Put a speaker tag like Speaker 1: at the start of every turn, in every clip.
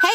Speaker 1: Hey,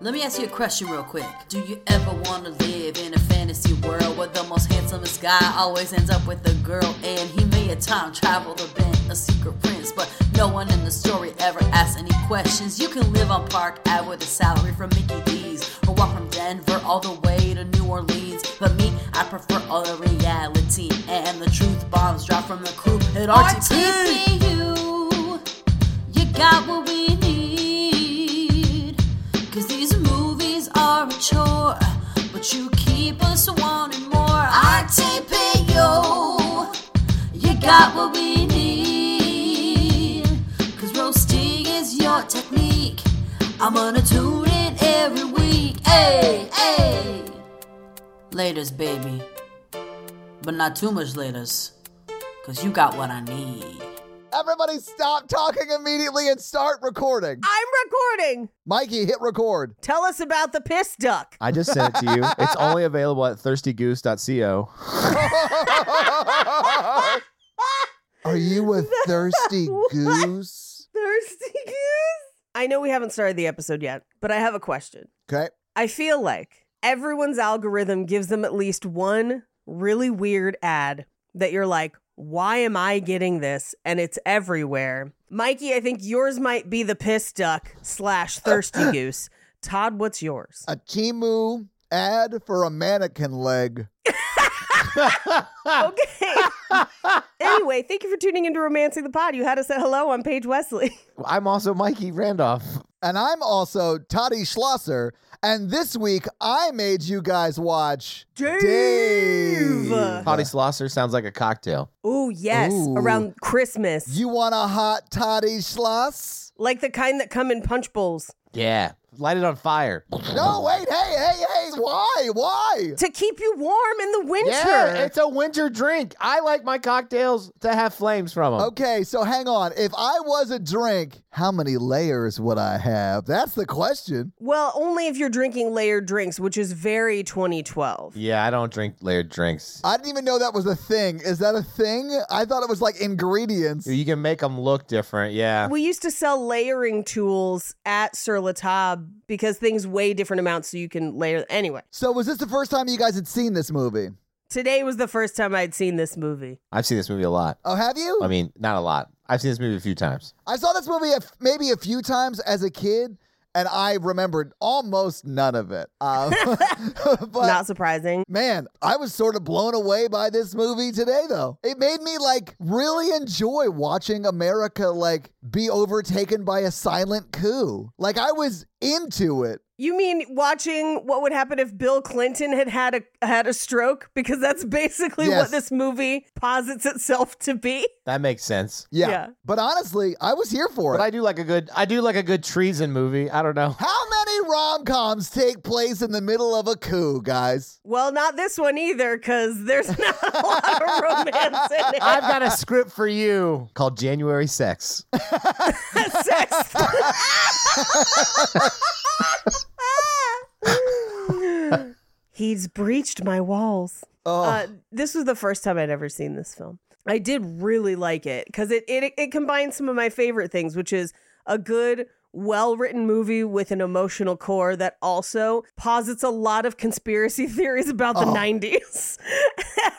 Speaker 2: Let me ask you a question real quick. Do you ever want to live in a fantasy world where the most handsomest guy always ends up with a girl and he may have time traveled or been a secret prince, but no one in the story ever asks any questions? You can live on Park Ave with a salary from Mickey D's or walk from Denver all the way to New Orleans. But me, I prefer all the reality and the truth bombs drop from the crew at RTP. RTPU, you got what we need. Cause these movies are a chore, but you keep us wanting more. RTPU, you got what we need. Cause roasting is your technique. I'm gonna tune in every week. Hey, hey. Laters, baby. But not too much laters. Cause you got what I need.
Speaker 3: Everybody stop talking immediately and start recording.
Speaker 4: I'm recording.
Speaker 3: Mikey, hit record.
Speaker 4: Tell us about the piss duck.
Speaker 5: I just sent it to you. It's only available at thirstygoose.co.
Speaker 3: Are you a thirsty goose?
Speaker 4: Thirsty goose. I know we haven't started the episode yet, but I have a question.
Speaker 3: Okay.
Speaker 4: I feel like everyone's algorithm gives them at least one really weird ad that you're like, why am I getting this? And it's everywhere. Mikey, I think yours might be the piss duck slash thirsty goose. Todd, what's yours?
Speaker 3: A Timu ad for a mannequin leg.
Speaker 4: Okay. anyway, thank you for tuning into Romancing the Pod. You had us at hello. I'm Paige Wesley.
Speaker 5: I'm also Mikey Randolph.
Speaker 3: And I'm also Toddy Schlosser. And this week, I made you guys watch
Speaker 4: Dave!
Speaker 3: Dave.
Speaker 5: Potty Slosser sounds like a cocktail.
Speaker 4: Oh, yes.
Speaker 3: Ooh.
Speaker 4: Around Christmas.
Speaker 3: You want a hot Toddy Schloss?
Speaker 4: like the kind that come in punch bowls
Speaker 5: Yeah. Light it on fire.
Speaker 3: No, wait, hey, hey, hey, why? Why?
Speaker 4: to keep you warm in the winter.
Speaker 5: Yeah, it's a winter drink. I like my cocktails to have flames from them.
Speaker 4: Oh.
Speaker 3: Okay, so hang on. If I was a drink, how many layers would I have? That's the question.
Speaker 4: well, only if you're drinking layered drinks, which is very 2012.
Speaker 5: Yeah, I don't drink layered drinks.
Speaker 3: I didn't even know that was a thing. Is that a thing? I thought it was like ingredients.
Speaker 5: You can make them look different. Yeah.
Speaker 4: We used to sell layering tools at Sur La Table because things weigh different amounts, so you can layer. Anyway,
Speaker 3: So was this the first time you guys had seen this movie?
Speaker 4: today was the first time I'd seen this movie.
Speaker 5: I've seen this movie a lot.
Speaker 3: Oh, have you?
Speaker 5: I mean, not a lot. I've seen this movie a few times.
Speaker 3: I saw this movie a f- maybe a few times as a kid, and I remembered almost none of it. Um, but
Speaker 4: Not surprising.
Speaker 3: man, I was sort of blown away by this movie today, though. It made me like really enjoy watching America like be overtaken by a silent coup. Like I was into it.
Speaker 4: You mean watching what would happen if Bill Clinton had had a had a stroke? Because that's basically
Speaker 3: Yes.
Speaker 4: what this movie posits itself to be.
Speaker 5: That makes sense.
Speaker 3: Yeah.
Speaker 4: Yeah.
Speaker 3: But honestly, I was here for it.
Speaker 5: But I do like a good I do like a good treason movie. I don't know.
Speaker 3: How many rom coms take place in the middle of a coup, guys?
Speaker 4: Well, not this one either, because there's not a lot of romance in it.
Speaker 5: I've got a script for you called January Sex.
Speaker 4: sex. He's breached my walls.
Speaker 3: Oh,
Speaker 4: Uh, this was the first time I'd ever seen this film. I did really like it because it, it it combines some of my favorite things, which is a good, well written movie with an emotional core that also posits a lot of conspiracy theories about the 90s.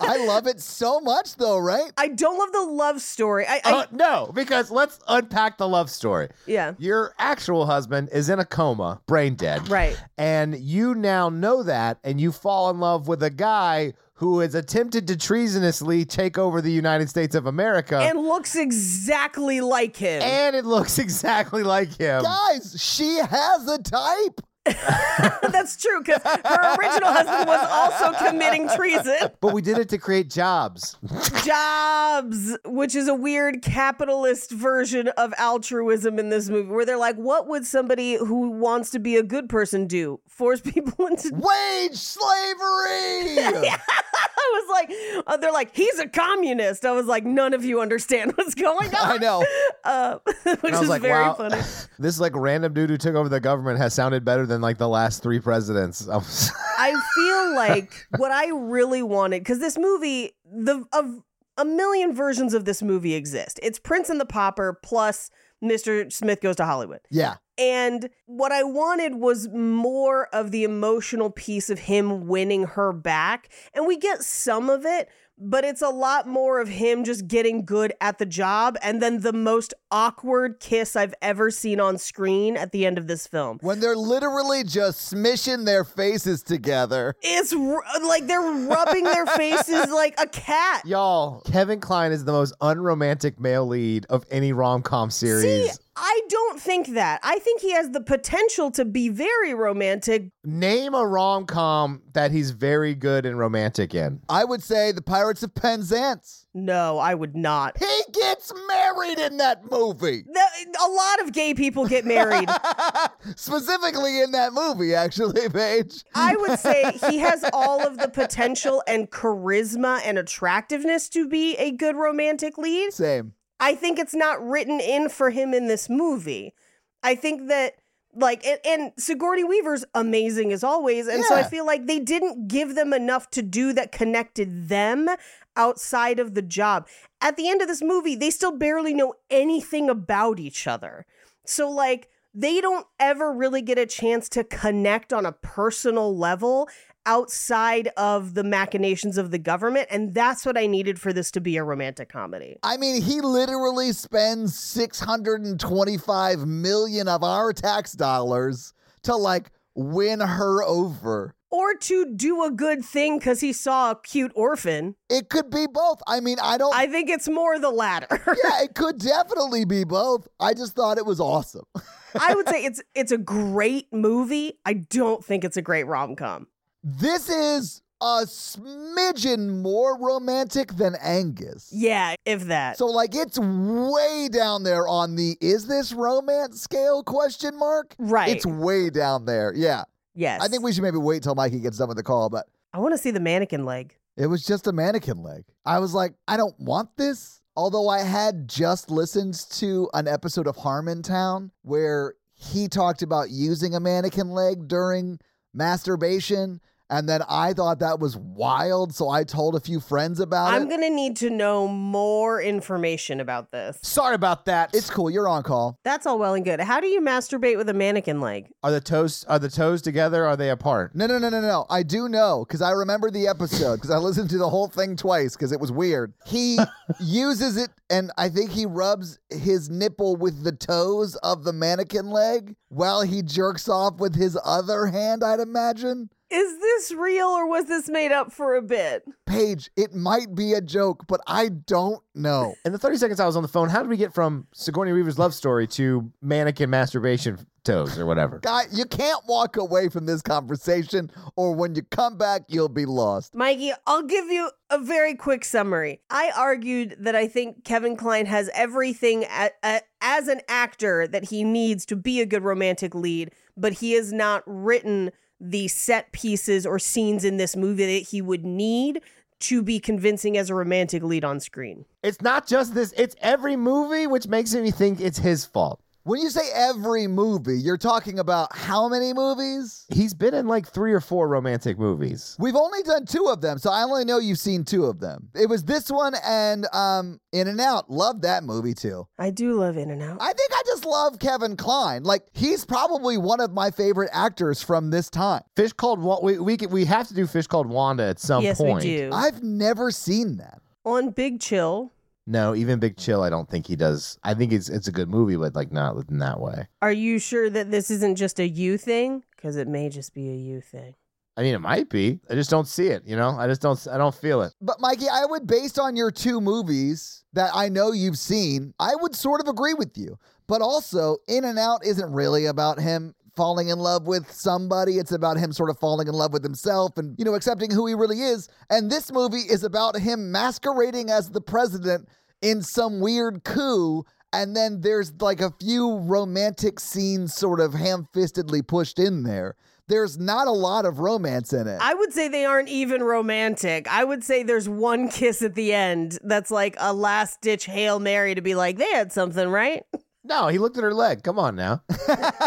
Speaker 3: I love it so much, though, right?
Speaker 4: I don't love the love story. I, I
Speaker 5: Uh, no, because let's unpack the love story.
Speaker 4: yeah,
Speaker 5: Your actual husband is in a coma, brain dead.
Speaker 4: right.
Speaker 5: And you now know that, and you fall in love with a guy who has attempted to treasonously take over the United States of America.
Speaker 4: and looks exactly like him.
Speaker 5: And it looks exactly like him.
Speaker 3: Guys, she has a type.
Speaker 4: That's true because her original husband was also committing treason.
Speaker 5: But we did it to create jobs.
Speaker 4: Jobs, which is a weird capitalist version of altruism in this movie, where they're like, what would somebody who wants to be a good person do? Force people into.
Speaker 3: Wage slavery.
Speaker 4: I was like, uh, they're like, he's a communist. I was like, none of you understand what's going on.
Speaker 3: I know.
Speaker 4: Uh, which
Speaker 5: And I
Speaker 4: is
Speaker 5: was like,
Speaker 4: very
Speaker 5: wow,
Speaker 4: funny.
Speaker 5: this like random dude who took over the government has sounded better than like the last three presidents. I was-
Speaker 4: I feel like what I really wanted because this movie, the of a million versions of this movie exist. It's Prince and the Popper plus Mr. Smith Goes to Hollywood.
Speaker 3: Yeah.
Speaker 4: And what I wanted was more of the emotional piece of him winning her back. And we get some of it, but it's a lot more of him just getting good at the job and then the most awkward kiss I've ever seen on screen at the end of this film.
Speaker 3: When they're literally just smishing their faces together.
Speaker 4: It's r- like they're rubbing their faces like a cat.
Speaker 5: Y'all, Kevin Klein is the most unromantic male lead of any rom com
Speaker 4: See,
Speaker 5: series.
Speaker 4: I don't think that. I think he has the potential to be very romantic.
Speaker 5: Name a rom com that he's very good and romantic in.
Speaker 3: I would say the Pirates of Penzance.
Speaker 4: No, I would not.
Speaker 3: He gets married in that movie.
Speaker 4: The- a lot of gay people get married.
Speaker 3: Specifically in that movie, actually, Paige.
Speaker 4: I would say he has all of the potential and charisma and attractiveness to be a good romantic lead.
Speaker 3: Same.
Speaker 4: I think it's not written in for him in this movie. I think that like and, and Sigourney Weaver's amazing as always, and so I
Speaker 3: Yeah.
Speaker 4: feel like they didn't give them enough to do that connected them outside of the job. At the end of this movie, they still barely know anything about each other. So like they don't ever really get a chance to connect on a personal level outside of the machinations of the government, and that's what I needed for this to be a romantic comedy.
Speaker 3: I mean, he literally spends 625 million of our tax dollars to like win her over.
Speaker 4: or to do a good thing because he saw a cute orphan.
Speaker 3: It could be both. I mean, I don't.
Speaker 4: I think it's more the latter.
Speaker 3: yeah, it could definitely be both. I just thought it was awesome.
Speaker 4: I would say it's it's a great movie. I don't think it's a great rom com.
Speaker 3: This is a smidgen more romantic than Angus.
Speaker 4: Yeah, if that.
Speaker 3: So like it's way down there on the is this romance scale question mark?
Speaker 4: Right.
Speaker 3: It's way down there. Yeah.
Speaker 4: yes,
Speaker 3: I think we should maybe wait till Mikey gets done with the call, but
Speaker 4: I want to see the mannequin leg.
Speaker 3: it was just a mannequin leg. I was like, I don't want this. Although I had just listened to an episode of Harmontown where he talked about using a mannequin leg during masturbation. And then I thought that was wild. So I told a few friends about it.
Speaker 4: I'm gonna need to know more information about this.
Speaker 5: Sorry about that.
Speaker 3: it's cool. You're on call.
Speaker 4: That's all well and good. How do you masturbate with a mannequin leg?
Speaker 5: are the toes are the toes together? Or are they apart?
Speaker 3: No, no, no, no, no. I do know because I remember the episode because I listened to the whole thing twice because it was weird. He uses it, and I think he rubs his nipple with the toes of the mannequin leg while he jerks off with his other hand, I'd imagine.
Speaker 4: Is this real or was this made up for a bit?
Speaker 3: Paige, it might be a joke, but I don't know.
Speaker 5: In the 30 seconds I was on the phone, how did we get from Sigourney Weaver's love story to mannequin masturbation toes or whatever?
Speaker 3: Guy, you can't walk away from this conversation, or when you come back, you'll be lost.
Speaker 4: Mikey, I'll give you a very quick summary. I argued that I think Kevin Klein has everything a- a- as an actor that he needs to be a good romantic lead, but he has not written the set pieces or scenes in this movie that he would need to be convincing as a romantic lead on screen.
Speaker 5: It's not just this, it's every movie, which makes me think it's his fault.
Speaker 3: When you say every movie, you're talking about how many movies?
Speaker 5: He's been in like three or four romantic movies.
Speaker 3: We've only done two of them, so I only know you've seen two of them. It was this one and um, In and Out. Love that movie too.
Speaker 4: I do love In and Out.
Speaker 3: I think I just love Kevin Klein. Like he's probably one of my favorite actors from this time.
Speaker 5: Fish called Wa- we we, could- we have to do Fish called Wanda at some
Speaker 4: yes,
Speaker 5: point.
Speaker 4: we do.
Speaker 3: I've never seen that.
Speaker 4: on Big Chill,
Speaker 5: No, even Big Chill, I don't think he does. I think it's it's a good movie, but like not in that way.
Speaker 4: are you sure that this isn't just a you thing? Because it may just be a you thing.
Speaker 5: I mean, it might be. I just don't see it. You know, I just don't. I don't feel it.
Speaker 3: But Mikey, I would, based on your two movies that I know you've seen, I would sort of agree with you. But also, In and Out isn't really about him falling in love with somebody. It's about him sort of falling in love with himself and, you know, accepting who he really is. And this movie is about him masquerading as the president in some weird coup. And then there's like a few romantic scenes sort of ham fistedly pushed in there. There's not a lot of romance in it.
Speaker 4: I would say they aren't even romantic. I would say there's one kiss at the end that's like a last ditch Hail Mary to be like, they had something, right?
Speaker 5: No, he looked at her leg. Come on now.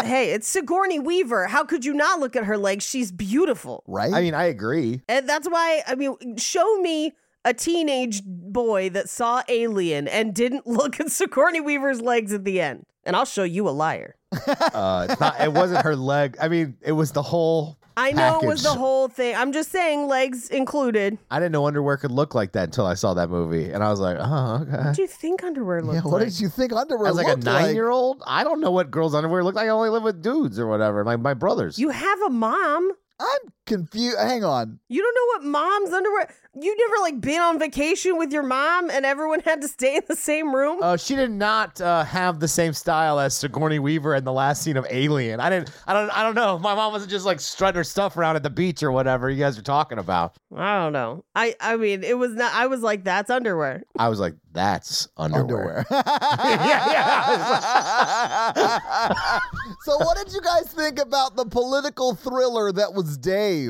Speaker 4: hey, it's Sigourney Weaver. How could you not look at her legs? She's beautiful.
Speaker 3: right?
Speaker 5: I mean, I agree.
Speaker 4: And that's why, I mean, show me a teenage boy that saw Alien and didn't look at Sigourney Weaver's legs at the end. And I'll show you a liar.
Speaker 5: Uh, it's not, it wasn't her leg. I mean, it was the whole.
Speaker 4: I know it was the
Speaker 5: package.
Speaker 4: whole thing. I'm just saying, legs included.
Speaker 5: I didn't know underwear could look like that until I saw that movie, and I was like, oh, okay.
Speaker 4: What do you think underwear looked
Speaker 3: yeah, what
Speaker 4: like?
Speaker 3: did you think underwear
Speaker 5: As like a
Speaker 3: looked like?
Speaker 5: nine-year-old, I don't know what girls' underwear look like. I only live with dudes or whatever. My my brothers.
Speaker 4: you have a mom.
Speaker 3: I'm confused. Hang on.
Speaker 4: You don't know what mom's underwear. You never like been on vacation with your mom and everyone had to stay in the same room.
Speaker 5: Uh, she did not uh, have the same style as Sigourney Weaver in the last scene of Alien. I didn't. I don't. I don't know. My mom wasn't just like strutting her stuff around at the beach or whatever you guys are talking about.
Speaker 4: I don't know. I I mean, it was not. I was like, that's underwear.
Speaker 5: I was like, "That's underwear."
Speaker 3: Underwear.
Speaker 5: yeah, yeah. I was like-
Speaker 3: so, what did you guys think about the political thriller that was Dave?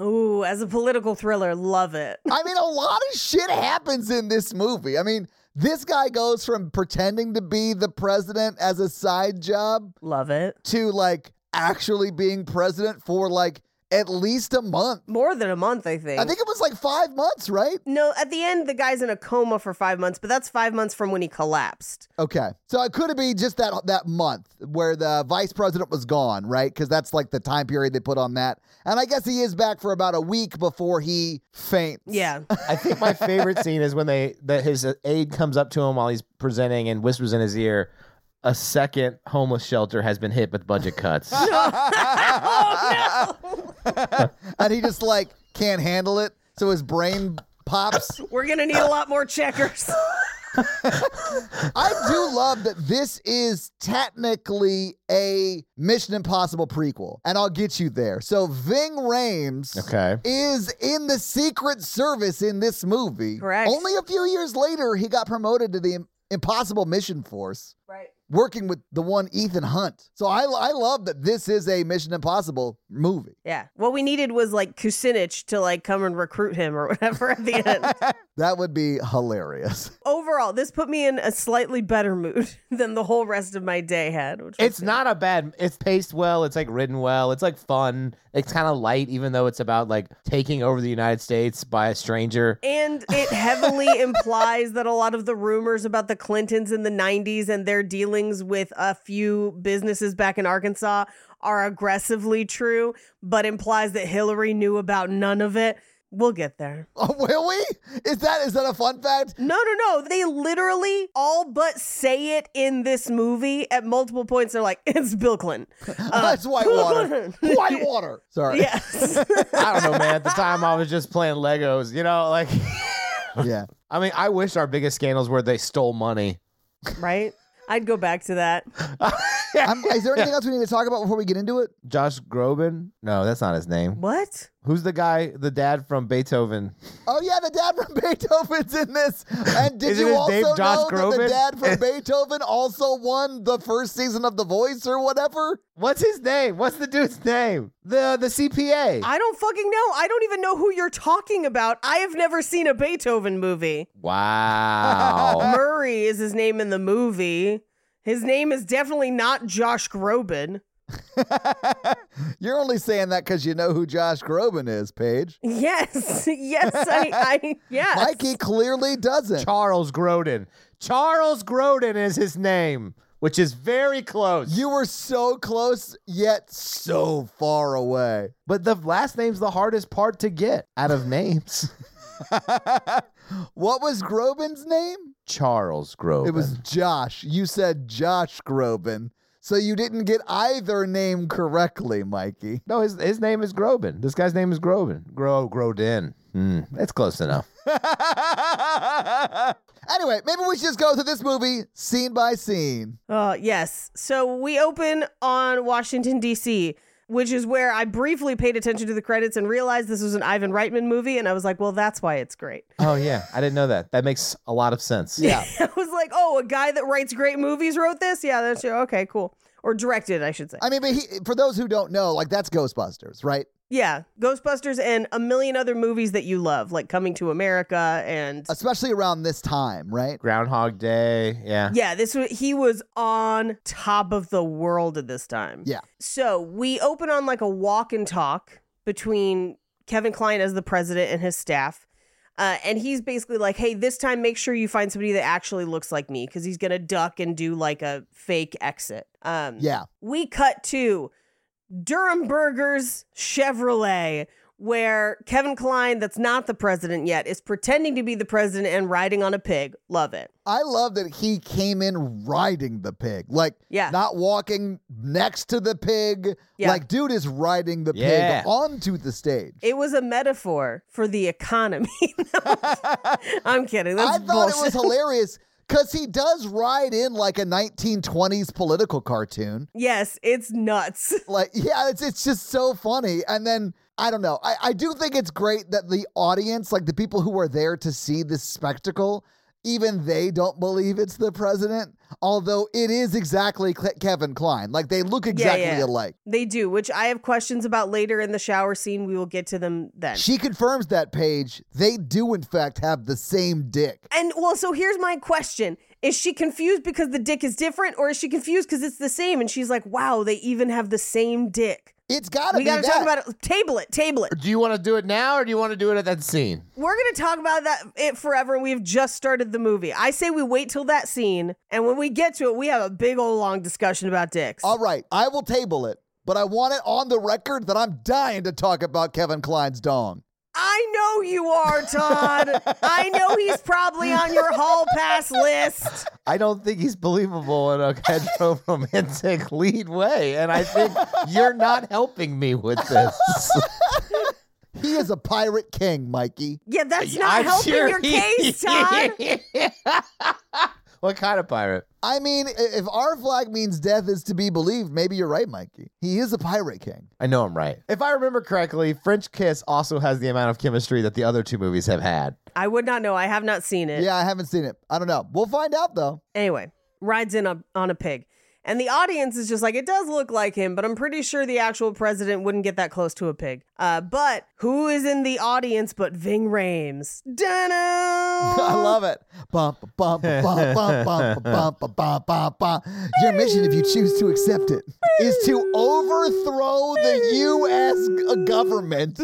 Speaker 4: Ooh, as a political thriller, love it.
Speaker 3: I mean, a lot of shit happens in this movie. I mean, this guy goes from pretending to be the president as a side job
Speaker 4: Love it.
Speaker 3: to like actually being president for like at least a month.
Speaker 4: More than a month, I think.
Speaker 3: I think it was like five months, right?
Speaker 4: no, at the end, the guy's in a coma for five months, but that's five months from when he collapsed.
Speaker 3: Okay, so it could have been just that that month where the vice president was gone, right? Because that's like the time period they put on that. And I guess he is back for about a week before he faints.
Speaker 4: Yeah.
Speaker 5: I think my favorite scene is when they that his uh, aide comes up to him while he's presenting and whispers in his ear, "A second homeless shelter has been hit with budget cuts."
Speaker 3: Oh, and he just like can't handle it, so his brain pops.
Speaker 4: We're going to need a lot more checkers.
Speaker 3: I do love that this is technically a Mission Impossible prequel, and I'll get you there. So Ving Rhames
Speaker 5: Okay.
Speaker 3: is in the Secret Service in this movie.
Speaker 4: Correct.
Speaker 3: Only a few years later, he got promoted to the Im- Impossible Mission Force.
Speaker 4: Right.
Speaker 3: Working with the one Ethan Hunt. So I, I love that this is a Mission Impossible movie.
Speaker 4: Yeah. What we needed was like Kucinich to like come and recruit him or whatever at the end.
Speaker 3: That would be hilarious.
Speaker 4: Overall, this put me in a slightly better mood than the whole rest of my day had. Which was
Speaker 5: It's not a bad. It's paced well. It's like written well. It's like fun. It's kind of light, even though it's about like taking over the United States by a stranger.
Speaker 4: And it heavily implies that a lot of the rumors about the Clintons in the 90s and their dealings with a few businesses back in Arkansas are aggressively true, but implies that Hillary knew about none of it. We'll get there.
Speaker 3: Oh, will we? Is that is that a fun fact?
Speaker 4: No, no, no. They literally all but say it in this movie at multiple points. They're like, it's Bill Clinton. Uh,
Speaker 3: That's Whitewater. Whitewater. Sorry.
Speaker 4: Yes.
Speaker 5: I don't know, man. At the time, I was just playing Legos. You know, like
Speaker 3: yeah.
Speaker 5: I mean, I wish our biggest scandals were they stole money.
Speaker 4: right? I'd go back to that.
Speaker 3: Um, is there anything else we need to talk about before we get into it?
Speaker 5: Josh Groban? No, that's not his name.
Speaker 4: What?
Speaker 5: Who's the guy? The dad from Beethoven?
Speaker 3: Oh yeah, the dad from Beethoven's in this. And did
Speaker 5: Isn't
Speaker 3: you
Speaker 5: his
Speaker 3: also
Speaker 5: name
Speaker 3: know
Speaker 5: Josh
Speaker 3: that the
Speaker 5: Groban?
Speaker 3: dad from Beethoven also won the first season of The Voice or whatever?
Speaker 5: What's his name? What's the dude's name? The the CPA.
Speaker 4: I don't fucking know. I don't even know who you're talking about. I have never seen a Beethoven movie.
Speaker 5: wow.
Speaker 4: Murray is his name in the movie. His name is definitely not Josh Groban.
Speaker 3: You're only saying that because you know who Josh Groban is, Paige.
Speaker 4: Yes, yes, I, I yes.
Speaker 3: Mikey clearly doesn't.
Speaker 5: Charles Groden. Charles Groden is his name, which is very close.
Speaker 3: You were so close, yet so far away.
Speaker 5: but the last name's the hardest part to get out of names.
Speaker 3: What was Groban's name?
Speaker 5: Charles Groban.
Speaker 3: It was Josh. You said Josh Groban. So you didn't get either name correctly, Mikey.
Speaker 5: No, his his name is Groban. This guy's name is Groban. Gro Grodin. Mm, that's close enough.
Speaker 3: Anyway, maybe we should just go through this movie scene by scene.
Speaker 4: Uh, yes. So we open on Washington, D.C., which is where I briefly paid attention to the credits and realized this was an Ivan Reitman movie. And I was like, well, that's why it's great.
Speaker 5: oh yeah, I didn't know that. That makes a lot of sense.
Speaker 3: Yeah.
Speaker 4: I was like, oh, a guy that writes great movies wrote this? Yeah, that's true. Okay, cool. Or directed, I should say.
Speaker 3: I mean, but he, for those who don't know, like that's Ghostbusters, right?
Speaker 4: yeah, Ghostbusters and a million other movies that you love, like Coming to America and.
Speaker 3: Especially around this time, right?
Speaker 5: Groundhog Day. Yeah.
Speaker 4: Yeah, this was, he was on top of the world at this time.
Speaker 3: Yeah.
Speaker 4: So we open on like a walk and talk between Kevin Klein as the president and his staff. Uh, and he's basically like, hey, this time make sure you find somebody that actually looks like me because he's going to duck and do like a fake exit. Um,
Speaker 3: Yeah.
Speaker 4: we cut to Durham Burgers Chevrolet, where Kevin Klein, that's not the president yet, is pretending to be the president and riding on a pig. Love it.
Speaker 3: I love that he came in riding the pig, like
Speaker 4: Yeah.
Speaker 3: not walking next to the pig.
Speaker 4: Yeah.
Speaker 3: Like, dude is riding the
Speaker 5: Yeah.
Speaker 3: pig onto the stage.
Speaker 4: It was a metaphor for the economy. I'm kidding. That's
Speaker 3: I thought
Speaker 4: bullshit.
Speaker 3: it was hilarious because he does ride in like a 1920s political cartoon.
Speaker 4: yes, it's nuts.
Speaker 3: Like, yeah, it's it's just so funny. And then I don't know. I, I do think it's great that the audience, like the people who are there to see this spectacle, even they don't believe it's the president. Although it is exactly Cle- Kevin Klein. Like they look exactly
Speaker 4: yeah.
Speaker 3: alike.
Speaker 4: They do, which I have questions about later in the shower scene. We will get to them then.
Speaker 3: She confirms that page. They do in fact have the same dick.
Speaker 4: and well, so here's my question. Is she confused because the dick is different or is she confused because it's the same? And she's like, wow, they even have the same dick.
Speaker 3: It's gotta
Speaker 4: we
Speaker 3: be
Speaker 4: gotta
Speaker 3: that.
Speaker 4: talk about it. Table it, table it.
Speaker 5: Do you want to do it now, or do you want to do it at that scene?
Speaker 4: We're gonna talk about that it forever. and We've just started the movie. I say we wait till that scene, and when we get to it, we have a big old long discussion about dicks.
Speaker 3: All right, I will table it, but I want it on the record that I'm dying to talk about Kevin Klein's dong.
Speaker 4: I know you are, Todd. I know he's probably on your hall pass list.
Speaker 5: I don't think he's believable in a hetero romantic lead way, and I think you're not helping me with this.
Speaker 3: He is a pirate king, Mikey.
Speaker 4: Yeah, that's not
Speaker 5: I'm
Speaker 4: helping
Speaker 5: sure
Speaker 4: your
Speaker 5: he-
Speaker 4: case, Todd.
Speaker 5: what kind of pirate?
Speaker 3: I mean, i- if our flag means death is to be believed, maybe you're right, Mikey. He is a pirate king.
Speaker 5: I know I'm right. If I remember correctly, French Kiss also has the amount of chemistry that the other two movies have had.
Speaker 4: I would not know. I have not seen it.
Speaker 3: Yeah, I haven't seen it. I don't know. We'll find out though.
Speaker 4: Anyway, rides in a, on a pig. And the audience is just like, it does look like him, but I'm pretty sure the actual president wouldn't get that close to a pig. Uh, but who is in the audience but Ving Rhames?
Speaker 3: I
Speaker 4: Dunno!
Speaker 3: love it. Bum, ba, bum, ba, bum, ba, bum, ba, bum, ba, bum, bum, bum. Your mission, if you choose to accept it, is to overthrow the U.S. g- uh, government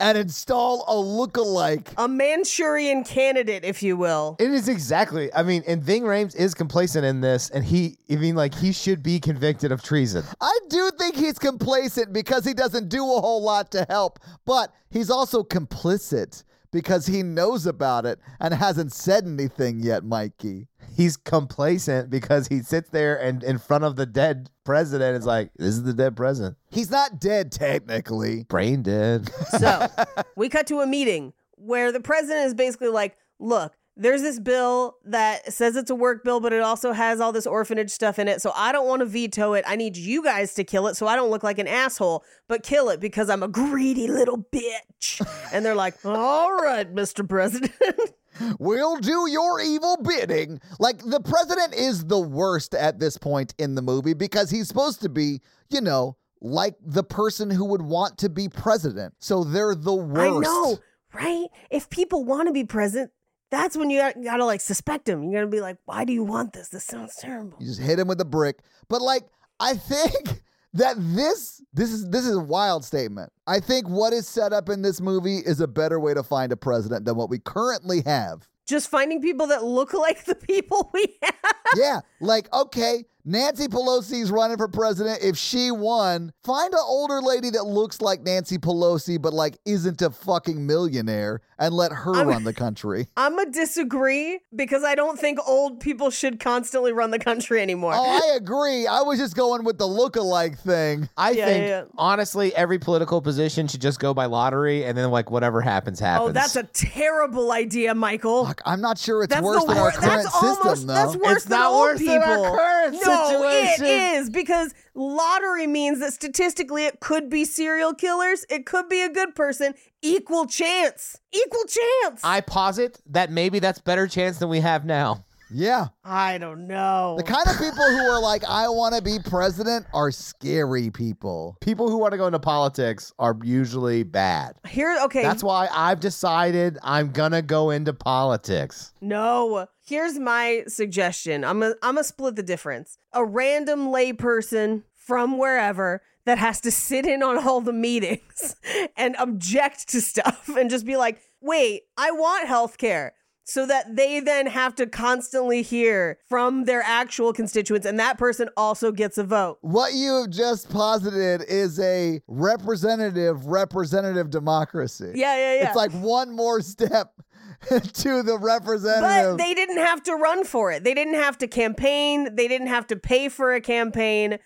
Speaker 3: and install a look-alike.
Speaker 4: a Manchurian candidate, if you will.
Speaker 5: It is exactly. I mean, and Ving Rhames is complacent in this, and he, I mean, like he should be convicted of treason.
Speaker 3: I do think he's complacent because he doesn't do a whole lot to help, but he's also complicit because he knows about it and hasn't said anything yet, Mikey.
Speaker 5: He's complacent because he sits there and in front of the dead president is like, "This is the dead president,
Speaker 3: He's not dead technically.
Speaker 5: brain dead."
Speaker 4: So we cut to a meeting where the president is basically like, look, there's this bill that says it's a work bill, but it also has all this orphanage stuff in it. So I don't want to veto it. I need you guys to kill it so I don't look like an asshole, but kill it because I'm a greedy little bitch. And they're like, all right, Mr. President.
Speaker 3: We'll do your evil bidding. Like the president is the worst at this point in the movie because he's supposed to be, you know, like the person who would want to be president. So they're the
Speaker 4: I
Speaker 3: worst.
Speaker 4: know, right? If people want to be present, that's when you got to like suspect them. You're going to be like, why do you want this? This sounds terrible.
Speaker 3: You just hit him with a brick. But like, I think that this this is this is a wild statement. I think what is set up in this movie is a better way to find a president than what we currently have.
Speaker 4: Just finding people that look like the people we have.
Speaker 3: yeah, like okay, Nancy Pelosi's running for president. If she won, find an older lady that looks like Nancy Pelosi but like isn't a fucking millionaire and let her
Speaker 4: I'm-
Speaker 3: run the country.
Speaker 4: I'm going to disagree because I don't think old people should constantly run the country anymore.
Speaker 3: Oh, I agree. I was just going with the look-alike thing.
Speaker 5: I
Speaker 4: Yeah,
Speaker 5: think
Speaker 4: yeah, yeah.
Speaker 5: honestly, every political position should just go by lottery, and then like whatever happens, happens.
Speaker 4: oh, that's a terrible idea, Michael.
Speaker 3: Fuck, I'm not sure it's
Speaker 4: That's
Speaker 3: worse
Speaker 4: the
Speaker 3: than our
Speaker 4: wor-
Speaker 3: current
Speaker 4: that's
Speaker 3: system,
Speaker 4: almost
Speaker 3: though.
Speaker 4: that's worse
Speaker 5: It's
Speaker 4: than
Speaker 5: not
Speaker 4: old
Speaker 5: worse
Speaker 4: people.
Speaker 5: than our current
Speaker 4: no,
Speaker 5: situation.
Speaker 4: it is because lottery means that statistically it could be serial killers, it could be a good person, equal chance, equal chance.
Speaker 5: I posit that maybe that's better chance than we have now.
Speaker 3: yeah.
Speaker 4: I don't know.
Speaker 3: The kind of people who are like, I want to be president are scary people.
Speaker 5: People who want to go into politics are usually bad.
Speaker 4: Here, okay,
Speaker 5: That's why I've decided I'm gonna go into politics.
Speaker 4: No. Here's my suggestion. I'm a, I'm gonna split the difference. A random layperson from wherever that has to sit in on all the meetings and object to stuff and just be like, "Wait, I want health care." So that they then have to constantly hear from their actual constituents and that person also gets a vote.
Speaker 3: What you have just posited is a representative representative democracy.
Speaker 4: Yeah, yeah, yeah.
Speaker 3: It's like one more step to the
Speaker 4: But
Speaker 3: representative.
Speaker 4: they didn't have to run for it. They didn't have to campaign. They didn't have to pay for a campaign.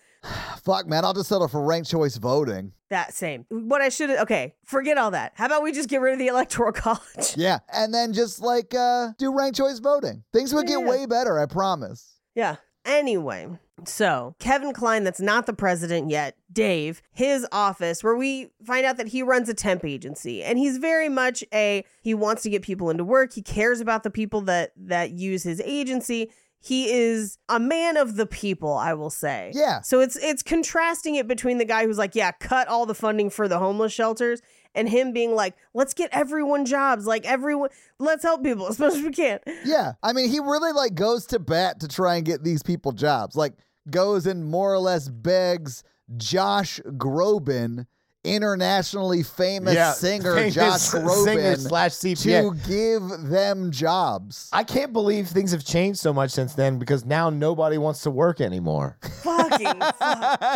Speaker 3: Fuck, man, I'll just settle for ranked choice voting.
Speaker 4: That same. What I should okay, forget all that. How about we just get rid of the electoral college?
Speaker 3: Yeah. And then just like uh, do ranked choice voting. Things would get
Speaker 4: Yeah.
Speaker 3: way better, I promise.
Speaker 4: Yeah. Anyway, so Kevin Klein, that's not the president yet, Dave, his office, where we find out that he runs a temp agency, and he's very much a he wants to get people into work. He cares about the people that that use his agency. He is a man of the people, I will say.
Speaker 3: Yeah.
Speaker 4: So it's it's contrasting it between the guy who's like, yeah, cut all the funding for the homeless shelters, and him being like, let's get everyone jobs, like everyone, let's help people as much as we can.
Speaker 3: Yeah. I mean, he really like goes to bat to try and get these people jobs. Like goes and more or less begs Josh Groban, internationally famous singer
Speaker 5: famous
Speaker 3: Josh Groban
Speaker 5: singer slash
Speaker 3: to
Speaker 5: CPA.
Speaker 3: give them jobs.
Speaker 5: I can't believe things have changed so much since then because now nobody wants to work anymore.
Speaker 4: fucking fuck.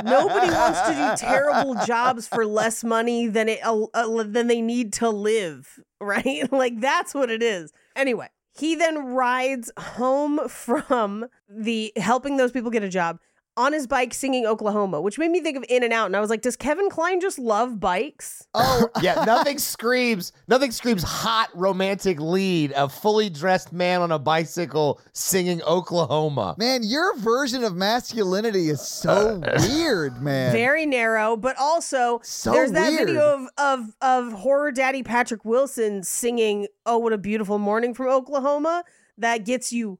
Speaker 4: Nobody wants to do terrible jobs for less money than it uh, uh, than they need to live, right? Like that's what it is. Anyway, he then rides home from the helping those people get a job on his bike singing Oklahoma, which made me think of In and Out and I was like, does Kevin Klein just love bikes?
Speaker 3: Oh,
Speaker 5: yeah, nothing screams nothing screams hot romantic lead a fully dressed man on a bicycle singing Oklahoma.
Speaker 3: man, your version of masculinity is so
Speaker 5: Uh,
Speaker 3: weird, man.
Speaker 4: Very narrow, but also
Speaker 3: So
Speaker 4: there's that
Speaker 3: weird.
Speaker 4: video of, of of horror daddy Patrick Wilson singing "Oh What a Beautiful Morning" from Oklahoma that gets you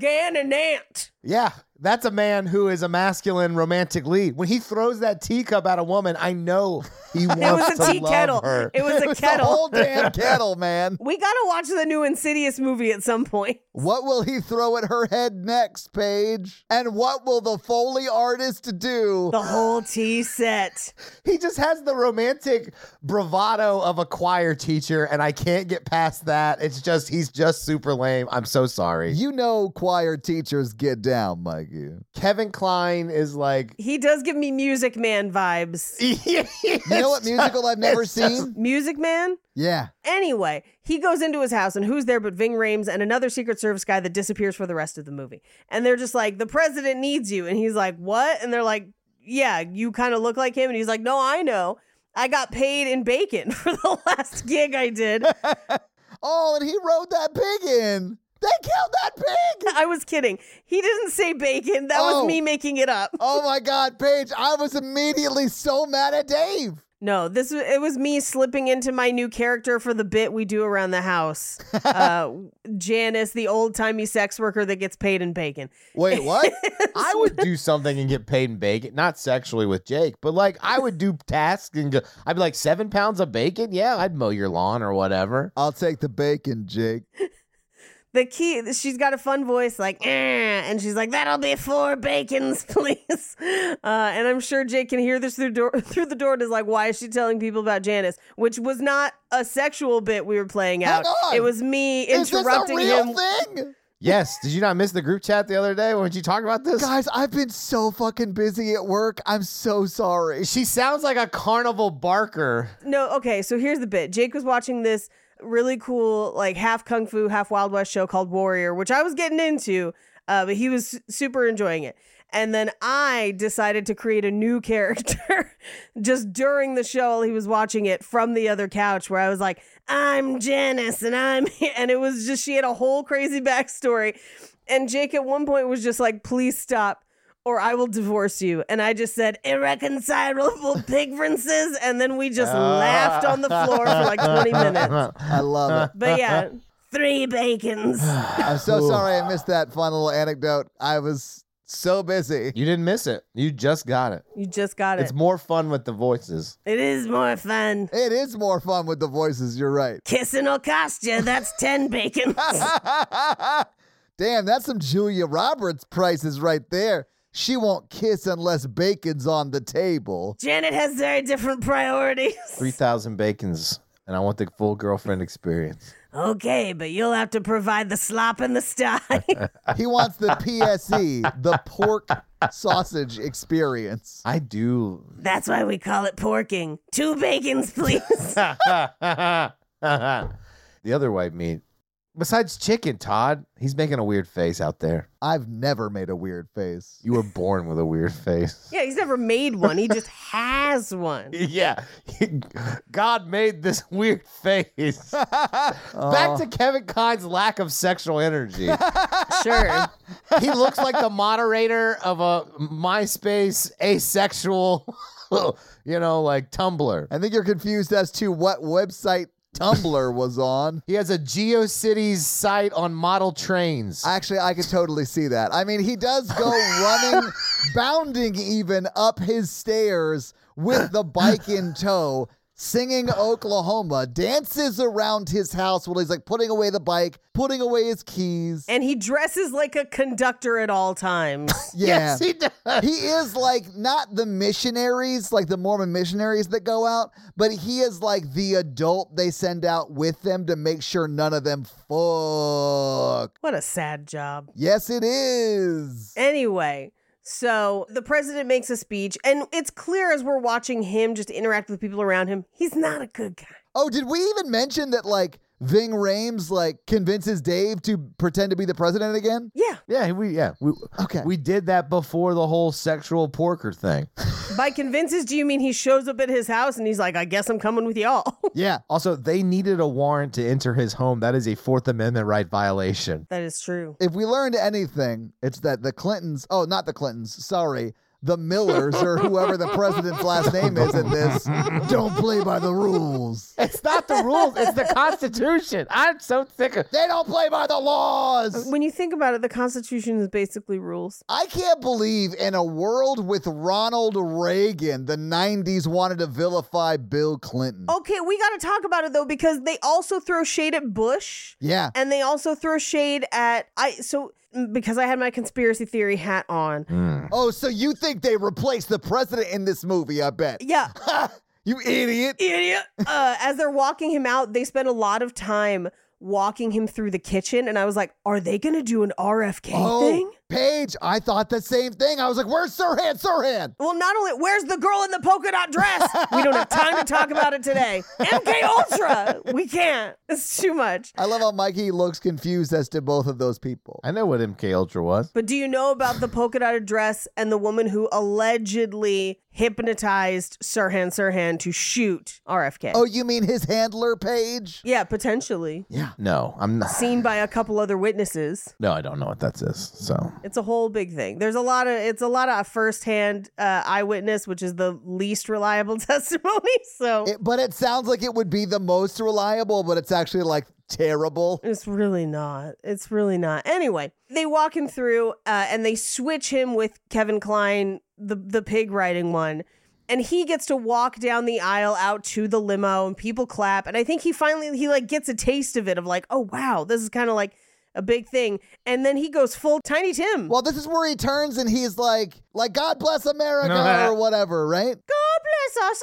Speaker 4: pregnant.
Speaker 5: Yeah, that's a man who is a masculine romantic lead. When he throws that teacup at a woman, I know he wants
Speaker 4: It was
Speaker 5: to
Speaker 4: a tea
Speaker 5: love
Speaker 4: kettle.
Speaker 5: her.
Speaker 4: It was a
Speaker 3: It's
Speaker 4: kettle.
Speaker 3: the whole damn kettle, man.
Speaker 4: we gotta watch the new Insidious movie at some point.
Speaker 3: What will he throw at her head next, Paige? And what will the Foley artist do?
Speaker 4: The whole tea set.
Speaker 5: He just has the romantic bravado of a choir teacher, and I can't get past that. It's just he's just super lame. I'm so sorry.
Speaker 3: You know, choir teachers get down, Mikey.
Speaker 5: Kevin Klein is like
Speaker 4: He does give me Music Man vibes.
Speaker 5: you
Speaker 3: You know what musical I've never seen?
Speaker 4: Music Man.
Speaker 3: Yeah.
Speaker 4: Anyway, he goes into his house, and who's there but Ving Rames and another Secret Service guy that disappears for the rest of the movie. And they're just like, "The president needs you," and he's like, "What?" And they're like, "Yeah, you kind of look like him," and he's like, "No, I know." I got paid in bacon for the last gig I did.
Speaker 3: Oh, and he rode that pig in. They killed that pig.
Speaker 4: I was kidding. He didn't say bacon. That
Speaker 3: Oh.
Speaker 4: was me making it up.
Speaker 3: Oh my God, Paige, I was immediately so mad at Dave.
Speaker 4: No, this was- it was me slipping into my new character for the bit we do around the house. Uh, Janice, the old timey sex worker that gets paid in bacon.
Speaker 5: Wait, what? I would do something and get paid in bacon, not sexually with Jake, but like I would do tasks and go, I'd be like seven pounds of bacon. Yeah, I'd mow your lawn or whatever.
Speaker 3: I'll take the bacon, Jake.
Speaker 4: the key she's got a fun voice like "Eh," and she's like that'll be four bacons please uh, and i'm sure jake can hear this through door through the door and is like why is she telling people about janice which was not a sexual bit we were playing
Speaker 3: Hang
Speaker 4: out
Speaker 3: on.
Speaker 4: it was me
Speaker 3: Is this a
Speaker 4: interrupting
Speaker 3: real
Speaker 4: him
Speaker 3: thing?
Speaker 5: Yes. Did you not miss the group chat the other day when you talked about this?
Speaker 3: Guys, I've been so fucking busy at work. I'm so sorry.
Speaker 5: She sounds like a carnival barker.
Speaker 4: No, okay, so here's the bit. Jake was watching this really cool, like half kung fu, half Wild West show called Warrior, which I was getting into, uh, but he was su- super enjoying it. And then I decided to create a new character just during the show while he was watching it from the other couch, where I was like, I'm Janice and I'm, and it was just, she had a whole crazy backstory. And Jake at one point was just like, please stop or I will divorce you. And I just said, irreconcilable differences. And then we just laughed on the floor for like 20 minutes.
Speaker 3: I love it.
Speaker 4: But yeah, three bacons.
Speaker 3: I'm so sorry I missed that fun little anecdote. I was so busy.
Speaker 5: You didn't miss it. You just got it.
Speaker 4: You just got it.
Speaker 5: It's more fun with the voices.
Speaker 4: it is more fun.
Speaker 3: It is more fun with the voices. You're right.
Speaker 4: Kissing will cost you. That's 10 bacons.
Speaker 3: Damn, that's some Julia Roberts prices right there. She won't kiss unless bacon's on the table.
Speaker 4: Janet has very different priorities.
Speaker 5: 3,000 bacons, and I want the full girlfriend experience.
Speaker 4: Okay, but you'll have to provide the slop and the sty.
Speaker 3: He wants the PSE, the pork sausage experience.
Speaker 5: I do.
Speaker 4: That's why we call it porking. Two bacons, please.
Speaker 5: the other white meat. Besides chicken, Todd, he's making a weird face out there.
Speaker 3: I've never made a weird face.
Speaker 5: You were born with a weird face.
Speaker 4: yeah, he's never made one. He just has one.
Speaker 5: Yeah. God made this weird face. Back to Kevin Kine's lack of sexual energy.
Speaker 4: Sure.
Speaker 5: he looks like the moderator of a MySpace asexual, you know, like Tumblr.
Speaker 3: I think you're confused as to what website Tumblr was on.
Speaker 5: He has a GeoCities site on model trains.
Speaker 3: Actually, I could totally see that. I mean, he does go running, bounding even up his stairs with the bike in tow, singing Oklahoma, dances around his house while he's like putting away the bike, putting away his keys.
Speaker 4: and he dresses like a conductor at all times.
Speaker 3: Yeah.
Speaker 5: Yes, he does.
Speaker 3: he is like not the missionaries, like the Mormon missionaries that go out, but he is like the adult they send out with them to make sure none of them fuck.
Speaker 4: what a sad job.
Speaker 3: Yes, it is.
Speaker 4: Anyway, so the president makes a speech, and it's clear as we're watching him just interact with people around him, he's not a good guy.
Speaker 3: Oh, did we even mention that like Ving Rames like convinces Dave to pretend to be the president again?
Speaker 4: Yeah,
Speaker 5: Yeah, we yeah we
Speaker 3: Okay.
Speaker 5: we did that before the whole sexual porker thing.
Speaker 4: by convinces, do you mean he shows up at his house and he's like, I guess I'm coming with y'all?
Speaker 3: Yeah.
Speaker 5: Also, they needed a warrant to enter his home. That is a Fourth Amendment right violation.
Speaker 4: that is true.
Speaker 3: If we learned anything, it's that the Clintons, oh, not the Clintons, sorry, the Millers or whoever the president's last name is in this, don't play by the rules.
Speaker 5: It's not the rules. It's the Constitution. I'm so sick of.
Speaker 3: They don't play by the laws.
Speaker 4: When you think about it, the Constitution is basically rules.
Speaker 3: I can't believe in a world with Ronald Reagan, the 90s wanted to vilify Bill Clinton.
Speaker 4: Okay, we got to talk about it though, because they also throw shade at Bush.
Speaker 3: Yeah.
Speaker 4: and they also throw shade at I so because I had my conspiracy theory hat on.
Speaker 3: Oh, so you think they replaced the president in this movie, I bet.
Speaker 4: Yeah.
Speaker 3: You idiot.
Speaker 4: Idiot. Uh, as they're walking him out, they spend a lot of time walking him through the kitchen and I was like, are they going to do an RFK
Speaker 3: Oh.
Speaker 4: thing?
Speaker 3: Paige, I thought the same thing. I was like, where's Sirhan? Sirhan.
Speaker 4: Well, not only where's the girl in the polka dot dress? we don't have time to talk about it today. MK Ultra. We can't. It's too much.
Speaker 3: I love how Mikey looks confused as to both of those people.
Speaker 5: I know what MK Ultra was.
Speaker 4: But do you know about the polka dot dress and the woman who allegedly hypnotized Sirhan Sirhan to shoot RFK?
Speaker 3: Oh, you mean his handler, Paige?
Speaker 4: Yeah, potentially.
Speaker 3: Yeah.
Speaker 5: No, I'm not.
Speaker 4: Seen by a couple other witnesses.
Speaker 5: No, I don't know what that is. So
Speaker 4: It's a whole big thing. There's a lot of it's a lot of firsthand uh, eyewitness, which is the least reliable testimony. So
Speaker 3: It, but it sounds like it would be the most reliable, but it's actually like terrible.
Speaker 4: it's really not. It's really not. Anyway, they walk him through uh, and they switch him with Kevin Klein, the the pig riding one. And he gets to walk down the aisle out to the limo and people clap. And I think he finally he like gets a taste of it of like, oh wow, this is kind of like a big thing. And then he goes full tiny Tim.
Speaker 3: Well, this is where he turns and he's like, like, God bless America or whatever, right?
Speaker 4: God bless us,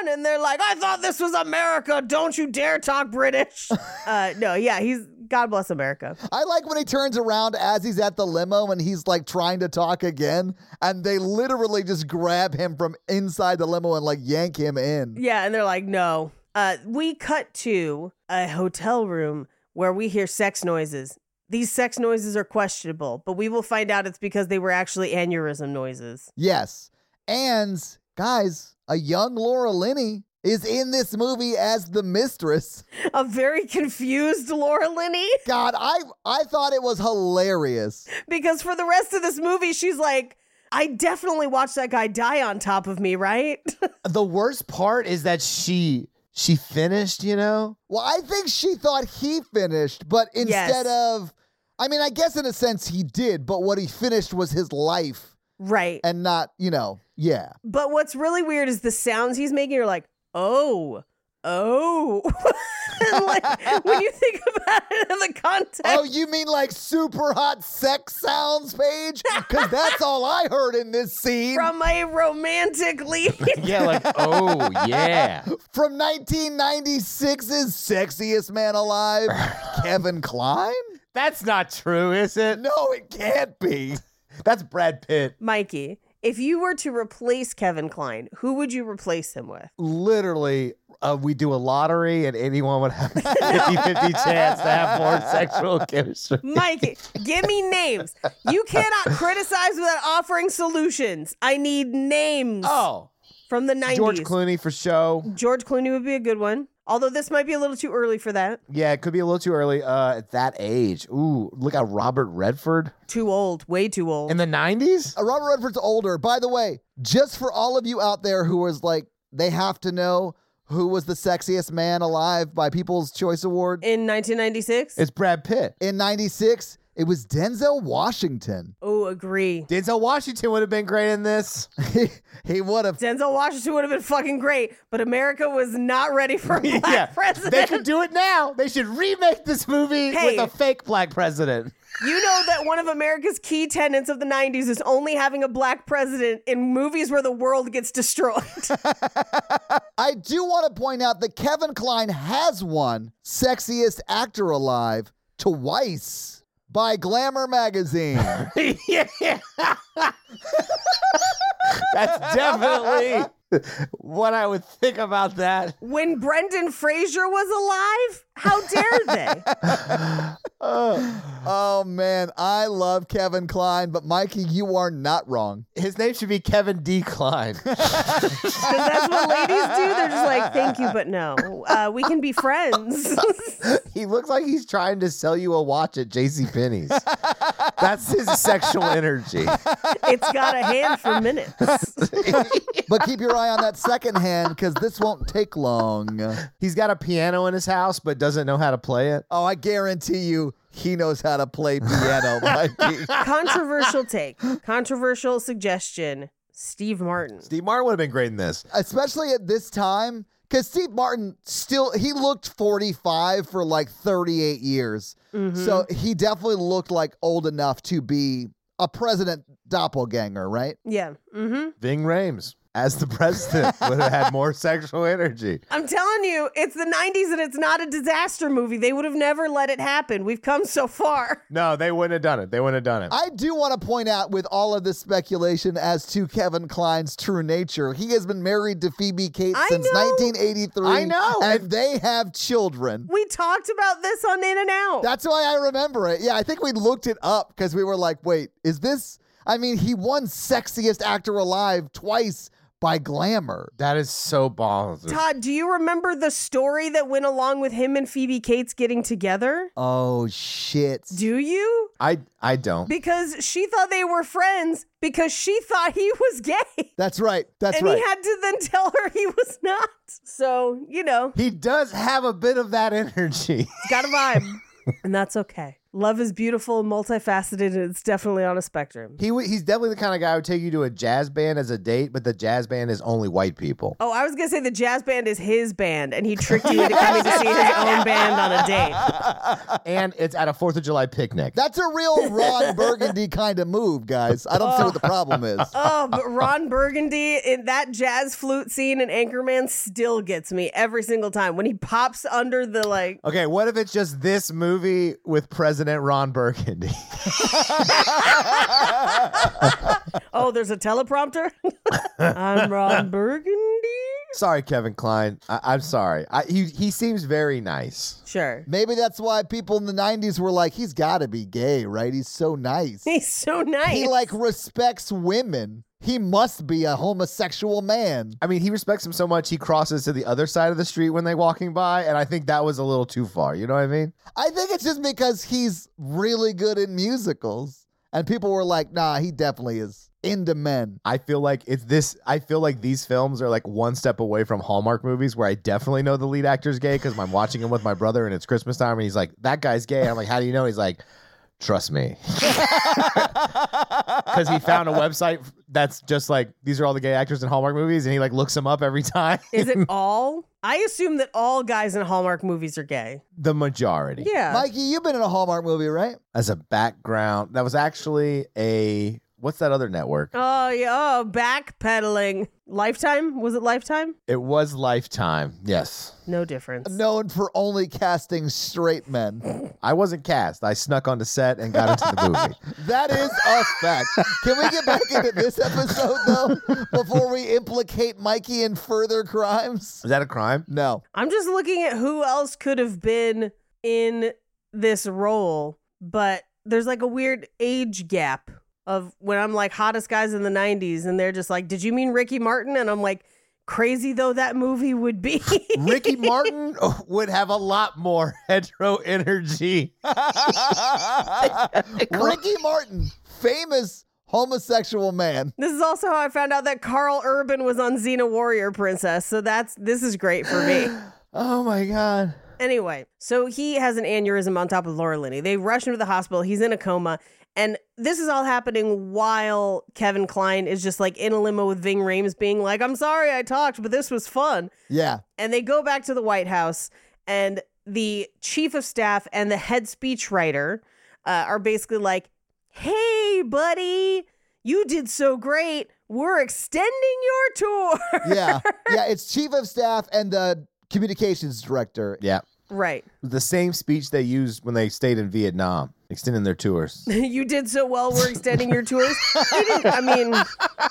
Speaker 4: everyone. And they're like, I thought this was America. Don't you dare talk British. uh, no, yeah, he's God bless America.
Speaker 3: I like when he turns around as he's at the limo and he's like trying to talk again, and they literally just grab him from inside the limo and like yank him in.
Speaker 4: Yeah, and they're like, no. Uh, we cut to a hotel room where we hear sex noises. These sex noises are questionable, but we will find out it's because they were actually aneurysm noises.
Speaker 3: Yes. And guys, a young Laura Linney is in this movie as the mistress.
Speaker 4: A very confused Laura Linney,
Speaker 3: God, I I thought it was hilarious.
Speaker 4: because for the rest of this movie, she's like, I definitely watched that guy die on top of me, right?
Speaker 5: The worst part is that she she finished, you know?
Speaker 3: Well, I think she thought he finished, but instead of I mean, I guess in a sense he did, but what he finished was his life
Speaker 4: right.
Speaker 3: and not, you know, yeah.
Speaker 4: But what's really weird is the sounds he's making are like, oh, oh. And, like when you think about it in the context.
Speaker 3: Oh, you mean like super hot sex sounds, Paige? Because that's all I heard in this scene from,
Speaker 4: From a romantic lead.
Speaker 5: Yeah, like, oh yeah.
Speaker 3: 1996's Sexiest Man Alive, Kevin Klein?
Speaker 5: That's not true, is it?
Speaker 3: No, it can't be.
Speaker 5: That's Brad Pitt.
Speaker 4: Mikey, if you were to replace Kevin Klein, who would you replace him with?
Speaker 5: Literally, uh, we do a lottery and anyone would have a 50-50 chance to have more sexual chemistry.
Speaker 4: Mikey, give me names. You cannot criticize without offering solutions. I need names
Speaker 5: Oh.
Speaker 4: from the 90s.
Speaker 5: George Clooney for show.
Speaker 4: George Clooney would be a good one. Although this might be a little too early for that.
Speaker 5: Yeah, it could be a little too early uh, at that age. Ooh, look at Robert Redford Oh,
Speaker 4: Too old, way too old.
Speaker 5: in the 90s?
Speaker 3: Uh, Robert Redford's older. By the way, just for all of you out there who was like, they have to know who was the sexiest man alive by People's Choice Award
Speaker 4: in 1996?
Speaker 5: It's Brad Pitt.
Speaker 3: in 96, it was Denzel Washington.
Speaker 4: Oh, agree.
Speaker 5: Denzel Washington would have been great in this.
Speaker 3: he would have.
Speaker 4: Denzel Washington would have been fucking great, but America was not ready for a black president.
Speaker 5: They could do it now. They should remake this movie
Speaker 4: Hey.
Speaker 5: with a fake black president.
Speaker 4: You know that one of America's key tenets of the 90s is only having a black president in movies where the world gets destroyed.
Speaker 3: I do want to point out that Kevin Klein has won Sexiest Actor Alive twice by Glamour Magazine.
Speaker 5: yeah. That's definitely what I would think about that.
Speaker 4: when Brendan Fraser was alive, how dare they?
Speaker 3: oh, man. I love Kevin Klein, but Mikey, you are not wrong.
Speaker 5: His name should be Kevin D. Klein.
Speaker 4: Because that's what ladies do. They're just like, thank you, but no. Uh, we can be friends.
Speaker 5: he looks like he's trying to sell you a watch at JCPenney's. That's his sexual energy.
Speaker 4: it's got a hand for minutes.
Speaker 3: But keep your eye on that second hand because this won't take long.
Speaker 5: He's got a piano in his house, but doesn't know how to play it.
Speaker 3: Oh, I guarantee you he knows how to play piano, Mikey.
Speaker 4: Controversial take, controversial suggestion Steve Martin.
Speaker 5: Steve Martin would have been great in this.
Speaker 3: Especially at this time, because Steve Martin still, he looked 45 for like 38 years. So he definitely looked like old enough to be a president doppelganger, right?
Speaker 4: Yeah. Mm hmm.
Speaker 5: Ving Rhames as the president would have had more sexual energy.
Speaker 4: I'm telling you, it's the 90s and it's not a disaster movie. They would have never let it happen. We've come so far.
Speaker 5: No, they wouldn't have done it. They wouldn't have done it.
Speaker 3: I do want to point out with all of this speculation as to Kevin Klein's true nature, he has been married to Phoebe Cates
Speaker 4: I
Speaker 3: since
Speaker 4: know.
Speaker 3: 1983.
Speaker 5: I know.
Speaker 3: And they have children.
Speaker 4: We talked about this on In and Out.
Speaker 3: That's why I remember it. Yeah, I think we looked it up because we were like, wait, is this? I mean, he won Sexiest Actor Alive twice by Glamour.
Speaker 5: that is so balls.
Speaker 4: Todd, do you remember the story that went along with him and Phoebe Cates getting together?
Speaker 3: Oh, shit.
Speaker 4: Do you?
Speaker 5: I I don't.
Speaker 4: Because she thought they were friends because she thought he was gay.
Speaker 3: That's right. That's
Speaker 4: and
Speaker 3: right.
Speaker 4: he had to then tell her he was not. So, you know,
Speaker 5: he does have a bit of that energy.
Speaker 4: it's got a vibe. and that's okay. Love is beautiful, multifaceted, and it's definitely on a spectrum.
Speaker 5: He w- he's definitely the kind of guy who would take you to a jazz band as a date, but the jazz band is only white people.
Speaker 4: Oh, I was gonna say the jazz band is his band, and he tricked you into coming to see his own band on a date.
Speaker 5: and it's at a Fourth of July picnic.
Speaker 3: That's a real Ron Burgundy kind of move, guys. I don't see what the problem is.
Speaker 4: Oh, but Ron Burgundy in that jazz flute scene in Anchorman still gets me every single time when he pops under the like.
Speaker 5: Okay, what if it's just this movie with President Ron Burgundy?
Speaker 4: Oh, there's a teleprompter. I'm Ron Burgundy.
Speaker 5: sorry, Kevin Klein. I- I'm sorry. I- he he seems very nice.
Speaker 4: Sure,
Speaker 3: Maybe that's why people in the 90s were like, he's got to be gay, right? He's so nice.
Speaker 4: he's so nice.
Speaker 3: He like respects women. He must be a homosexual man.
Speaker 5: I mean, he respects him so much he crosses to the other side of the street when they walking by, and I think that was a little too far. You know what I mean?
Speaker 3: I think it's just because he's really good in musicals. And people were like, nah, he definitely is into men.
Speaker 5: I feel like it's this. I feel like these films are like one step away from Hallmark movies, where I definitely know the lead actor's gay because I'm watching him with my brother, and it's Christmas time, and he's like, "That guy's gay." I'm like, "How do you know?" He's like, "Trust me," because he found a website that's just like these are all the gay actors in Hallmark movies, and he like looks them up every time.
Speaker 4: Is it all? I assume that all guys in Hallmark movies are gay.
Speaker 5: the majority,
Speaker 4: Yeah.
Speaker 3: Mikey, you've been in a Hallmark movie, right?
Speaker 5: as a background, that was actually a what's that other network?
Speaker 4: Oh yeah. Oh, backpedaling. Lifetime was it Lifetime?
Speaker 5: It was Lifetime. Yes,
Speaker 4: No difference.
Speaker 3: Known for only casting straight men.
Speaker 5: I wasn't cast. I snuck onto set and got into the movie.
Speaker 3: That is a fact. Can we get back into this episode, though, before we implicate Mikey in further crimes?
Speaker 5: Is that a crime?
Speaker 3: No.
Speaker 4: I'm just looking at who else could have been in this role, but there's like a weird age gap of when I'm like hottest guys in the 90s and they're just like, "Did you mean Ricky Martin?" and I'm like, "Crazy though that movie would be."
Speaker 5: Ricky Martin would have a lot more hetero energy.
Speaker 3: Ricky Martin, famous homosexual man.
Speaker 4: this is also how I found out that Carl Urban was on Xena Warrior Princess, so that's this is great for me.
Speaker 5: oh my god.
Speaker 4: Anyway, so he has an aneurysm on top of Laura Linney. They rush him to the hospital. He's in a coma. And this is all happening while Kevin Klein is just like in a limo with Ving Rhames being like, I'm sorry I talked, but this was fun.
Speaker 3: Yeah.
Speaker 4: And they go back to the White House, and the chief of staff and the head speechwriter uh, are basically like, Hey, buddy, you did so great. We're extending your tour.
Speaker 3: Yeah. Yeah. It's chief of staff and the communications director.
Speaker 5: Yeah.
Speaker 4: right.
Speaker 5: The same speech they used when they stayed in Vietnam, extending their tours.
Speaker 4: you did so well. We're extending your tours. He didn't- I mean,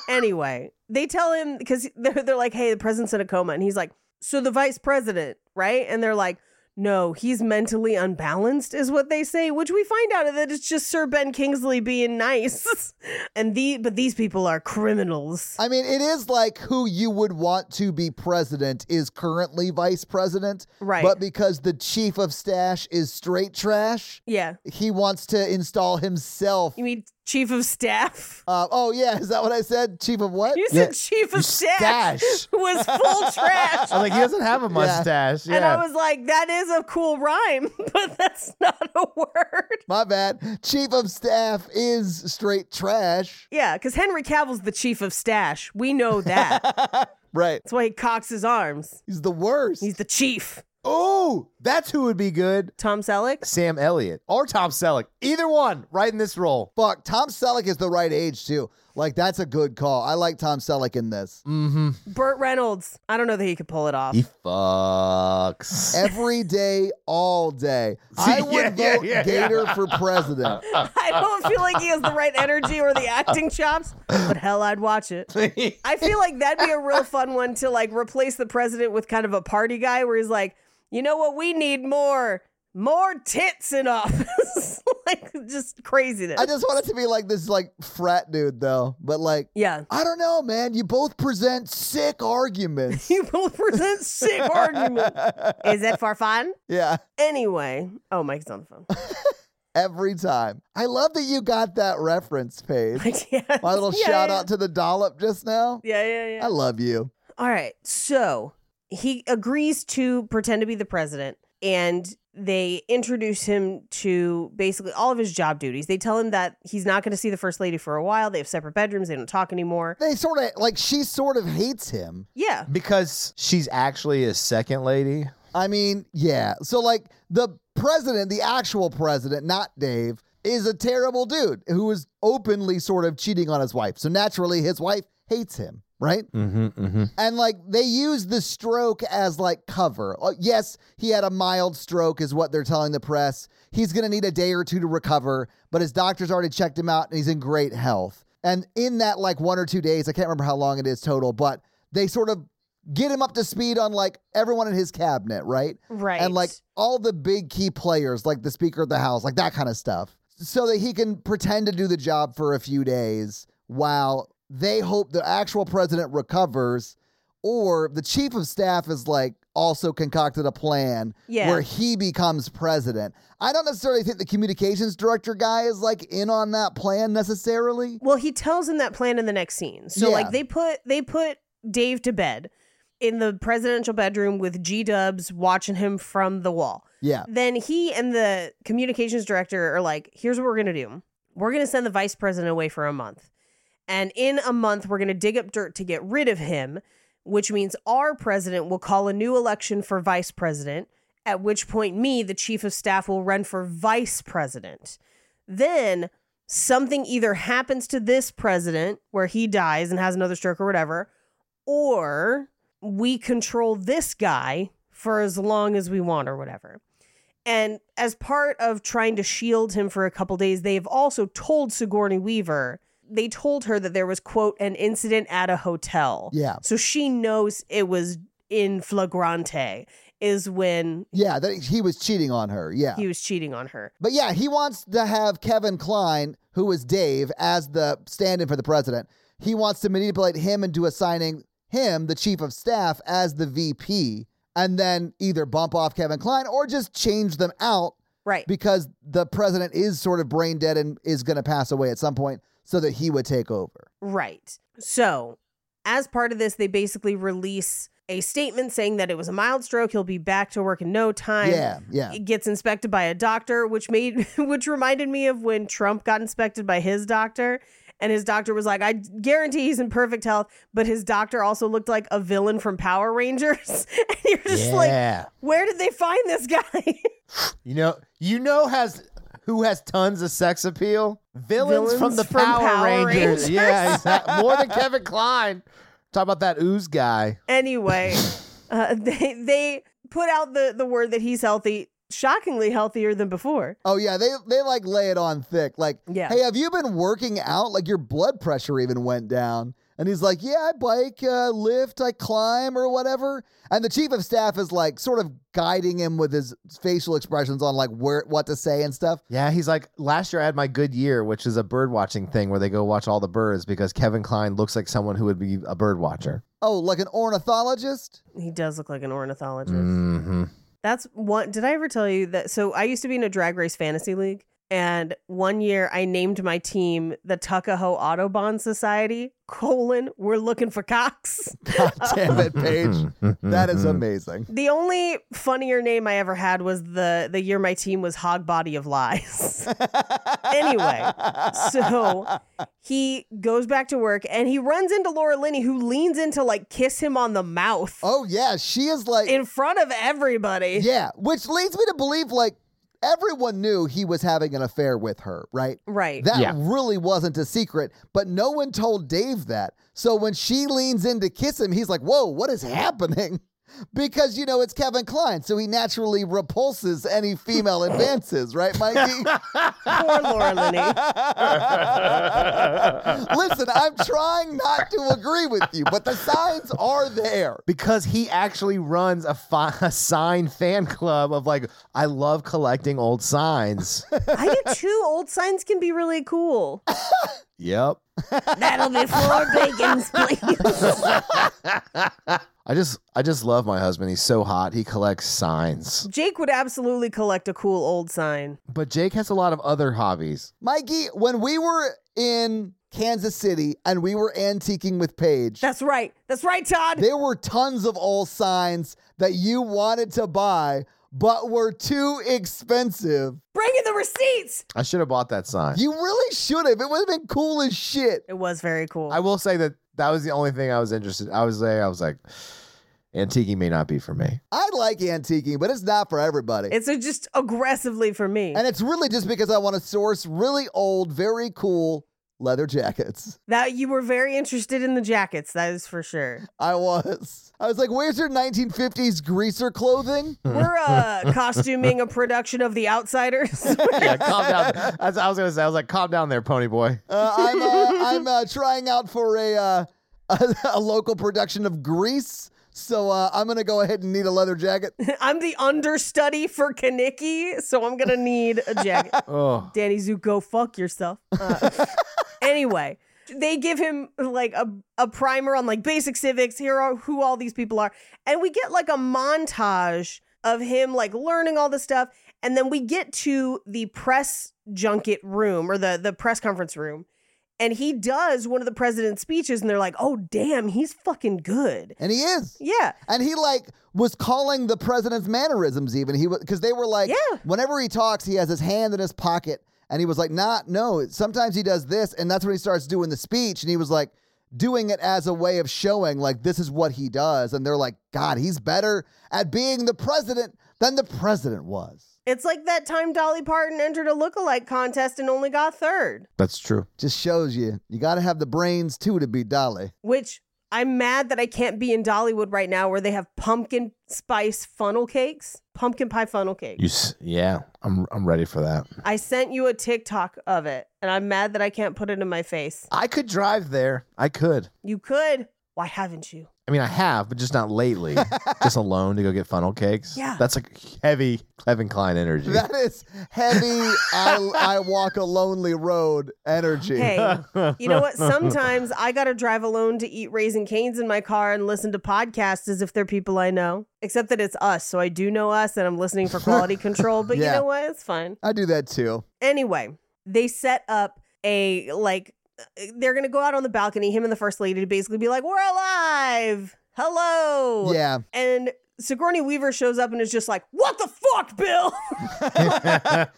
Speaker 4: anyway, they tell him because they're, they're like, hey, the president's in a coma. And he's like, so the vice president, right? And they're like, no, he's mentally unbalanced, is what they say, which we find out that it's just Sir Ben Kingsley being nice. and the but these people are criminals.
Speaker 3: I mean, it is like who you would want to be president is currently vice president.
Speaker 4: Right.
Speaker 3: But because the chief of staff is straight trash,
Speaker 4: Yeah.
Speaker 3: he wants to install himself.
Speaker 4: You mean chief of staff?
Speaker 3: Uh, oh, yeah. Is that what I said? Chief of what?
Speaker 4: You
Speaker 5: Yeah.
Speaker 4: said chief of staff
Speaker 5: Stash.
Speaker 4: was full trash.
Speaker 5: I was like, he doesn't have a mustache. Yeah.
Speaker 4: And I was like, that is a cool rhyme, but that's not a word.
Speaker 3: My bad. Chief of staff is straight trash.
Speaker 4: Yeah, because Henry Cavill's the chief of stash. We know that. That's
Speaker 3: Right.
Speaker 4: why he cocks his arms.
Speaker 3: He's the worst.
Speaker 4: He's the chief.
Speaker 5: oh, that's who would be good.
Speaker 4: Tom Selleck?
Speaker 5: Sam Elliott or Tom Selleck. Either one, right in this role.
Speaker 3: Fuck. Tom Selleck is the right age, too. Like, that's a good call. I like Tom Selleck in this.
Speaker 4: Mm. Burt Reynolds. I don't know that he could pull it off.
Speaker 5: He fucks.
Speaker 3: every day, all day. I would
Speaker 5: Yeah, yeah,
Speaker 3: vote
Speaker 5: yeah,
Speaker 3: Gator for president.
Speaker 4: I don't feel like he has the right energy or the acting chops, but hell, I'd watch it. I feel like that'd be a real fun one to like replace the president with kind of a party guy where he's like, you know what, we need more, more tits in office. like just craziness.
Speaker 3: I just want it to be like this, like frat dude, though. But like,
Speaker 4: yeah.
Speaker 3: I don't know, man. You both present sick arguments.
Speaker 4: You both present sick argument. Is it for fun?
Speaker 3: yeah,
Speaker 4: Anyway. Oh, Mike's on the phone.
Speaker 3: every time. I love that you got that reference, Paige.
Speaker 4: Like, yeah.
Speaker 3: My little
Speaker 4: Yeah,
Speaker 3: shout
Speaker 4: yeah.
Speaker 3: out to the dollop just now.
Speaker 4: Yeah, yeah, yeah.
Speaker 3: I love you.
Speaker 4: All right. So he agrees to pretend to be the president. And they introduce him to basically all of his job duties. They tell him that he's not going to see the first lady for a while. They have separate bedrooms. They don't talk anymore.
Speaker 3: They sort of like she sort of hates him.
Speaker 4: Yeah.
Speaker 5: because she's actually his second lady.
Speaker 3: I mean, yeah. So like the president, the actual president, not Dave, is a terrible dude who is openly sort of cheating on his wife. So naturally his wife hates him, right?
Speaker 5: Mm-hmm, mm-hmm.
Speaker 3: And like they use the stroke as like cover. Uh, yes, he had a mild stroke, is what they're telling the press. He's going to need a day or two to recover, but his doctors already checked him out and he's in great health. And in that like one or two days, I can't remember how long it is total, but they sort of get him up to speed on like everyone in his cabinet, right?
Speaker 4: Right.
Speaker 3: And like all the big key players, like the Speaker of the House, like that kind of stuff, so that he can pretend to do the job for a few days while they hope the actual president recovers, or the chief of staff is like also concocted a plan
Speaker 4: Yeah.
Speaker 3: where he becomes president. I don't necessarily think the communications director guy is like in on that plan necessarily.
Speaker 4: Well, he tells him that plan in the next scene. So
Speaker 3: Yeah.
Speaker 4: like they put they put Dave to bed in the presidential bedroom with G Dubs watching him from the wall.
Speaker 3: Yeah.
Speaker 4: Then he and the communications director are like, here's what we're gonna do. We're gonna send the vice president away for a month. And in a month, we're gonna dig up dirt to get rid of him, which means our president will call a new election for vice president, at which point me, the chief of staff, will run for vice president then something either happens to this president where he dies and has another stroke or whatever, or we control this guy for as long as we want or whatever. And as part of trying to shield him for a couple days, they've also told Sigourney Weaver, they told her that there was, quote, an incident at a hotel.
Speaker 3: Yeah.
Speaker 4: So she knows it was in flagrante, is when
Speaker 3: Yeah, that he was cheating on her. Yeah.
Speaker 4: he was cheating on her.
Speaker 3: But yeah, he wants to have Kevin Klein, who is Dave, as the stand in for the president. He wants to manipulate him into assigning him, the chief of staff, as the VP, and then either bump off Kevin Klein or just change them out
Speaker 4: Right.
Speaker 3: because the president is sort of brain dead and is going to pass away at some point so that he would take over.
Speaker 4: Right. So, as part of this, they basically release a statement saying that it was a mild stroke. He'll be back to work in no time.
Speaker 3: yeah, yeah.
Speaker 4: It gets inspected by a doctor, which made, which reminded me of when Trump got inspected by his doctor. And his doctor was like, I guarantee he's in perfect health. But his doctor also looked like a villain from Power Rangers. and you're just like,
Speaker 5: yeah,
Speaker 4: where did they find this guy?
Speaker 5: you know, you know has who has tons of sex appeal? Villains,
Speaker 4: Villains
Speaker 5: from the
Speaker 4: from
Speaker 5: Power,
Speaker 4: Power
Speaker 5: Rangers.
Speaker 4: Rangers.
Speaker 5: Yeah, exactly. more than Kevin Klein. Talk about that ooze guy.
Speaker 4: anyway, uh, they, they put out the, the word that he's healthy, shockingly healthier than before.
Speaker 3: Oh yeah, they they like lay it on thick. Like,
Speaker 4: Yeah.
Speaker 3: hey, have you been working out? Like your blood pressure even went down. And he's like, yeah, I bike, uh, lift, I climb, or whatever. And the chief of staff is like, sort of guiding him with his facial expressions on like where what to say and stuff.
Speaker 5: Yeah, he's like, last year I had my good year, which is a bird watching thing where they go watch all the birds because Kevin Klein looks like someone who would be a bird watcher.
Speaker 3: Oh, like an ornithologist?
Speaker 4: He does look like an ornithologist.
Speaker 5: Mm-hmm.
Speaker 4: That's one. Did I ever tell you that? So I used to be in a drag race fantasy league, and one year I named my team the Tuckahoe Autobahn Society: colon We're looking for cocks.
Speaker 3: God damn it,
Speaker 5: Mm-hmm.
Speaker 3: Paige, that is amazing.
Speaker 4: The only funnier name I ever had was the the year my team was Hog Body of Lies. anyway, so he goes back to work and he runs into Laura Linney, who leans in to like kiss him on the mouth
Speaker 3: Oh yeah, she is like,
Speaker 4: in front of everybody.
Speaker 3: yeah, which leads me to believe like everyone knew he was having an affair with her, right?
Speaker 4: Right.
Speaker 3: That
Speaker 5: Yeah.
Speaker 3: really wasn't a secret, but no one told Dave that. So when she leans in to kiss him, he's like, Whoa, what is happening? Because, you know, it's Kevin Klein. So he naturally repulses any female advances, right, Mikey?
Speaker 4: Poor Laura Linney.
Speaker 3: Listen, I'm trying not to agree with you, but the signs are there.
Speaker 5: Because he actually runs a, fi- a sign fan club of like, I love collecting old signs.
Speaker 4: I do too. Old signs can be really cool.
Speaker 5: yep.
Speaker 4: That'll be four bacons, please.
Speaker 5: I just I just love my husband. He's so hot. He collects signs.
Speaker 4: Jake would absolutely collect a cool old sign.
Speaker 5: But Jake has a lot of other hobbies.
Speaker 3: Mikey, when we were in Kansas City and we were antiquing with Paige,
Speaker 4: That's right. That's right, Todd.
Speaker 3: there were tons of old signs that you wanted to buy but were too expensive.
Speaker 4: Bring in the receipts.
Speaker 5: I should have bought that sign.
Speaker 3: You really should have. It would have been cool as shit.
Speaker 4: It was very cool.
Speaker 5: I will say that that was the only thing I was interested. I was there. I was like, antiquing may not be for me.
Speaker 3: I like antiquing, but it's not for everybody.
Speaker 4: it's a, just aggressively for me.
Speaker 3: and it's really just because I want to source really old, very cool leather jackets.
Speaker 4: that you were very interested in the jackets, that is for sure.
Speaker 3: I was. I was like, where's your 1950s greaser clothing?
Speaker 4: We're uh, costuming a production of The Outsiders.
Speaker 5: Yeah, calm down. That's what I was gonna say. I was like, calm down there, Pony Boy.
Speaker 3: Uh, I'm uh, I'm uh, trying out for a, uh, a a local production of Grease, so uh, I'm gonna go ahead and need a leather jacket.
Speaker 4: I'm the understudy for Kaniki, so I'm gonna need a jacket.
Speaker 5: Oh,
Speaker 4: Danny Zoo, go fuck yourself. Uh, anyway, they give him like a, a primer on like basic civics. Here are who all these people are. And we get like a montage of him like learning all this stuff. And then we get to the press junket room or the, the press conference room. And he does one of the president's speeches, and they're like, oh, damn, he's fucking good.
Speaker 3: And he is.
Speaker 4: Yeah.
Speaker 3: And he like was calling the president's mannerisms even. He was because they were like,
Speaker 4: Yeah.
Speaker 3: whenever he talks, he has his hand in his pocket, and he was like, nah, no. Sometimes he does this, and that's when he starts doing the speech, and he was like. Doing it as a way of showing, like, this is what he does. And they're like, God, he's better at being the president than the president was.
Speaker 4: It's like that time Dolly Parton entered a lookalike contest and only got third.
Speaker 5: that's true.
Speaker 3: just shows you you got to have the brains too to be Dolly.
Speaker 4: which I'm mad that I can't be in Dollywood right now where they have pumpkin spice funnel cakes, pumpkin pie funnel cake.
Speaker 5: You, s- yeah, I'm I'm ready for that.
Speaker 4: I sent you a TikTok of it, and I'm mad that I can't put it in my face.
Speaker 5: I could drive there. I could.
Speaker 4: You could. Why haven't you?
Speaker 5: I mean, I have, but just not lately. just alone to go get funnel cakes.
Speaker 4: Yeah.
Speaker 5: that's like heavy Kevin Klein energy.
Speaker 3: That is heavy. I, I walk a lonely road energy.
Speaker 4: Hey, you know what? Sometimes I got to drive alone to eat Raising Canes in my car and listen to podcasts as if they're people I know, except that it's us. So I do know us and I'm listening for quality control, but
Speaker 3: Yeah.
Speaker 4: you know what? It's fine.
Speaker 3: I do that too.
Speaker 4: Anyway, they set up a like they're gonna go out on the balcony, him and the first lady, to basically be like, We're alive. Hello.
Speaker 3: Yeah.
Speaker 4: And Sigourney Weaver shows up and is just like, What the fuck, Bill?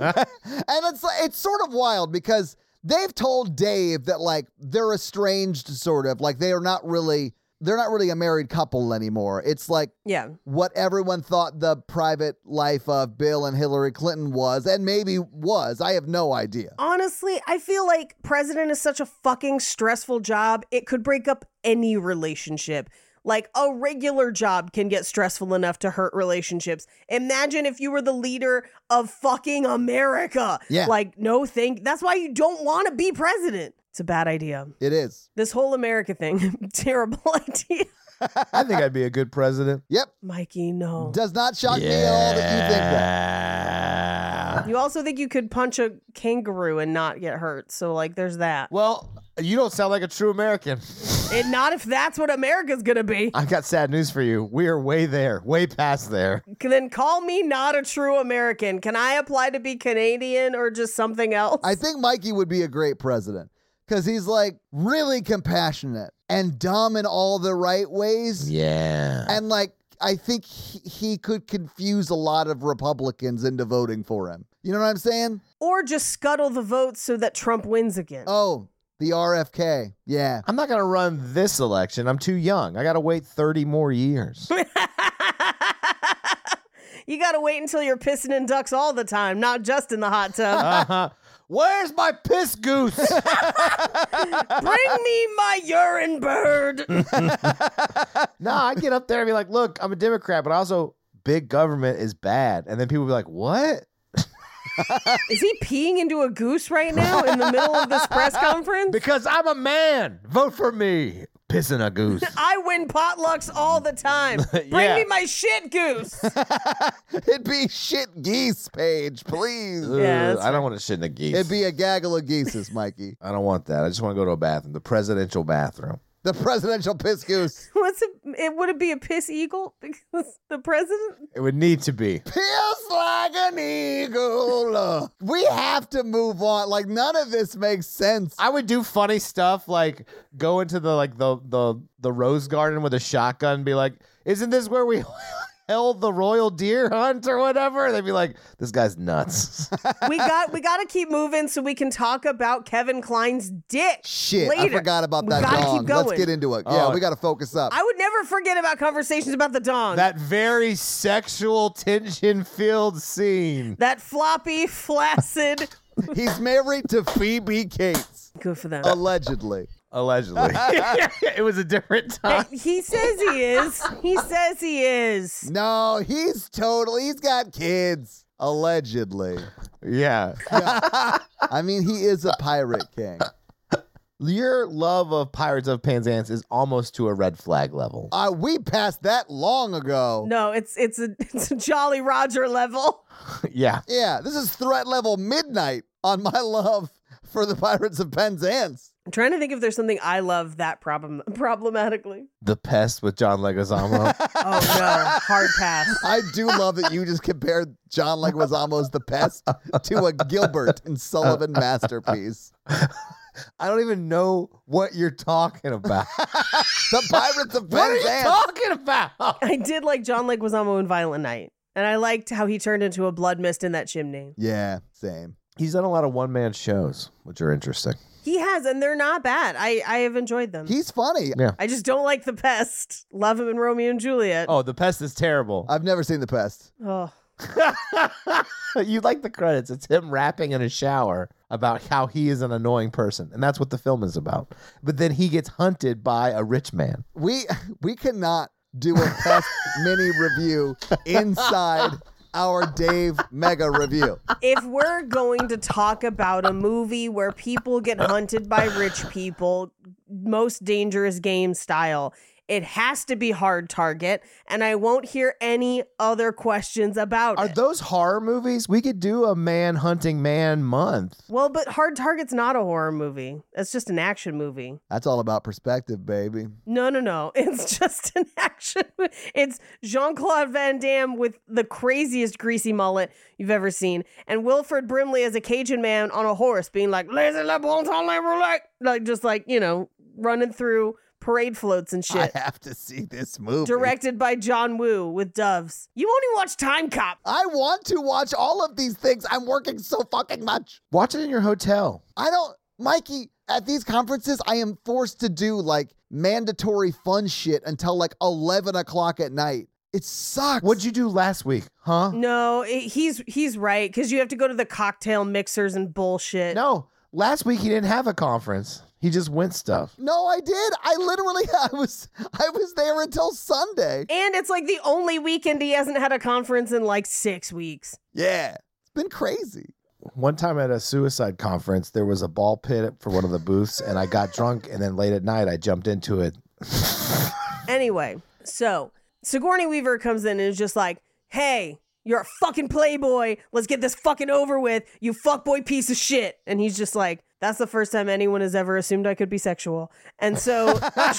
Speaker 3: and it's like- it's sort of wild because they've told Dave that like they're estranged sort of like they are not really they're not really a married couple anymore. It's like
Speaker 4: yeah.
Speaker 3: what everyone thought the private life of Bill and Hillary Clinton was and maybe was. I have no idea.
Speaker 4: Honestly, I feel like president is such a fucking stressful job. It could break up any relationship. Like a regular job can get stressful enough to hurt relationships. Imagine if you were the leader of fucking America.
Speaker 3: Yeah.
Speaker 4: Like, no, thank. That's why you don't want to be president. It's a bad idea.
Speaker 3: It is.
Speaker 4: This whole America thing, terrible idea.
Speaker 5: I think I'd be a good president.
Speaker 3: Yep.
Speaker 4: Mikey, no.
Speaker 3: Does not shock me at all that you think that.
Speaker 5: that.
Speaker 4: You also think you could punch a kangaroo and not get hurt. So, like, there's that.
Speaker 5: Well, you don't sound like a true American.
Speaker 4: And not if that's what America's going to be.
Speaker 5: I've got sad news for you. We are way there, way past there.
Speaker 4: Then call me not a true American. Can I apply to be Canadian or just something else?
Speaker 3: I think Mikey would be a great president because he's like really compassionate and dumb in all the right ways.
Speaker 5: Yeah.
Speaker 3: And like, I think he, he could confuse a lot of Republicans into voting for him. You know what I'm saying?
Speaker 4: or just scuttle the votes so that Trump wins again.
Speaker 3: Oh, the RFK. Yeah.
Speaker 5: I'm not going to run this election. I'm too young. I got to wait 30 more years.
Speaker 4: you got to wait until you're pissing in ducks all the time, not just in the hot tub.
Speaker 5: Uh-huh. Where's my piss goose?
Speaker 4: Bring me my urine bird.
Speaker 5: no, I get up there and be like, look, I'm a Democrat, but also big government is bad. And then people be like, what?
Speaker 4: Is he peeing into a goose right now in the middle of this press conference?
Speaker 5: Because I'm a man. Vote for me. Pissing a goose.
Speaker 4: I win potlucks all the time. Bring
Speaker 5: Yeah.
Speaker 4: me my shit goose.
Speaker 3: It'd be shit geese, Paige, please.
Speaker 5: Ugh,
Speaker 4: that's
Speaker 5: I don't want to shit in a geese.
Speaker 3: It'd be a gaggle of geeses, Mikey.
Speaker 5: I don't want that. I just want to go to a bathroom, the presidential bathroom.
Speaker 3: The presidential piss goose.
Speaker 4: What's a, it? Would it be a piss eagle? Because the president.
Speaker 5: It would need to be.
Speaker 3: Feels like an eagle. We have to move on. Like, none of this makes sense.
Speaker 5: I would do funny stuff like go into the like the the the rose garden with a shotgun and be like, "Isn't this where we hell the royal deer hunt or whatever. They'd be like, this guy's nuts.
Speaker 4: we got we got to keep moving so we can talk about Kevin Klein's dick.
Speaker 3: Shit, I
Speaker 4: later.
Speaker 3: forgot about
Speaker 4: We
Speaker 3: that
Speaker 4: gotta keep
Speaker 3: dong. Let's
Speaker 4: going.
Speaker 3: get into it. Yeah,
Speaker 5: Oh.
Speaker 3: we got to focus up.
Speaker 4: I would never forget about conversations about the dong.
Speaker 5: that very sexual tension filled scene.
Speaker 4: that floppy, flaccid.
Speaker 3: He's married to Phoebe Cates,
Speaker 4: Good for them.
Speaker 3: allegedly.
Speaker 5: Allegedly. it was a different time.
Speaker 4: Hey, he says he is. He says he is.
Speaker 3: No, he's totally. He's got kids, allegedly.
Speaker 5: Yeah.
Speaker 3: I mean, he is a pirate king.
Speaker 5: Your love of Pirates of Penzance is almost to a red flag level.
Speaker 3: Uh, we passed that long ago.
Speaker 4: No, it's it's a it's a Jolly Roger level.
Speaker 5: yeah.
Speaker 3: Yeah, this is threat level midnight on my love for the Pirates of Penzance.
Speaker 4: I'm trying to think if there's something I love that problem problematically.
Speaker 5: The Pest with John Leguizamo.
Speaker 4: Oh no, hard pass.
Speaker 3: I do love that you just compared John Leguizamo's The Pest to a Gilbert and Sullivan masterpiece.
Speaker 5: I don't even know what you're talking about.
Speaker 3: The Pirates of
Speaker 5: what are you
Speaker 3: Penzance.
Speaker 5: talking about?
Speaker 4: I did like John Leguizamo in Violent Night, and I liked how he turned into a blood mist in that chimney.
Speaker 3: yeah, same.
Speaker 5: He's done a lot of one man shows, which are interesting.
Speaker 4: He has, and they're not bad. I I have enjoyed them.
Speaker 3: He's funny.
Speaker 5: Yeah.
Speaker 4: I just don't like the pest. Love him in Romeo and Juliet.
Speaker 5: Oh, The Pest is terrible.
Speaker 3: I've never seen The Pest.
Speaker 4: oh.
Speaker 5: you like the credits. It's him rapping in a shower about how he is an annoying person. And that's what the film is about. But then he gets hunted by a rich man.
Speaker 3: We we cannot do a Pest mini review inside our Dave Mega review.
Speaker 4: if we're going to talk about a movie where people get hunted by rich people, most dangerous game style, it has to be Hard Target, and I won't hear any other questions about
Speaker 5: Are
Speaker 4: it.
Speaker 5: those horror movies? We could do a man hunting man month.
Speaker 4: well, but Hard Target's not a horror movie. That's just an action movie.
Speaker 3: That's all about perspective, baby.
Speaker 4: No, no, no. It's just an action. mo- It's Jean Claude Van Damme with the craziest greasy mullet you've ever seen, and Wilfred Brimley as a Cajun man on a horse, being like "Laissez le bon temps les roulettes," like just like you know running through parade floats and shit.
Speaker 3: I have to see this movie.
Speaker 4: Directed by John Woo with doves. You won't even watch Time Cop.
Speaker 3: I want to watch all of these things. I'm working so fucking much.
Speaker 5: Watch it in your hotel.
Speaker 3: I don't, Mikey, at these conferences, I am forced to do like mandatory fun shit until like 11 o'clock at night. It sucks.
Speaker 5: What'd you do last week? Huh?
Speaker 4: No, it- he's he's right because you have to go to the cocktail mixers and bullshit.
Speaker 5: No. Last week he didn't have a conference. He just went stuff.
Speaker 3: No, I did. I literally, I was, I was there until Sunday.
Speaker 4: And it's like the only weekend he hasn't had a conference in like six weeks.
Speaker 3: Yeah. It's been crazy.
Speaker 5: One time at a suicide conference, there was a ball pit for one of the booths, and I got drunk, and then late at night I jumped into it.
Speaker 4: Anyway, so Sigourney Weaver comes in and is just like, hey, you're a fucking playboy. Let's get this fucking over with, you fuckboy piece of shit. And he's just like, that's the first time anyone has ever assumed I could be sexual. And so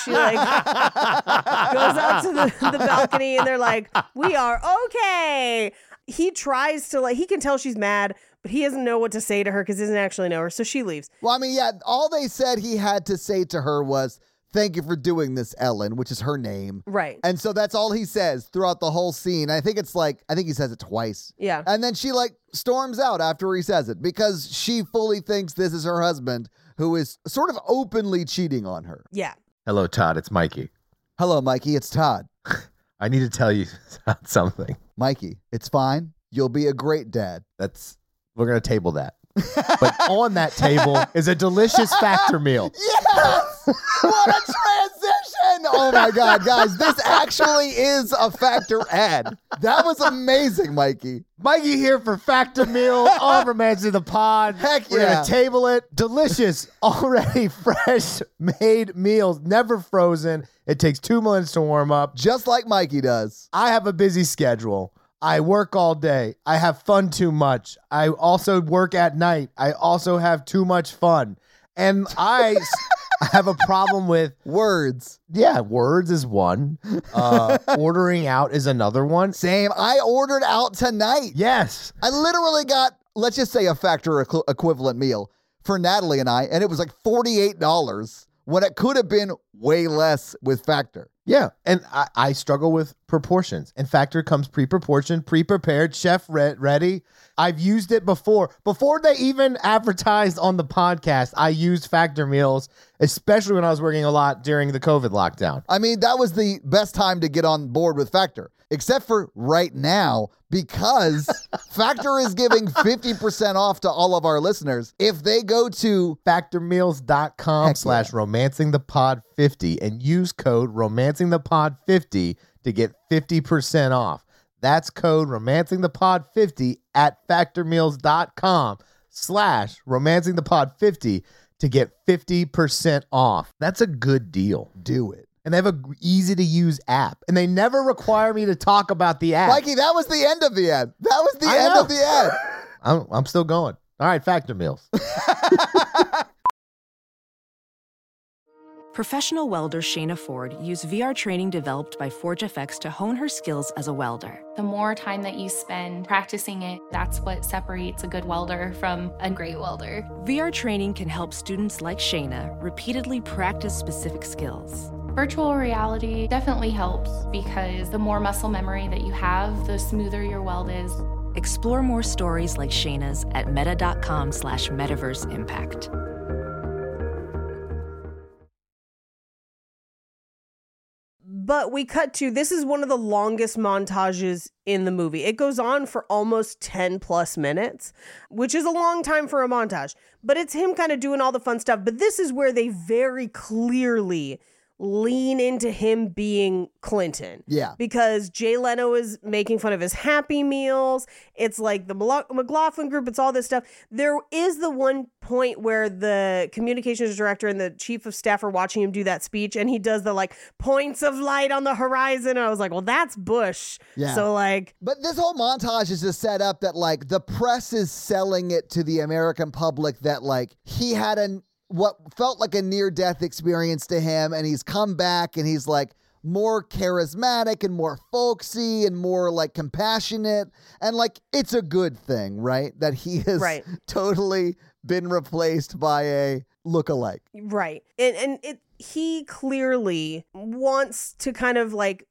Speaker 4: she like goes out to the, the balcony and they're like, we are okay. He tries to like, he can tell she's mad, but he doesn't know what to say to her because he doesn't actually know her. So she leaves.
Speaker 3: Well, I mean, yeah, all they said he had to say to her was, Thank you for doing this, Ellen, which is her name.
Speaker 4: Right.
Speaker 3: And so that's all he says throughout the whole scene. I think it's like, I think he says it twice.
Speaker 4: Yeah.
Speaker 3: And then she like storms out after he says it because she fully thinks this is her husband who is sort of openly cheating on her.
Speaker 4: Yeah.
Speaker 5: Hello, Todd. It's Mikey.
Speaker 3: Hello, Mikey. It's Todd.
Speaker 5: I need to tell you something.
Speaker 3: Mikey, it's fine. You'll be a great dad.
Speaker 5: That's we're gonna table that. But on that table is a delicious factor meal.
Speaker 3: Yes! what a transition! Oh my God, guys, this actually is a factor ad. That was amazing, Mikey.
Speaker 5: Mikey here for Factor Meal on Romance of the Pod.
Speaker 3: Heck
Speaker 5: We're
Speaker 3: yeah.
Speaker 5: gonna table it. Delicious, already fresh made meals, never frozen. It takes two months to warm up.
Speaker 3: Just like Mikey does.
Speaker 5: I have a busy schedule. I work all day. I have fun too much. I also work at night. I also have too much fun. And I s- I have a problem with,
Speaker 3: Words.
Speaker 5: yeah, words is one. Uh, ordering out is another one.
Speaker 3: Same. I ordered out tonight.
Speaker 5: Yes.
Speaker 3: I literally got, let's just say, a factor equ- equivalent meal for Natalie and I, and it was like $48 when it could have been way less with Factor.
Speaker 5: Yeah, and I, I struggle with proportions. And Factor comes pre-proportioned, pre-prepared, chef re- ready. I've used it before. Before they even advertised on the podcast, I used Factor meals, especially when I was working a lot during the COVID lockdown.
Speaker 3: I mean, that was the best time to get on board with Factor, except for right now, because Factor is giving 50% off to all of our listeners. If they go to
Speaker 5: factormeals.com
Speaker 3: Heck
Speaker 5: slash romancingthepod50 and use code romancingthepod50 to get 50% off. That's code romancingthepod50 at factormeals.com slash romancingthepod50 to get 50% off. That's a good deal.
Speaker 3: do it.
Speaker 5: And they have a easy to use app. And they never require me to talk about the app.
Speaker 3: Mikey, that was the end of the ad. That was the
Speaker 5: I
Speaker 3: end
Speaker 5: know.
Speaker 3: of the ad.
Speaker 5: I'm, I'm still going. All right, Factor Meals.
Speaker 6: Professional welder Shayna Ford used VR training developed by ForgeFX to hone her skills as a welder.
Speaker 7: The more time that you spend practicing it, that's what separates a good welder from a great welder.
Speaker 6: VR training can help students like Shayna repeatedly practice specific skills.
Speaker 7: Virtual reality definitely helps because the more muscle memory that you have, the smoother your weld is.
Speaker 6: Explore more stories like Shayna's at meta.com slash metaverse impact.
Speaker 4: But we cut to this is one of the longest montages in the movie. It goes on for almost 10 plus minutes, which is a long time for a montage. But it's him kind of doing all the fun stuff. But this is where they very clearly lean into him being Clinton.
Speaker 3: Yeah.
Speaker 4: Because Jay Leno is making fun of his Happy Meals. It's like the Mala- McLaughlin group, it's all this stuff. There is the one point where the communications director and the chief of staff are watching him do that speech, and he does the like points of light on the horizon. And I was like, well, that's Bush.
Speaker 3: Yeah.
Speaker 4: So, like,
Speaker 3: But this whole montage is just set up that like the press is selling it to the American public that like he had an what felt like a near death experience to him and he's come back and he's like more charismatic and more folksy and more like compassionate and like it's a good thing, right? That he has
Speaker 4: Right.
Speaker 3: totally been replaced by a lookalike.
Speaker 4: Right. And and it he clearly wants to kind of like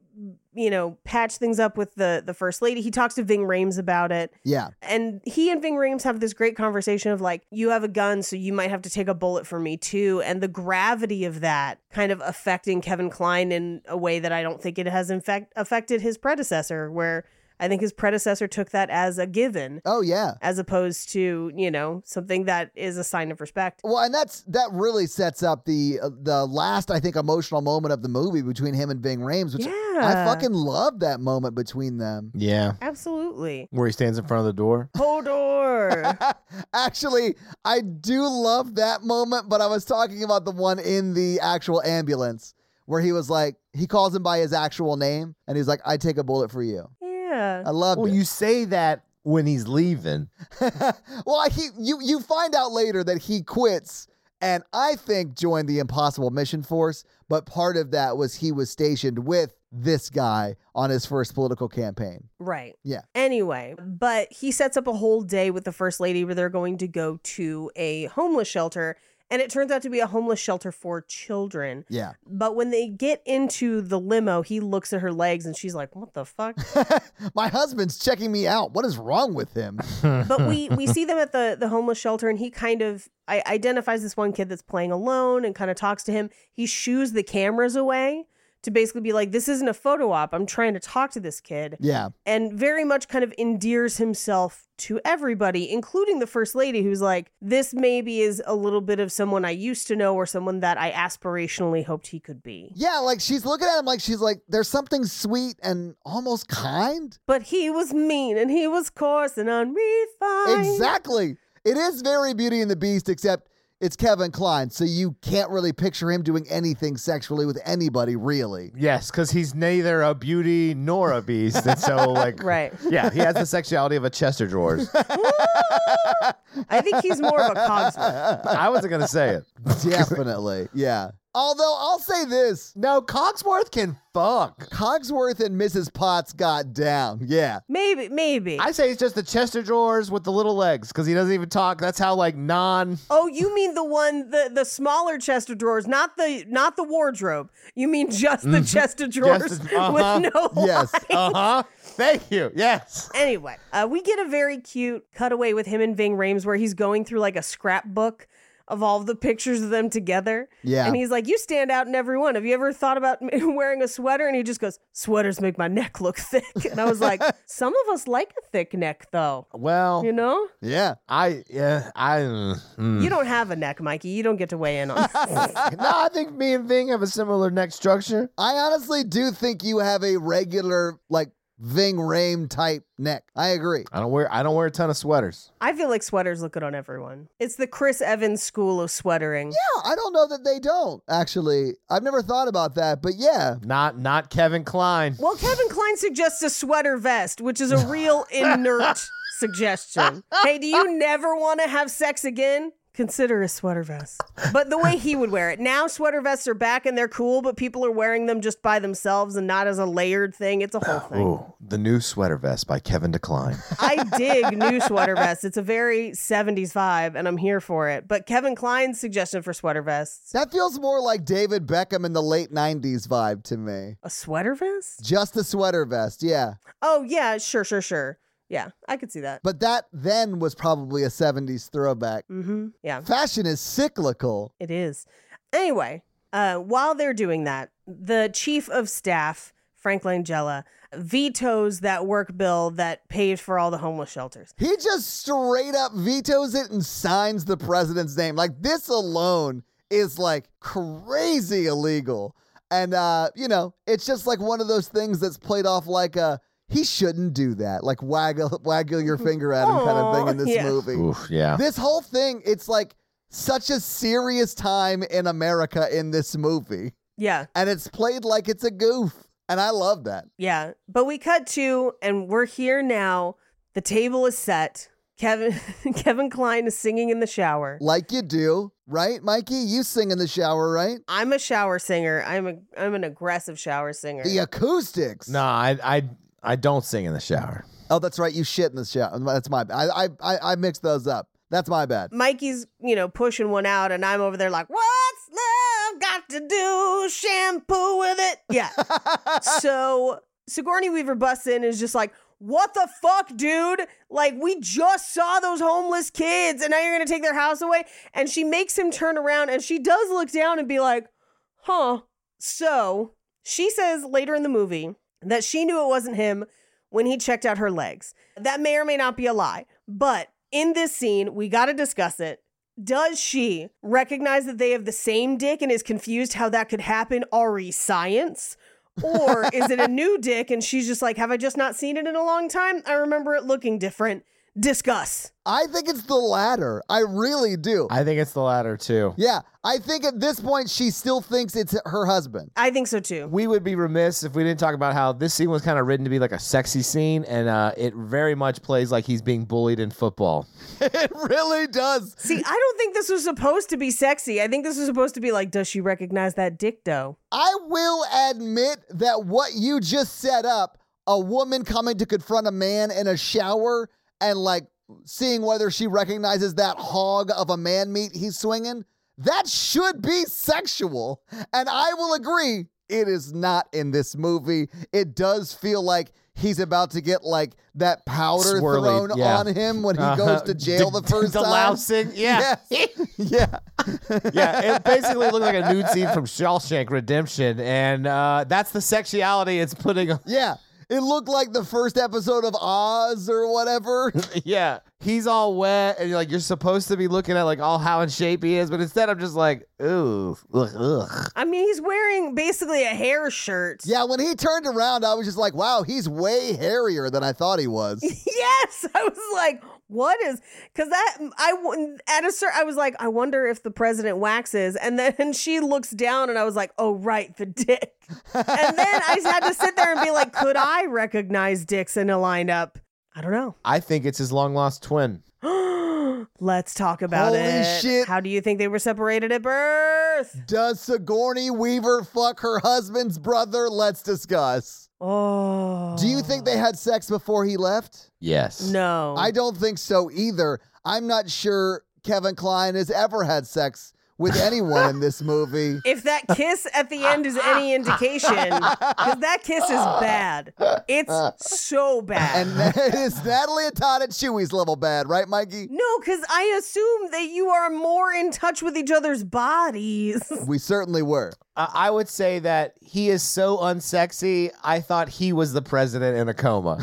Speaker 4: you know patch things up with the the first lady. He talks to Ving Rames about it.
Speaker 3: Yeah.
Speaker 4: And he and Ving Rhames have this great conversation of like, you have a gun, so you might have to take a bullet for me too. And the gravity of that kind of affecting Kevin Klein in a way that I don't think it has in fact affected his predecessor, where I think his predecessor took that as a given,
Speaker 3: Oh yeah.
Speaker 4: as opposed to, you know, something that is a sign of respect.
Speaker 3: Well, and that's that really sets up the uh, the last I think emotional moment of the movie between him and Ving Rhames, which I
Speaker 4: Yeah.
Speaker 3: fucking love that moment between them.
Speaker 5: Yeah.
Speaker 4: Absolutely.
Speaker 5: Where he stands in front of the door.
Speaker 4: Hodor.
Speaker 3: Actually, I do love that moment, but I was talking about the one in the actual ambulance where he was like he calls him by his actual name and he's like I take a bullet for you.
Speaker 4: yeah.
Speaker 3: I love
Speaker 5: Well,
Speaker 3: it.
Speaker 5: you say that when he's leaving.
Speaker 3: well, he you you find out later that he quits and I think joined the Impossible Mission Force, but part of that was he was stationed with this guy on his first political campaign.
Speaker 4: Right.
Speaker 3: Yeah.
Speaker 4: Anyway, but he sets up a whole day with the first lady where they're going to go to a homeless shelter. And it turns out to be a homeless shelter for children.
Speaker 3: Yeah.
Speaker 4: But when they get into the limo, he looks at her legs and she's like, What the fuck?
Speaker 3: My husband's checking me out. What is wrong with him?
Speaker 4: but we we see them at the the homeless shelter and he kind of I, identifies this one kid that's playing alone and kind of talks to him he shoos the cameras away to basically be like this isn't a photo op i'm trying to talk to this kid
Speaker 3: Yeah.
Speaker 4: and very much kind of endears himself to everybody, including the first lady, who's like, this maybe is a little bit of someone I used to know or someone that I aspirationally hoped he could be.
Speaker 3: Yeah, like she's looking at him like she's like there's something sweet and almost kind.
Speaker 4: But he was mean and he was coarse and unrefined.
Speaker 3: Exactly. It is very Beauty and the Beast, except it's Kevin Klein, so you can't really picture him doing anything sexually with anybody, really.
Speaker 5: Yes, because he's neither a beauty nor a beast. And so, like,
Speaker 4: Right.
Speaker 5: Yeah, he has the sexuality of a chest of drawers.
Speaker 4: I think he's more of a cogsman.
Speaker 5: I wasn't going to say it.
Speaker 3: Definitely. Yeah. Although I'll say this
Speaker 5: No, Cogsworth can fuck.
Speaker 3: Cogsworth and Mrs. Potts got down. Yeah.
Speaker 4: Maybe, maybe.
Speaker 5: I say it's just the Chester drawers with the little legs because he doesn't even talk. That's how like non.
Speaker 4: oh, you mean the one the the smaller chest of drawers, not the not the wardrobe. You mean just the chest of drawers
Speaker 5: Mm-hmm. the- uh-huh.
Speaker 4: with no
Speaker 3: Yes.
Speaker 4: lines.
Speaker 5: Uh huh. Thank you. Yes.
Speaker 4: Anyway, uh, we get a very cute cutaway with him and Ving Rames where he's going through like a scrapbook of all the pictures of them together.
Speaker 3: Yeah.
Speaker 4: And he's like, You stand out in every one. Have you ever thought about wearing a sweater? And he just goes, Sweaters make my neck look thick. And I was like, Some of us like a thick neck though.
Speaker 5: Well,
Speaker 4: You know?
Speaker 3: Yeah.
Speaker 5: I yeah I. Oh. mm.
Speaker 4: You don't have a neck, Mikey. You don't get to weigh in on this.
Speaker 5: no, I think me and Ving have a similar neck structure.
Speaker 3: I honestly do think you have a regular, like, Ving Rhames type neck. I agree.
Speaker 5: I don't wear I don't wear a ton of sweaters.
Speaker 4: I feel like sweaters look good on everyone. It's the Chris Evans school of sweatering.
Speaker 3: Yeah, I don't know that they don't, actually. I've never thought about that, but yeah.
Speaker 5: Not not Kevin Klein.
Speaker 4: Well, Kevin Klein suggests a sweater vest, which is a real inert suggestion. Hey, do you never want to have sex again? Consider a sweater vest. But the way he would wear it. Now, sweater vests are back and they're cool, but people are wearing them just by themselves and not as a layered thing. It's a whole thing.
Speaker 5: Ooh, the new sweater vest by Kevin DeKline.
Speaker 4: I dig new sweater vests. It's a very 70s vibe and I'm here for it. But Kevin Klein's suggestion for sweater vests
Speaker 3: That feels more like David Beckham in the late 90s vibe to me.
Speaker 4: a sweater vest?
Speaker 3: Just the sweater vest, yeah.
Speaker 4: Oh, yeah, sure, sure, sure. Yeah, I could see that.
Speaker 3: But that then was probably a 70s throwback.
Speaker 4: Mm-hmm. Yeah.
Speaker 3: Fashion is cyclical.
Speaker 4: It is. Anyway, uh, while they're doing that, the chief of staff, Frank Langella, vetoes that work bill that paid for all the homeless shelters.
Speaker 3: He just straight up vetoes it and signs the president's name. Like this alone is like crazy illegal. And uh, you know, it's just like one of those things that's played off like a he shouldn't do that, like waggle waggle your finger at him kind of thing in
Speaker 4: Aw,
Speaker 3: this
Speaker 4: yeah.
Speaker 3: movie.
Speaker 5: Oof, yeah.
Speaker 3: This whole thing, it's like such a serious time in America in this movie.
Speaker 4: Yeah,
Speaker 3: And it's played like it's a goof. And I love that.
Speaker 4: yeah. But we cut to, and we're here now. The table is set. Kevin Kevin Klein is singing in the shower.
Speaker 3: Like you do, right, Mikey? You sing in the shower, right?
Speaker 4: I'm a shower singer. I'm a I'm an aggressive shower singer.
Speaker 3: The acoustics.
Speaker 5: No, I I I don't sing in the shower.
Speaker 3: Oh, that's right. You shit in the shower. That's my bad. I, I, I- I mixed those up. That's my bad.
Speaker 4: Mikey's, you know, pushing one out, and I'm over there like, what's love got to do? Shampoo with it. Yeah. so Sigourney Weaver busts in and is just like, what the fuck, dude? Like, we just saw those homeless kids, and now you're going to take their house away. And she makes him turn around, and she does look down and be like, huh. So she says later in the movie that she knew it wasn't him when he checked out her legs. That may or may not be a lie, but in this scene, we got to discuss it. Does she recognize that they have the same dick and is confused how that could happen? Ari science? Or is it a new dick and she's just like, have I just not seen it in a long time? I remember it looking different. Discuss.
Speaker 3: I think it's the latter. I really do.
Speaker 5: I think it's the latter too.
Speaker 3: yeah. I think at this point, she still thinks it's her husband.
Speaker 4: I think so too.
Speaker 5: We would be remiss if we didn't talk about how this scene was kind of written to be like a sexy scene, and uh, it very much plays like he's being bullied in football.
Speaker 3: it really does.
Speaker 4: See, I don't think this was supposed to be sexy. I think this was supposed to be like, does she recognize that dick dough?
Speaker 3: I will admit that what you just set up a woman coming to confront a man in a shower and like seeing whether she recognizes that hog of a man meat he's swinging that should be sexual and i will agree it is not in this movie it does feel like he's about to get like that powder
Speaker 5: Swirly,
Speaker 3: thrown
Speaker 5: yeah.
Speaker 3: on him when he
Speaker 5: Uh-huh.
Speaker 3: goes to jail the
Speaker 5: D-
Speaker 3: first
Speaker 5: d-
Speaker 3: time
Speaker 5: Delousing, yeah.
Speaker 3: Yes. yeah
Speaker 5: yeah, it basically looked like a nude scene from Shawshank Redemption, and uh, that's the sexuality it's putting. on.
Speaker 3: Yeah. It looked like the first episode of Oz or whatever.
Speaker 5: Yeah, he's all wet, and you're like you're supposed to be looking at like all how in shape he is, but instead I'm just like, ooh, ugh, ugh.
Speaker 4: I mean, he's wearing basically a hair shirt.
Speaker 3: yeah, when he turned around, I was just like, wow, he's way hairier than I thought he was.
Speaker 4: Yes, I was like, what is? Because that mm, I w- at a certain, I was like, I wonder if the president waxes, and then she looks down, and I was like, oh right, the dick. and then I just had to sit there and be like, could I recognize dicks in a lineup? I don't
Speaker 5: I think it's his long lost twin.
Speaker 4: know. Let's talk about
Speaker 3: Holy
Speaker 4: it.
Speaker 3: shit.
Speaker 4: How do you think they were separated at birth?
Speaker 3: Does Sigourney Weaver fuck her husband's brother? Let's discuss.
Speaker 4: Oh.
Speaker 3: Do you think they had sex before he left?
Speaker 5: Yes.
Speaker 4: No.
Speaker 3: I don't think so either. I'm not sure Kevin Klein has ever had sex with anyone in this movie.
Speaker 4: if that kiss at the end is any indication, because that kiss is bad. It's so bad.
Speaker 3: And it is Natalie and Todd and Chewy's level bad, right, Mikey?
Speaker 4: no, because I assume that you are more in touch with each other's bodies.
Speaker 3: We certainly were.
Speaker 5: I I would say that he is so unsexy. I thought he was the president in a coma.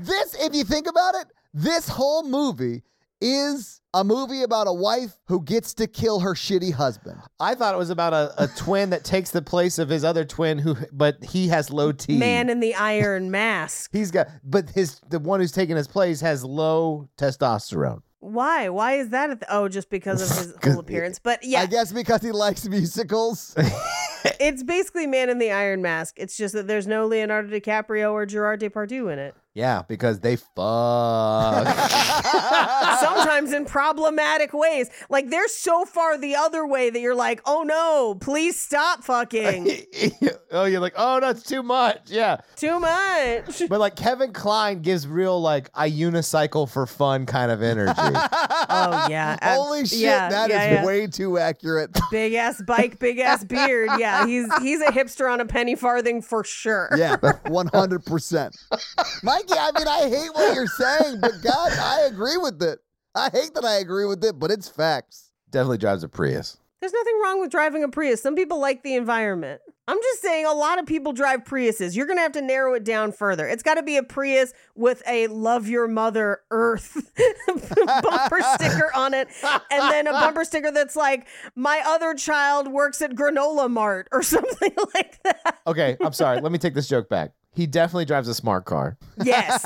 Speaker 3: this, if you think about it, this whole movie is a movie about a wife who gets to kill her shitty husband.
Speaker 5: I thought it was about a, a twin that takes the place of his other twin, who but he has low T.
Speaker 4: Man in the Iron Mask.
Speaker 5: he's got, but his the one who's taking his place has low testosterone.
Speaker 4: Why? Why is that? A th- oh, just because of his whole appearance. But yeah,
Speaker 3: I guess because he likes musicals.
Speaker 4: it's basically Man in the Iron Mask. It's just that there's no Leonardo DiCaprio or Gerard Depardieu in it.
Speaker 5: Yeah, because they fuck.
Speaker 4: Sometimes in problematic ways. Like they're so far the other way that you're like, oh no, please stop fucking.
Speaker 5: oh, you're like, oh, that's too much. Yeah,
Speaker 4: Too much.
Speaker 5: but like Kevin Klein gives real like I unicycle for fun kind of energy.
Speaker 4: Oh yeah. ab-
Speaker 3: Holy shit,
Speaker 4: yeah,
Speaker 3: that is
Speaker 4: yeah, yeah.
Speaker 3: way too accurate.
Speaker 4: big ass bike, big ass beard. Yeah, he's he's a hipster on a penny farthing for sure.
Speaker 3: Yeah, 100%. Mikey, I mean, I hate what you're saying, but God, I agree with it. I hate that I agree with it, but it's facts.
Speaker 5: Definitely drives a Prius.
Speaker 4: There's nothing wrong with driving a Prius. Some people like the environment. I'm just saying a lot of people drive Priuses. You're going to have to narrow it down further. It's got to be a Prius with a love your mother earth bumper sticker on it. And then a bumper sticker that's like, my other child works at Granola Mart or something like that.
Speaker 5: Okay, I'm sorry. Let me take this joke back. He definitely drives a smart car.
Speaker 4: Yes.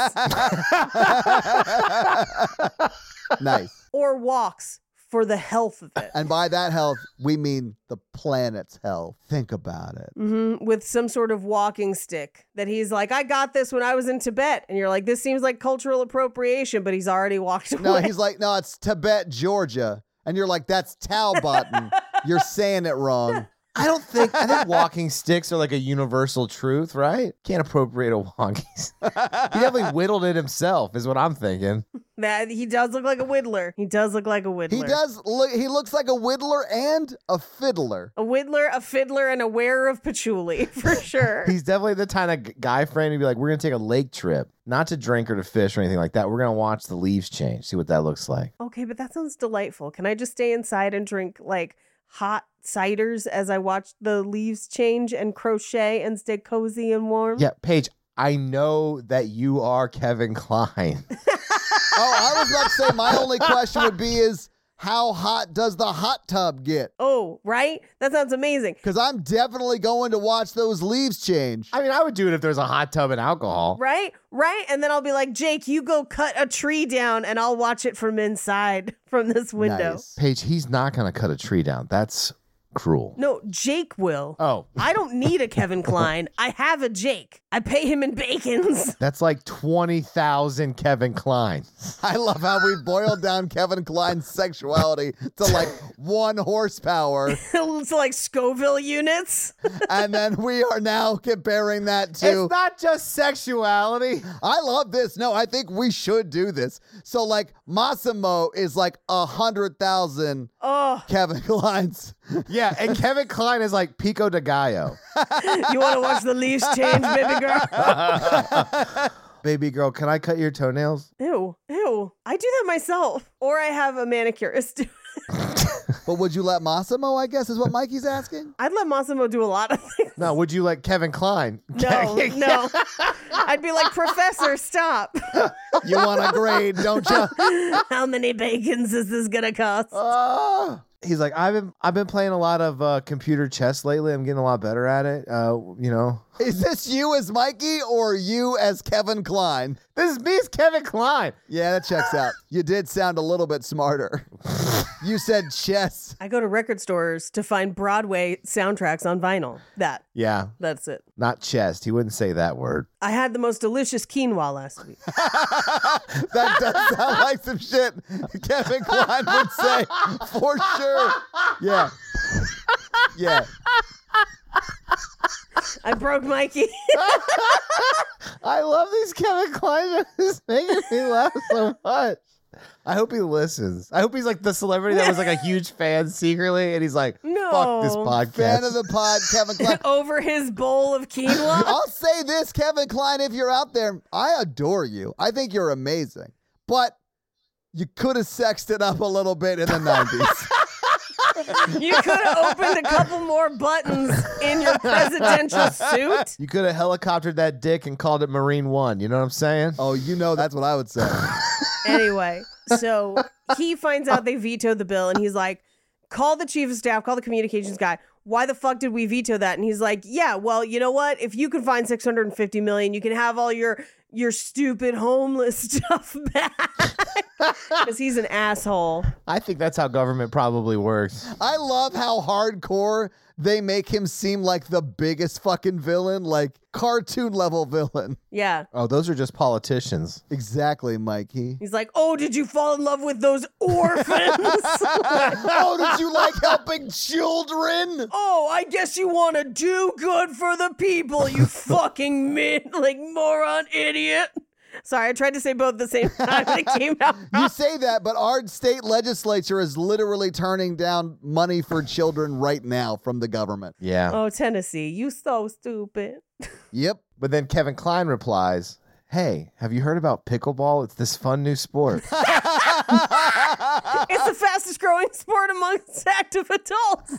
Speaker 3: Nice.
Speaker 4: or walks for the health of it
Speaker 3: And by that health, we mean the planet's health. Think about it.
Speaker 4: Mhm, with some sort of walking stick that he's like, I got this when I was in Tibet. And you're like, this seems like cultural appropriation, but he's already walked away.
Speaker 3: No, he's like, no, it's Tibet, Georgia. And you're like, that's Talbotton. you're saying it wrong.
Speaker 5: I don't think I think walking sticks are like a universal truth, right? Can't appropriate a walking. stick. he definitely whittled it himself, is what I'm thinking.
Speaker 4: That he does look like a whittler. He does look like a whittler.
Speaker 3: He does look he looks like a whittler and a fiddler.
Speaker 4: A whittler, a fiddler, and a wearer of patchouli for sure.
Speaker 5: He's definitely the kind of g- guy friend who'd be like, "We're gonna take a lake trip, not to drink or to fish or anything like that. We're gonna watch the leaves change, see what that looks like."
Speaker 4: okay, but that sounds delightful. Can I just stay inside and drink like hot ciders as I watch the leaves change and crochet and stay cozy and warm?
Speaker 5: Yeah, Paige, I know that you are Kevin Klein.
Speaker 3: Oh, I was about to say my only question would be is how hot does the hot tub get?
Speaker 4: Oh, right? That sounds amazing.
Speaker 3: Because I'm definitely going to watch those leaves change.
Speaker 5: I mean, I would do it if there's a hot tub and alcohol.
Speaker 4: Right? Right? And then I'll be like, Jake, you go cut a tree down and I'll watch it from inside from this window.
Speaker 3: Nice.
Speaker 5: Paige, he's not gonna cut a tree down. That's cruel.
Speaker 4: No, Jake will.
Speaker 5: Oh,
Speaker 4: I don't need a Kevin Klein. I have a Jake. I pay him in bacons.
Speaker 5: That's like 20,000 Kevin Klein.
Speaker 3: I love how we boiled down Kevin Klein's sexuality to like one horsepower.
Speaker 4: it's like Scoville units.
Speaker 3: And then we are now comparing that to
Speaker 5: It's not just sexuality.
Speaker 3: I love this. No, I think we should do this. So like Massimo is like a hundred thousand
Speaker 4: Oh,
Speaker 3: Kevin Klein's.
Speaker 5: Yeah, and Kevin Klein is like Pico de Gallo.
Speaker 4: you want to watch the leaves change, baby girl?
Speaker 5: Baby girl, can I cut your toenails?
Speaker 4: ew, ew. I do that myself. Or I have a manicurist. do it.
Speaker 3: But would you let Massimo, I guess, is what Mikey's asking?
Speaker 4: I'd let Massimo do a lot of things.
Speaker 5: No, would you like Kevin Klein?
Speaker 4: No, no. I'd be like, Professor, stop.
Speaker 3: You want a grade, don't you?
Speaker 4: How many bacons is this gonna cost?
Speaker 5: Ah. He's like, I've been I've been playing a lot of uh, computer chess lately. I'm getting a lot better at it. Uh, you know,
Speaker 3: Is this you as Mikey or you as Kevin Klein?
Speaker 5: this is me, it's Kevin Klein.
Speaker 3: Yeah, that checks out. You did sound a little bit smarter. You said chess.
Speaker 4: I go to record stores to find Broadway soundtracks on vinyl. That.
Speaker 5: Yeah,
Speaker 4: That's it.
Speaker 5: not chest. He wouldn't say that word.
Speaker 4: I had the most delicious quinoa last week.
Speaker 3: that does sound like some shit Kevin Klein would say for sure.
Speaker 5: Yeah. yeah.
Speaker 4: I broke Mikey.
Speaker 5: I love these Kevin Klein jokes. It's making me laugh so much. I hope he listens. I hope he's like the celebrity that was like a huge fan secretly, and he's like,
Speaker 4: No.
Speaker 5: "Fuck this podcast."
Speaker 3: Fan of the pod, Kevin Klein.
Speaker 4: Over his bowl of quinoa.
Speaker 3: I'll say this, Kevin Klein, if you're out there, I adore you. I think you're amazing. But you could have sexed it up a little bit in the 90s.
Speaker 4: You could have opened a couple more buttons in your presidential suit.
Speaker 5: you could have helicoptered that dick and called it Marine One. You know what I'm saying?
Speaker 3: oh, you know that's what I would say.
Speaker 4: Anyway, so he finds out they vetoed the bill and he's like, call the chief of staff, call the communications guy. Why the fuck did we veto that? And he's like, yeah, well, you know what? If you can find 650 million, you can have all your your stupid homeless stuff back. Cuz he's an asshole.
Speaker 5: I think that's how government probably works.
Speaker 3: I love how hardcore they make him seem like the biggest fucking villain, like cartoon level villain.
Speaker 4: Yeah.
Speaker 5: Oh, those are just politicians.
Speaker 3: Exactly, Mikey.
Speaker 4: He's like, "Oh, did you fall in love with those orphans?"
Speaker 3: oh, did you like helping children?
Speaker 4: oh, I guess you want to do good for the people, you fucking mid, like moron idiot. Sorry, I tried to say both at the same time, and it came out.
Speaker 3: You say that, but our state legislature is literally turning down money for children right now from the government.
Speaker 5: Yeah.
Speaker 4: Oh, Tennessee, you so stupid.
Speaker 3: Yep.
Speaker 5: But then Kevin Klein replies, "Hey, have you heard about pickleball? It's this fun new sport."
Speaker 4: It's the fastest growing sport amongst active adults.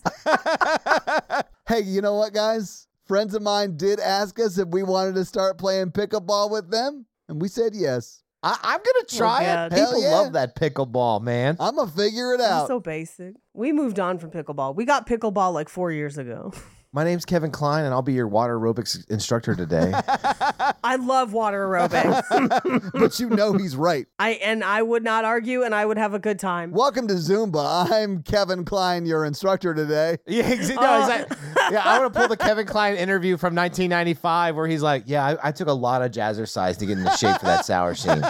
Speaker 3: Hey, you know what, guys? Friends of mine did ask us if we wanted to start playing pickleball with them, and we said yes.
Speaker 5: I- I'm gonna try
Speaker 4: God.
Speaker 5: it. Uh,
Speaker 3: Hell
Speaker 5: Oh, People
Speaker 3: yeah.
Speaker 5: love that pickleball, man.
Speaker 3: I'm going to figure it out.
Speaker 4: So basic. We moved on from pickleball. We got pickleball like four years ago.
Speaker 5: My name's Kevin Klein, and I'll be your water aerobics instructor today.
Speaker 4: I love water aerobics.
Speaker 3: but you know he's right.
Speaker 4: I and I would not argue, and I would have a good time.
Speaker 3: Welcome to Zumba. I'm Kevin Klein, your instructor today.
Speaker 5: yeah, exa- no, exactly. yeah, I want to pull the Kevin Klein interview from 1995 where he's like, "Yeah, I, I took a lot of jazzercise to get into shape for that sour scene."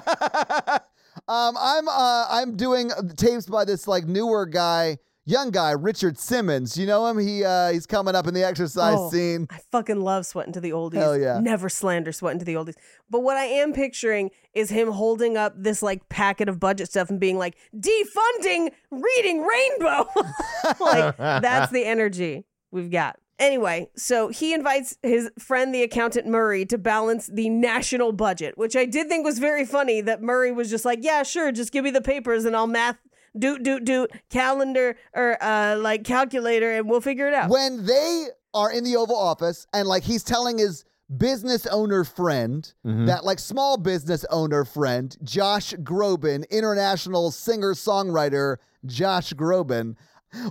Speaker 3: Um, I'm uh, I'm doing tapes by this like newer guy, young guy, Richard Simmons. You know him? He uh, he's coming up in the exercise
Speaker 4: Oh,
Speaker 3: scene.
Speaker 4: I fucking love sweating to the oldies.
Speaker 3: Hell yeah.
Speaker 4: Never slander sweating to the oldies. But what I am picturing is him holding up this like packet of budget stuff and being like, defunding reading rainbow. like that's the energy we've got. Anyway, so he invites his friend, the accountant Murray, to balance the national budget, which I did think was very funny that Murray was just like, yeah, sure, just give me the papers and I'll math doot doot doot calendar or uh like calculator and we'll figure it out.
Speaker 3: when they are in the Oval Office and like he's telling his business owner friend, that like small business owner friend, Josh Groban, international singer songwriter Josh Groban,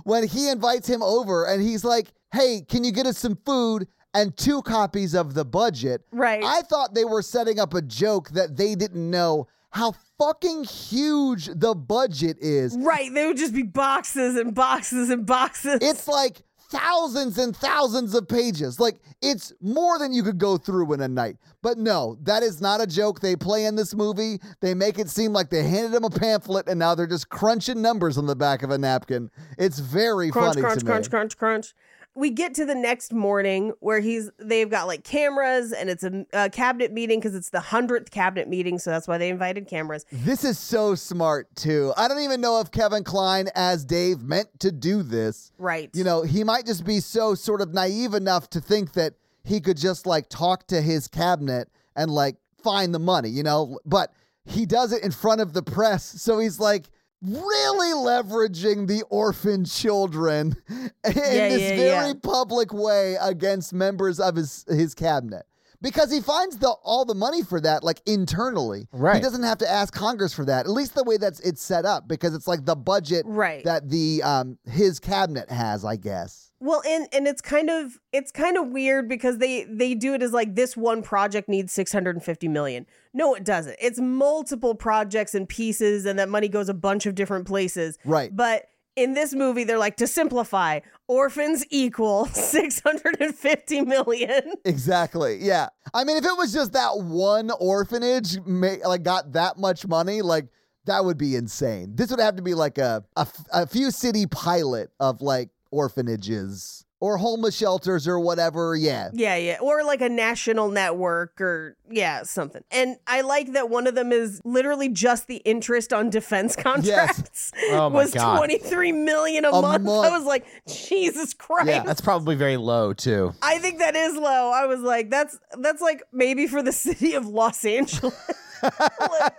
Speaker 3: when he invites him over and he's like, hey, can you get us some food? And two copies of the budget.
Speaker 4: Right.
Speaker 3: I thought they were setting up a joke that they didn't know how fucking huge the budget is.
Speaker 4: Right. They would just be boxes and boxes and boxes.
Speaker 3: It's like thousands and thousands of pages. Like it's more than you could go through in a night. But no, that is not a joke they play in this movie. They make it seem like they handed him a pamphlet and now they're just crunching numbers on the back of a napkin. It's very
Speaker 4: crunch,
Speaker 3: funny
Speaker 4: crunch,
Speaker 3: to
Speaker 4: crunch,
Speaker 3: me.
Speaker 4: crunch, crunch. We get to the next morning where he's they've got like cameras and it's a, a cabinet meeting because it's the hundredth cabinet meeting, so that's why they invited cameras.
Speaker 3: This is so smart too. I don't even know if Kevin Klein as Dave meant to do this.
Speaker 4: Right.
Speaker 3: You know, he might just be so sort of naive enough to think that he could just like talk to his cabinet and like find the money, you know? But he does it in front of the press. So he's like really leveraging the orphan children in this
Speaker 4: yeah,
Speaker 3: very
Speaker 4: yeah.
Speaker 3: public way against members of his his cabinet. Because he finds the all the money for that like internally. He
Speaker 5: Right.
Speaker 3: doesn't have to ask Congress for that. At least the way that's it's set up because it's like the budget
Speaker 4: Right.
Speaker 3: that the um his cabinet has, I guess.
Speaker 4: Well, and and it's kind of it's kind of weird because they they do it as like this one project needs 650 million. No, it doesn't. It's multiple projects and pieces and that money goes a bunch of different places.
Speaker 3: Right.
Speaker 4: But in this movie, they're like, to simplify, orphans equal 650 million.
Speaker 3: Exactly. Yeah. I mean, if it was just that one orphanage, ma- like got that much money, like that would be insane. This would have to be like a a f- a few city pilot of like orphanages or homeless shelters or whatever. Yeah.
Speaker 4: Yeah, yeah. Or like a national network or, yeah, something. And I like that one of them is literally just the interest on defense contracts
Speaker 5: Oh my
Speaker 4: was
Speaker 5: God.
Speaker 4: 23 million a,
Speaker 3: A
Speaker 4: month. I
Speaker 3: month.
Speaker 4: was like, Jesus Christ.
Speaker 3: Yeah,
Speaker 5: That's probably very low too.
Speaker 4: I think that is low. I was like, that's that's like maybe for the city of Los Angeles. Like,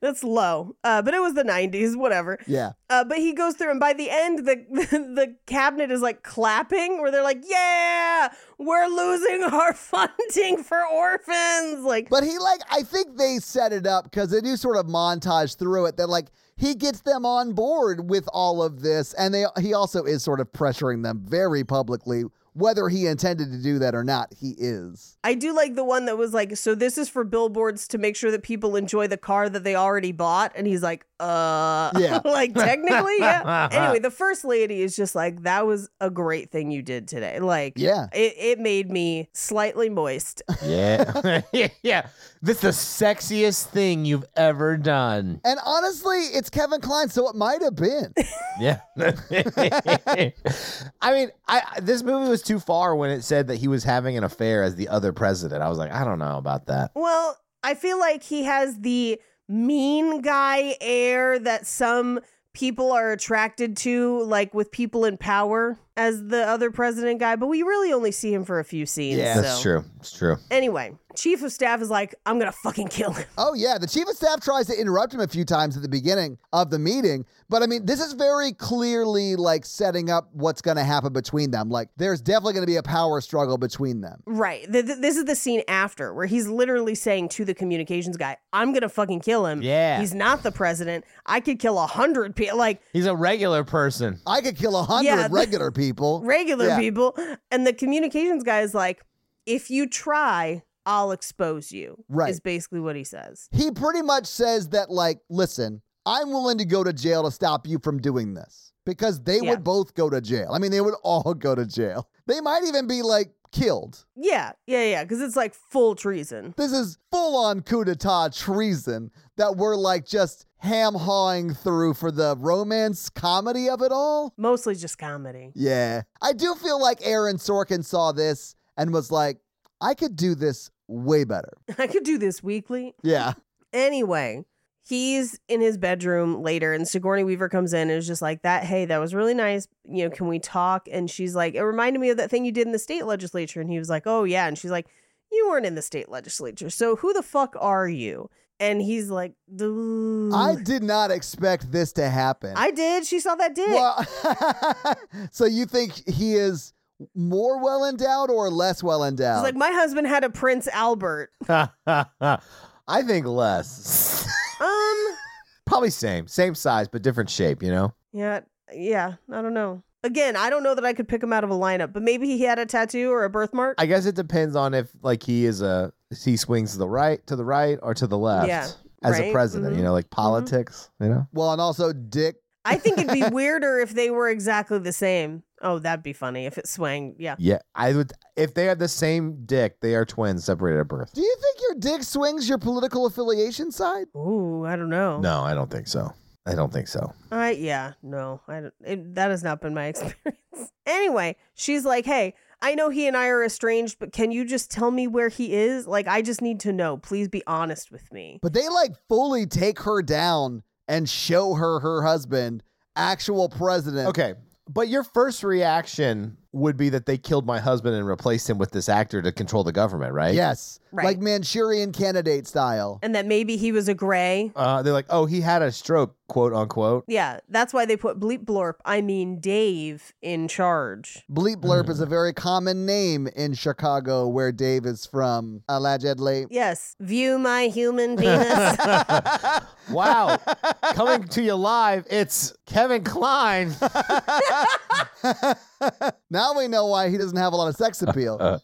Speaker 4: that's low. Uh, but it was the 90s, whatever.
Speaker 3: Yeah.
Speaker 4: Uh, but he goes through, and by the end, the the cabinet is like clapping, where they're like, "Yeah, we're losing our funding for orphans." Like,
Speaker 3: But he like I think they set it up because they do sort of montage through it that like he gets them on board with all of this and they he also is sort of pressuring them very publicly whether he intended to do that or not he is
Speaker 4: I do like the one that was like, "So this is for billboards to make sure that people enjoy the car that they already bought," and he's like, "Uh,
Speaker 3: Yeah.
Speaker 4: like technically, yeah." Anyway, the first lady is just like, "That was a great thing you did today." Like,
Speaker 3: Yeah.
Speaker 4: it, it made me slightly moist.
Speaker 5: Yeah. yeah. This is the sexiest thing you've ever done.
Speaker 3: and honestly it's Kevin Klein so it might have been
Speaker 5: Yeah. I mean, I this movie was too far when it said that he was having an affair as the other president. I was like, I don't know about that.
Speaker 4: Well, I feel like he has the mean guy air that some people are attracted to, like with people in power, as the other president guy. But we really only see him for a few scenes.
Speaker 3: Yeah.
Speaker 5: That's
Speaker 4: so.
Speaker 5: true. It's true.
Speaker 4: Anyway, chief of staff is like, I'm gonna fucking kill him.
Speaker 3: Oh yeah, the chief of staff tries to interrupt him a few times at the beginning of the meeting, but I mean, this is very clearly like setting up what's going to happen between them. Like there's definitely going to be a power struggle between them.
Speaker 4: Right. Th- th- this is the scene after where he's literally saying to the communications guy, I'm gonna fucking kill him.
Speaker 5: Yeah.
Speaker 4: He's not the president. I could kill a hundred people like
Speaker 5: He's a regular person.
Speaker 3: I could kill a hundred
Speaker 4: Yeah, the-
Speaker 3: regular people.
Speaker 4: regular
Speaker 3: Yeah.
Speaker 4: people. And the communications guy is like, if you try, I'll expose you.
Speaker 3: Right.
Speaker 4: Is basically what he says.
Speaker 3: he pretty much says that like, listen, I'm willing to go to jail to stop you from doing this because they
Speaker 4: Yeah.
Speaker 3: would both go to jail. I mean, they would all go to jail. They might even be like killed.
Speaker 4: Yeah, yeah, yeah. Because it's like full treason.
Speaker 3: This is full on coup d'etat treason that we're like just ham hawing through for the romance comedy of it all.
Speaker 4: Mostly just comedy.
Speaker 3: Yeah. I do feel like Aaron Sorkin saw this and was like, I could do this way better.
Speaker 4: I could do this weekly.
Speaker 3: Yeah.
Speaker 4: Anyway, he's in his bedroom later, and Sigourney Weaver comes in and is just like, "That hey, that was really nice. You know, can we talk?" And she's like, "It reminded me of that thing you did in the state legislature." And he was like, "Oh yeah," and she's like, "You weren't in the state legislature, so who the fuck are you?" And he's like, "Dude."
Speaker 3: I did not expect this to happen.
Speaker 4: Mm. I did. She saw that dick.
Speaker 3: Well, so you think he is more well endowed or less well
Speaker 4: She's
Speaker 3: endowed?
Speaker 4: like, my husband had a Prince Albert.
Speaker 5: I think less.
Speaker 4: Um,
Speaker 5: Probably same. Same size, but different shape, you know?
Speaker 4: yeah, yeah. I don't know. Again, I don't know that I could pick him out of a lineup, but maybe he had a tattoo or a birthmark.
Speaker 5: I guess it depends on if like he is a he swings to the right to the right or to the left.
Speaker 4: Yeah,
Speaker 5: As
Speaker 4: right,
Speaker 5: a president,
Speaker 4: mhm,
Speaker 5: you know, like politics, you know?
Speaker 3: well, and also Dick.
Speaker 4: I think it'd be weirder if they were exactly the same. Oh, that'd be funny if it swang. Yeah.
Speaker 5: Yeah. I would if they have the same dick, they are twins separated at birth.
Speaker 3: Do you think your dick swings your political affiliation side?
Speaker 4: Ooh, I don't know.
Speaker 5: No, I don't think so. I don't think so.
Speaker 4: I yeah, no. I don't, it, that has not been my experience. anyway, she's like, "Hey, I know he and I are estranged, but can you just tell me where he is? Like I just need to know. Please be honest with me."
Speaker 3: But they like fully take her down and show her her husband, actual
Speaker 4: Uh,
Speaker 3: president.
Speaker 5: Okay. But your first reaction would be that they killed my husband and replaced him with this actor to control the government, right?
Speaker 3: Yes.
Speaker 4: Right.
Speaker 3: Like Manchurian candidate style.
Speaker 4: And that maybe he was a gray.
Speaker 5: Uh, they're like, oh, he had a stroke, quote unquote.
Speaker 4: Yeah, that's why they put bleep blorp, I mean Dave in charge.
Speaker 3: Bleep Blurp is a very common name in Chicago where Dave is from, allegedly.
Speaker 4: Yes, view my human penis.
Speaker 5: wow. Coming to you live, it's Kevin Klein.
Speaker 3: now we know why he doesn't have a lot of sex appeal.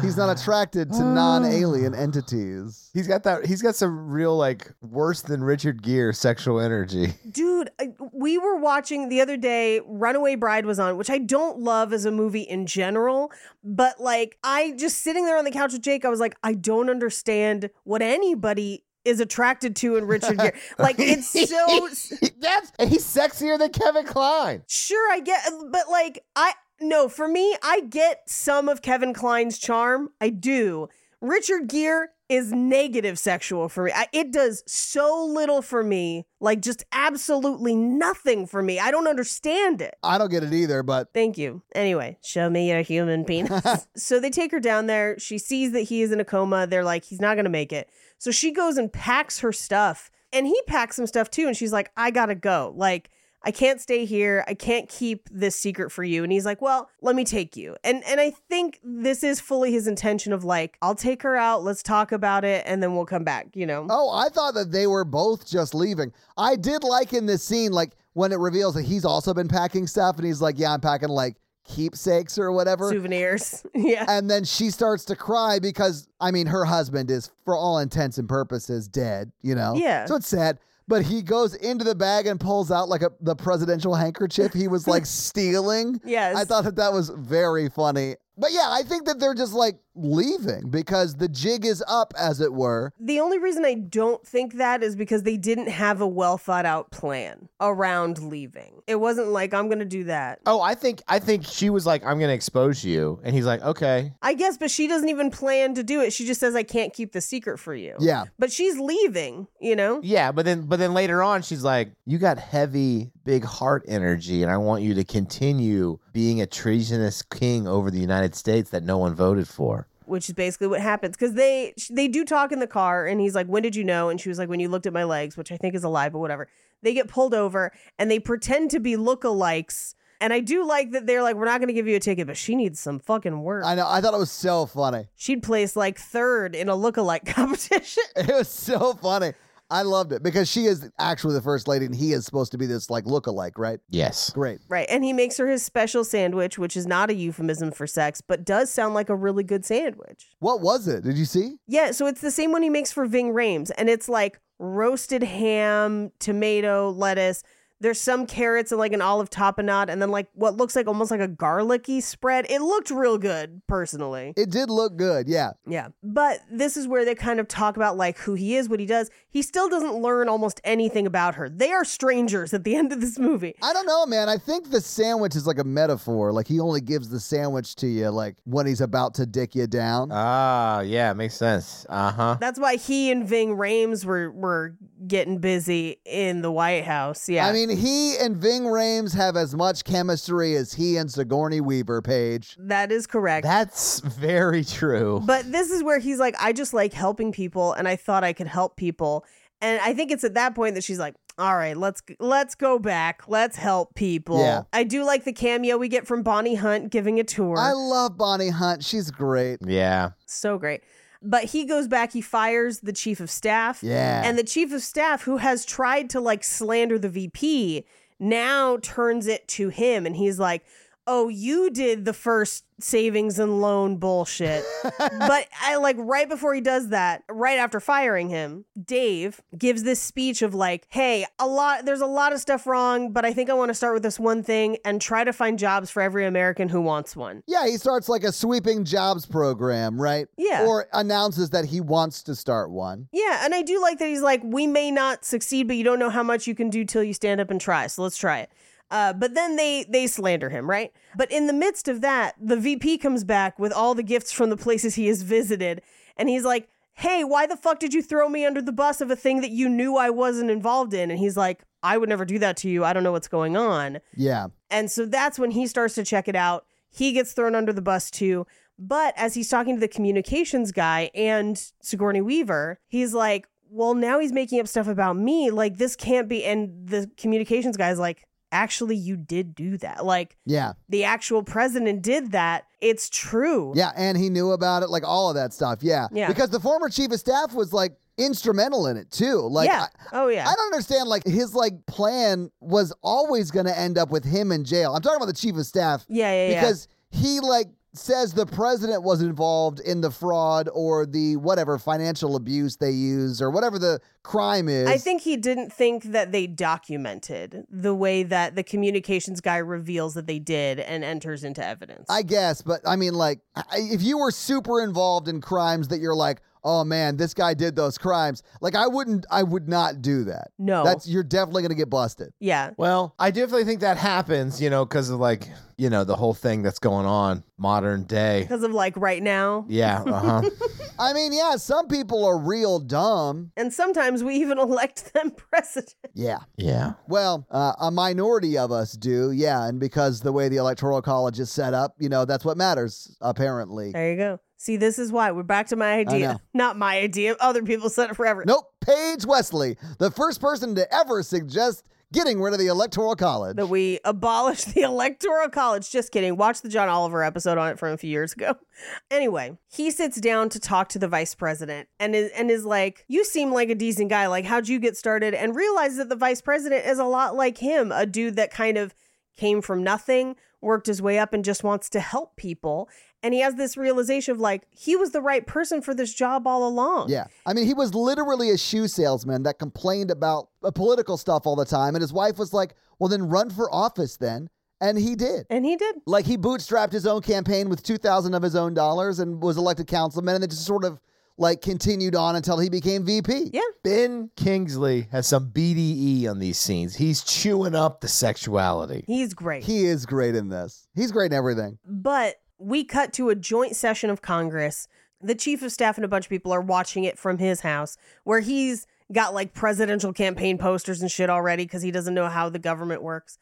Speaker 3: He's not attracted to non-alien entities.
Speaker 5: he's got that. He's got some real like worse than Richard Gere sexual energy.
Speaker 4: Dude, I- we were watching the other day, Runaway Bride was on, which I don't love as a movie in general, but like I just sitting there on the couch with Jake, I was like, I don't understand what anybody is attracted to in Richard Gere. Like it's so
Speaker 5: That's he's sexier than Kevin Klein.
Speaker 4: sure I get but like I no, for me, I get some of Kevin Klein's charm. I do. Richard Gere is negative sexual for me. I, it does so little for me, like just absolutely nothing for me. I don't understand it.
Speaker 3: I don't get it either, but
Speaker 4: Thank you. Anyway, show me your human penis. so they take her down there. She sees that he is in a coma. They're like, he's not going to make it. So she goes and packs her stuff. And he packs some stuff too. And she's like, I got to go. Like, I can't stay here. I can't keep this secret for you. And he's like, "Well, let me take you." And and I think this is fully his intention of like, "I'll take her out. Let's talk about it and then we'll come back," you know.
Speaker 3: Oh, I thought that they were both just leaving. I did like in this scene, like when it reveals that he's also been packing stuff and he's like, Yeah, I'm packing like keepsakes or whatever.
Speaker 4: Souvenirs. yeah.
Speaker 3: And then she starts to cry because, I mean, her husband is, for all intents and purposes, dead, you know?
Speaker 4: Yeah.
Speaker 3: So it's sad. But he goes into the bag and pulls out like a, the presidential handkerchief he was like stealing.
Speaker 4: Yes.
Speaker 3: I thought that that was very funny. But yeah, I think that they're just like leaving because the jig is up, as it were.
Speaker 4: The only reason I don't think that is because they didn't have a well thought out plan around leaving. It wasn't like, I'm going to do that.
Speaker 5: Oh, I think I think she was like, I'm gonna expose you, and he's like, okay.
Speaker 4: I guess, but she doesn't even plan to do it. She just says, I can't keep the secret for you.
Speaker 3: Yeah.
Speaker 4: But she's leaving, you know?
Speaker 5: Yeah, but then but then later on she's like, You got heavy, big heart energy, and I want you to continue being a treasonous king over the United States that no one voted for.
Speaker 4: Which is basically what happens because they sh- they do talk in the car, and he's like, "When did you know?" And she was like, "When you looked at my legs," which I think is a lie, but whatever. They get pulled over, and they pretend to be lookalikes. And I do like that they're like, "We're not going to give you a ticket," but she needs some fucking work.
Speaker 3: I know. I thought it was so funny.
Speaker 4: she'd place like third in a lookalike competition.
Speaker 3: It was so funny. I loved it because she is actually the first lady and he is supposed to be this like lookalike, right?
Speaker 5: Yes.
Speaker 3: Great.
Speaker 4: right. And he makes her his special sandwich, which is not a euphemism for sex, but does sound like a really good sandwich.
Speaker 3: What was it? Did you see?
Speaker 4: Yeah. So it's the same one he makes for Ving Rames. And it's like roasted ham, tomato, lettuce. There's some carrots and like an olive tapenade, and then like what looks like almost like a garlicky spread. It looked real good, personally.
Speaker 3: It did look good. Yeah.
Speaker 4: Yeah. But this is where they kind of talk about like who he is, what he does. He still doesn't learn almost anything about her. They are strangers at the end of this movie.
Speaker 3: I don't know, man. I think the sandwich is like a metaphor. Like he only gives the sandwich to you like when he's about to dick you down.
Speaker 5: Ah, yeah, makes sense. Uh-huh.
Speaker 4: That's why he and Ving Rames were were getting busy in the White House. Yeah.
Speaker 3: I mean, he and Ving Rames have as much chemistry as he and Sigourney Weaver, Paige.
Speaker 4: that is correct.
Speaker 5: That's very true.
Speaker 4: but this is where he's like, I just like helping people and I thought I could help people. And I think it's at that point that she's like, all right, let's let's go back. Let's help people.
Speaker 3: Yeah.
Speaker 4: I do like the cameo we get from Bonnie Hunt giving a tour.
Speaker 3: I love Bonnie Hunt. She's great.
Speaker 5: Yeah.
Speaker 4: So great. But he goes back, he fires the chief of staff.
Speaker 3: Yeah.
Speaker 4: And the chief of staff, who has tried to like slander the VP, now turns it to him. And he's like, Oh, you did the first savings and loan bullshit. but I like right before he does that, right after firing him, Dave gives this speech of like, "Hey, a lot there's a lot of stuff wrong, but I think I want to start with this one thing and try to find jobs for every American who wants one."
Speaker 3: Yeah, he starts like a sweeping jobs program, right?
Speaker 4: Yeah.
Speaker 3: Or announces that he wants to start one.
Speaker 4: Yeah, and I do like that he's like, we may not succeed, but you don't know how much you can do till you stand up and try. So let's try it. Uh, but then they they slander him, right? But in the midst of that, the VP comes back with all the gifts from the places he has visited, and he's like, "Hey, why the fuck did you throw me under the bus of a thing that you knew I wasn't involved in?" And he's like, "I would never do that to you. I don't know what's going on."
Speaker 3: Yeah.
Speaker 4: And so that's when he starts to check it out. He gets thrown under the bus too. But as he's talking to the communications guy and Sigourney Weaver, he's like, well, now he's making up stuff about me. Like, this can't be. And the communications guy's like, actually, you did do that. Like,
Speaker 3: Yeah.
Speaker 4: the actual president did that. It's true.
Speaker 3: Yeah, and he knew about it, like all of that stuff. Yeah.
Speaker 4: Yeah.
Speaker 3: Because the former chief of staff was like instrumental in it too. Like,
Speaker 4: yeah.
Speaker 3: I-
Speaker 4: oh yeah.
Speaker 3: I don't understand. Like his like plan was always going to end up with him in jail. I'm talking about the chief of staff.
Speaker 4: Yeah, yeah, yeah.
Speaker 3: Because he like says the president was involved in the fraud or the whatever financial abuse they use or whatever the crime is.
Speaker 4: I think he didn't think that they documented the way that the communications guy reveals that they did and enters into evidence.
Speaker 3: I guess, but I mean, like, I- if you were super involved in crimes that you're like, oh man, this guy did those crimes, like, I wouldn't, I would not do that.
Speaker 4: No.
Speaker 3: That's, you're definitely going to get busted.
Speaker 4: yeah.
Speaker 5: Well, I definitely think that happens, you know, because of like, you know, the whole thing that's going on modern day.
Speaker 4: Because of like right now.
Speaker 5: Yeah. Uh huh.
Speaker 3: I mean, yeah, some people are real dumb.
Speaker 4: And sometimes we even elect them president.
Speaker 3: Yeah.
Speaker 5: yeah.
Speaker 3: Well, uh, a minority of us do, yeah. And because the way the electoral college is set up, you know, that's what matters, apparently.
Speaker 4: There you go. See, this is why we're back to my idea.
Speaker 3: know.
Speaker 4: Not my idea. Other people said it forever.
Speaker 3: Nope, Paige Wesley, the first person to ever suggest getting rid of the electoral college.
Speaker 4: That we abolish the electoral college. Just kidding. Watch the John Oliver episode on it from a few years ago. Anyway, he sits down to talk to the vice president and is, and is like, "You seem like a decent guy. Like, how'd you get started?" And realizes that the vice president is a lot like him, a dude that kind of came from nothing, worked his way up, and just wants to help people. And he has this realization of like, he was the right person for this job all along.
Speaker 3: Yeah. I mean, he was literally a shoe salesman that complained about uh, political stuff all the time. And his wife was like, well, then run for office then. And he did.
Speaker 4: and he did.
Speaker 3: Like, he bootstrapped his own campaign with 2000 of his own dollars and was elected councilman. And it just sort of like continued on until he became VP.
Speaker 4: Yeah.
Speaker 5: Ben Kingsley has some BDE on these scenes. He's chewing up the sexuality.
Speaker 4: He's great.
Speaker 3: He is great in this. He's great in everything.
Speaker 4: But we cut to a joint session of Congress. The chief of staff and a bunch of people are watching it from his house, where he's got like presidential campaign posters and shit already because he doesn't know how the government works.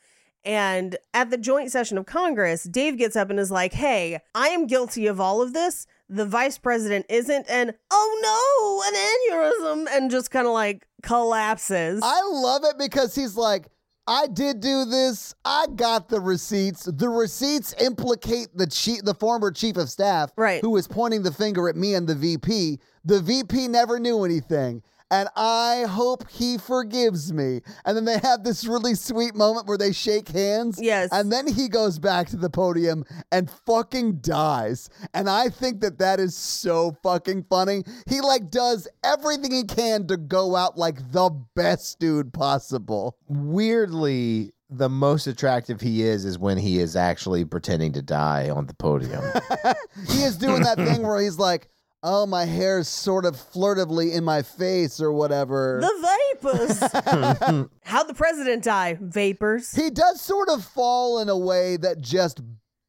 Speaker 4: And at the joint session of Congress, Dave gets up and is like, Hey, I am guilty of all of this. The vice president isn't. And oh no, an aneurysm. And just kind of like collapses.
Speaker 3: I love it because he's like, I did do this. I got the receipts. The receipts implicate the chief, the former chief of staff,
Speaker 4: Right.
Speaker 3: who was pointing the finger at me and the VP. The VP never knew anything. And I hope he forgives me. And then they have this really sweet moment where they shake hands.
Speaker 4: Yes.
Speaker 3: And then he goes back to the podium and fucking dies. And I think that that is so fucking funny. He like does everything he can to go out like the best dude possible.
Speaker 5: Weirdly, the most attractive he is is when he is actually pretending to die on the podium.
Speaker 3: He is doing that thing where he's like, "Oh, my hair's sort of flirtively in my face or whatever."
Speaker 4: the vapors. How'd the president die? Vapors.
Speaker 3: he does sort of fall in a way that just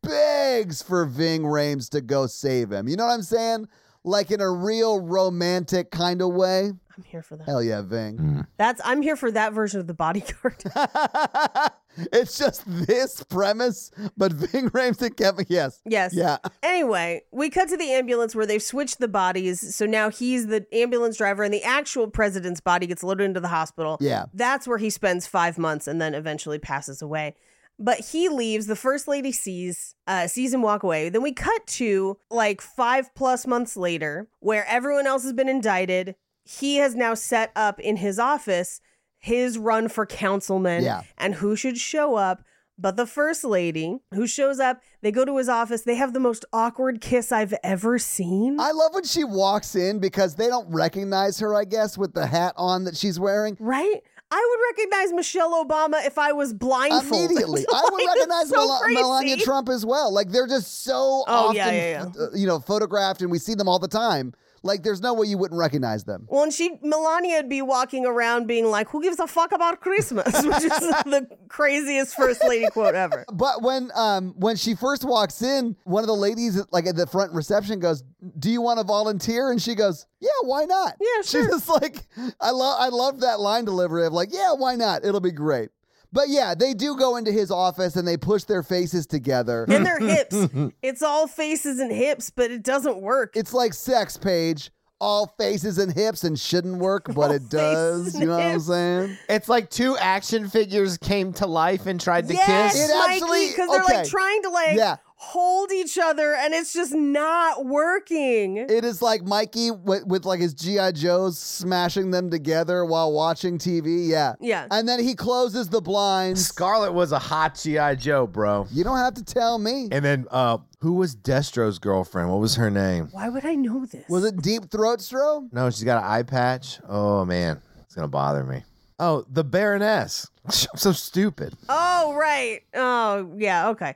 Speaker 3: begs for Ving Rames to go save him. You know what I'm saying? Like in a real romantic kind of way.
Speaker 4: I'm here for that.
Speaker 3: Hell yeah, Ving.
Speaker 4: That's I'm here for that version of the bodyguard.
Speaker 3: it's just this premise, but Ving Rhames and Kevin. Yes.
Speaker 4: yes.
Speaker 3: Yeah.
Speaker 4: Anyway, we cut to the ambulance where they've switched the bodies. So now he's the ambulance driver and the actual president's body gets loaded into the hospital.
Speaker 3: Yeah.
Speaker 4: That's where he spends five months and then eventually passes away. But he leaves. The first lady sees uh, sees him walk away. Then we cut to like five plus months later, where everyone else has been indicted. He has now set up in his office his run for councilman.
Speaker 3: Yeah.
Speaker 4: And who should show up? But the first lady who shows up, they go to his office. They have the most awkward kiss I've ever seen.
Speaker 3: I love when she walks in because they don't recognize her, I guess, with the hat on that she's wearing.
Speaker 4: right? I would recognize Michelle Obama if I was blindfolded.
Speaker 3: Immediately. I would
Speaker 4: Like, it's
Speaker 3: recognize
Speaker 4: so
Speaker 3: Mel-
Speaker 4: crazy.
Speaker 3: Melania Trump as well. Like they're just so
Speaker 4: Oh,
Speaker 3: often,
Speaker 4: yeah, yeah, yeah.
Speaker 3: uh, you know, photographed and we see them all the time. Like there's no way you wouldn't recognize them.
Speaker 4: Well, and she Melania would be walking around being like, "Who gives a fuck about Christmas?" Which is the craziest first lady quote ever.
Speaker 3: But when um when she first walks in, one of the ladies like at the front reception goes, "Do you want to volunteer?" And she goes, "Yeah, why not?"
Speaker 4: Yeah, sure.
Speaker 3: She's just like, I love I love that line delivery of like, "Yeah, why not? It'll be great." But yeah, they do go into his office and they push their faces together.
Speaker 4: And their hips. It's all faces and hips, but it doesn't work.
Speaker 3: it's like sex, Paige. All faces and hips and shouldn't work, but it does.
Speaker 4: faces
Speaker 3: You know what
Speaker 4: and
Speaker 3: I'm saying?
Speaker 5: it's like two action figures came to life and tried to
Speaker 4: yes,
Speaker 5: kiss.
Speaker 3: It
Speaker 4: Mikey,
Speaker 3: actually-
Speaker 4: because they're
Speaker 3: okay.
Speaker 4: like trying to like
Speaker 3: Yeah.
Speaker 4: hold each other and it's just not working.
Speaker 3: It is like Mikey with, with like his GI Joes smashing them together while watching TV. Yeah.
Speaker 4: Yeah.
Speaker 3: And then he closes the blinds.
Speaker 5: Scarlet was a hot GI Joe, bro.
Speaker 3: You don't have to tell me.
Speaker 5: And then uh, who was Destro's girlfriend? What was her name?
Speaker 4: Why would I know this?
Speaker 3: Was it deep throat stroke?
Speaker 5: No, she's got an eye patch. Oh man, it's gonna bother me. Oh, the Baroness. I'm so stupid.
Speaker 4: Oh, right. Oh, yeah. Okay.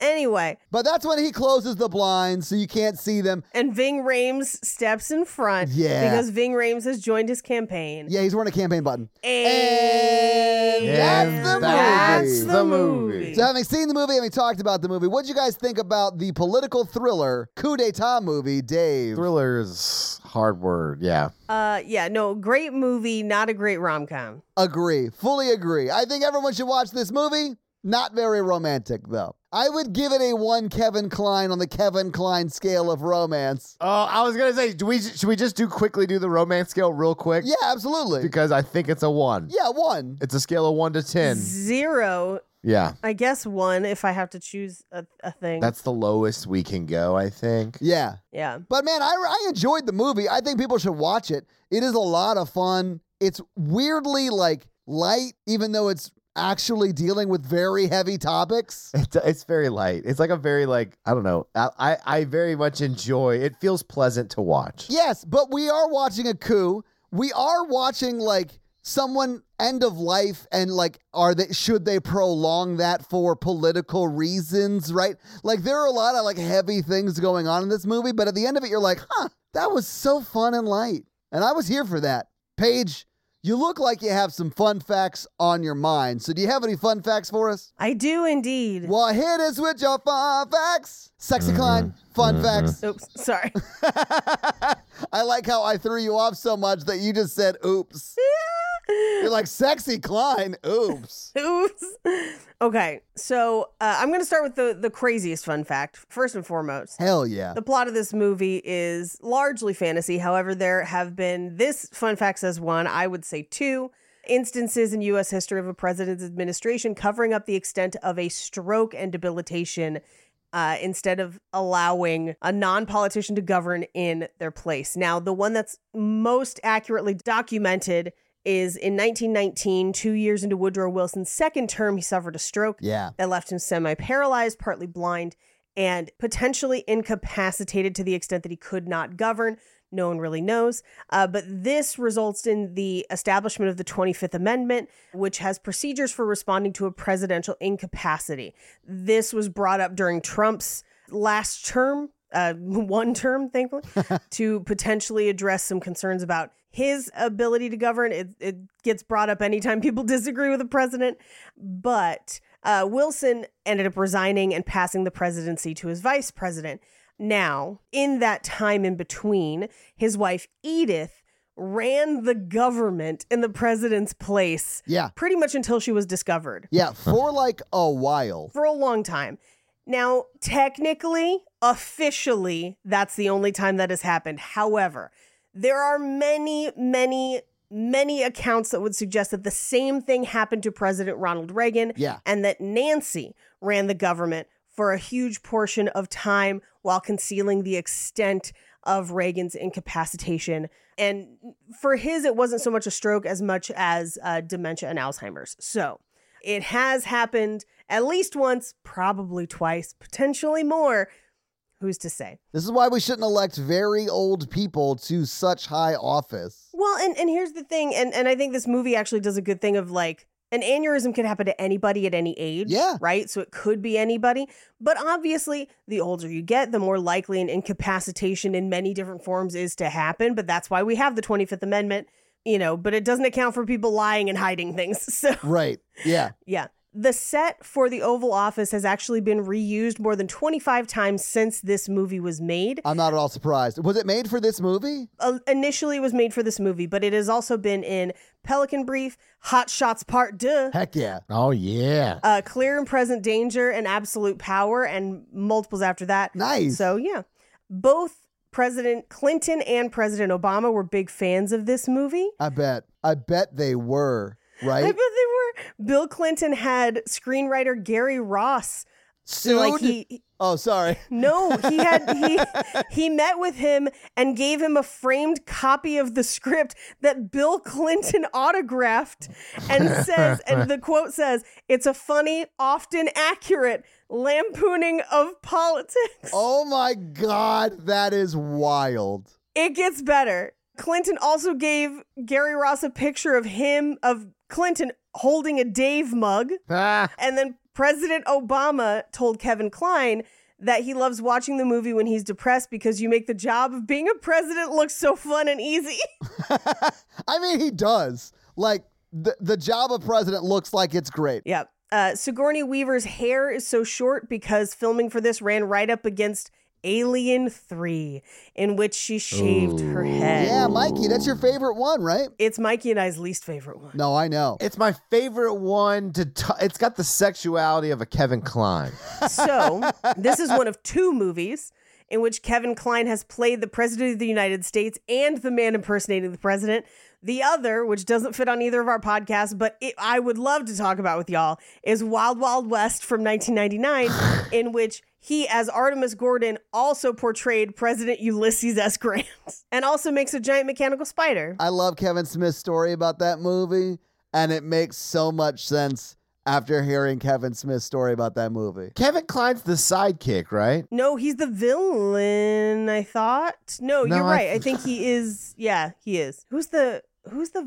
Speaker 4: Anyway,
Speaker 3: But that's when he closes the blinds so you can't see them.
Speaker 4: and Ving Rames steps in front
Speaker 3: Yeah.
Speaker 4: because Ving Rames has joined his campaign.
Speaker 3: Yeah, he's wearing a campaign button.
Speaker 4: And,
Speaker 5: And
Speaker 3: that's the
Speaker 4: that's
Speaker 5: movie.
Speaker 3: So, having seen the movie, having talked about the movie, what would you guys think about the political thriller coup d'etat movie, Dave?
Speaker 5: Thrillers, hard word. Yeah.
Speaker 4: Uh, yeah, no, great movie, not a great rom com.
Speaker 3: Agree. Fully agree. I think everyone should watch this movie. Not very romantic, though. I would give it a one Kevin Klein on the Kevin Klein scale of romance.
Speaker 5: Oh, I was gonna say, do we should we just do quickly do the romance scale real quick?
Speaker 3: Yeah, absolutely.
Speaker 5: Because I think it's a one.
Speaker 3: yeah, one.
Speaker 5: It's a scale of one to ten.
Speaker 4: Zero,
Speaker 5: Yeah.
Speaker 4: I guess one if I have to choose a, a thing.
Speaker 5: That's the lowest we can go, I think.
Speaker 3: Yeah.
Speaker 4: yeah.
Speaker 3: But man, I, I enjoyed the movie. I think people should watch it. It is a lot of fun. It's weirdly like light, even though it's actually dealing with very heavy topics.
Speaker 5: It- It's very light. It's like a very like I don't know. I I, I very much enjoy. It feels pleasant to watch.
Speaker 3: Yes, but we are watching a coup. We are watching like someone end of life and like are they should they prolong that for political reasons, right? Like there are a lot of like heavy things going on in this movie, but at the end of it you're like, "Huh, that was so fun and light." And I was here for that. Paige, you look like you have some fun facts on your mind. So do you have any fun facts for us?
Speaker 4: I do indeed.
Speaker 3: Well, hit us with your fun facts. Sexy Klein, fun facts.
Speaker 4: Oops, sorry.
Speaker 3: I like how I threw you off so much that you just said oops. You're like sexy Klein, oops.
Speaker 4: Oops. Okay, so uh, I'm going to start with the, the craziest fun fact, first and foremost.
Speaker 3: Hell yeah.
Speaker 4: The plot of this movie is largely fantasy. However, there have been, this fun fact says one, I would say two instances in U.S. history of a president's administration covering up the extent of a stroke and debilitation. Uh, instead of allowing a non politician to govern in their place. Now, the one that's most accurately documented is in 1919, two years into Woodrow Wilson's second term, he suffered a stroke
Speaker 3: Yeah.
Speaker 4: that left him semi paralyzed, partly blind, and potentially incapacitated to the extent that he could not govern. No one really knows. Uh, but this results in the establishment of the 25th Amendment, which has procedures for responding to a presidential incapacity. This was brought up during Trump's last term, uh, one term, thankfully, to potentially address some concerns about his ability to govern. It, it gets brought up anytime people disagree with the president. But uh, Wilson ended up resigning and passing the presidency to his vice president. Now, in that time in between, his wife Edith ran the government in the president's place
Speaker 3: Yeah.
Speaker 4: pretty much until she was discovered
Speaker 3: Yeah. For like a while.
Speaker 4: for a long time. Now, technically, officially, that's the only time that has happened. However, there are many, many, many accounts that would suggest that the same thing happened to President Ronald Reagan
Speaker 3: Yeah.
Speaker 4: and that Nancy ran the government for a huge portion of time while concealing the extent of Reagan's incapacitation. And for his, it wasn't so much a stroke as much as uh, dementia and Alzheimer's. So it has happened at least once, probably twice, potentially more. Who's to say?
Speaker 3: This is why we shouldn't elect very old people to such high office.
Speaker 4: Well, and and here's the thing, and and I think this movie actually does a good thing of like an aneurysm can happen to anybody at any age.
Speaker 3: Yeah.
Speaker 4: Right? So it could be anybody. But obviously, the older you get, the more likely an incapacitation in many different forms is to happen. But that's why we have the 25th Amendment, you know, but it doesn't account for people lying and hiding things. So
Speaker 3: Right. Yeah.
Speaker 4: yeah. The set for the Oval Office has actually been reused more than 25 times since this movie was made.
Speaker 3: I'm not at all surprised. Was it made for this movie?
Speaker 4: uh, initially was made for this movie, but it has also been in Pelican Brief, Hot Shots Part Deux,
Speaker 3: Heck yeah.
Speaker 5: Oh yeah.
Speaker 4: uh, Clear and Present Danger, and Absolute Power, and multiples after that.
Speaker 3: Nice.
Speaker 4: So yeah, both President Clinton and President Obama were big fans of this movie.
Speaker 3: I bet. I bet they were,
Speaker 4: I
Speaker 3: right?
Speaker 4: bet they were. Bill Clinton had screenwriter Gary Ross So
Speaker 3: Sued?
Speaker 4: like he
Speaker 3: oh, sorry.
Speaker 4: no, he had he he met with him and gave him a framed copy of the script that Bill Clinton autographed and says and the quote says, "It's a funny, often accurate lampooning of politics."
Speaker 3: Oh my God, that is wild.
Speaker 4: It gets better. Clinton also gave Gary Ross a picture of him, of Clinton holding a Dave mug.
Speaker 5: Ah,
Speaker 4: And then President Obama told Kevin Klein that he loves watching the movie when he's depressed because you make the job of being a president look so fun and easy.
Speaker 3: I mean, he does. Like, the, the job of president looks like it's great.
Speaker 4: Yep. Uh, Sigourney Weaver's hair is so short because filming for this ran right up against Alien 3, in which she shaved her head.
Speaker 3: Yeah, Mikey, that's your favorite one, right?
Speaker 4: It's Mikey and I's least favorite one.
Speaker 3: No, I know.
Speaker 5: it's my favorite one. To t- it's got the sexuality of a Kevin Klein.
Speaker 4: So, this is one of two movies in which Kevin Klein has played the President of the United States and the man impersonating the president. The other, which doesn't fit on either of our podcasts, but it, I would love to talk about with y'all, is Wild Wild West from 1999, in which he, as Artemis Gordon, also portrayed President Ulysses S. Grant and also makes a giant mechanical spider.
Speaker 3: I love Kevin Smith's story about that movie, and it makes so much sense after hearing Kevin Smith's story about that movie.
Speaker 5: Kevin Klein's the sidekick, right?
Speaker 4: No, he's the villain. I thought. No,
Speaker 5: No,
Speaker 4: you're
Speaker 5: I-
Speaker 4: right. I think he is. Yeah, he is. Who's the Who's the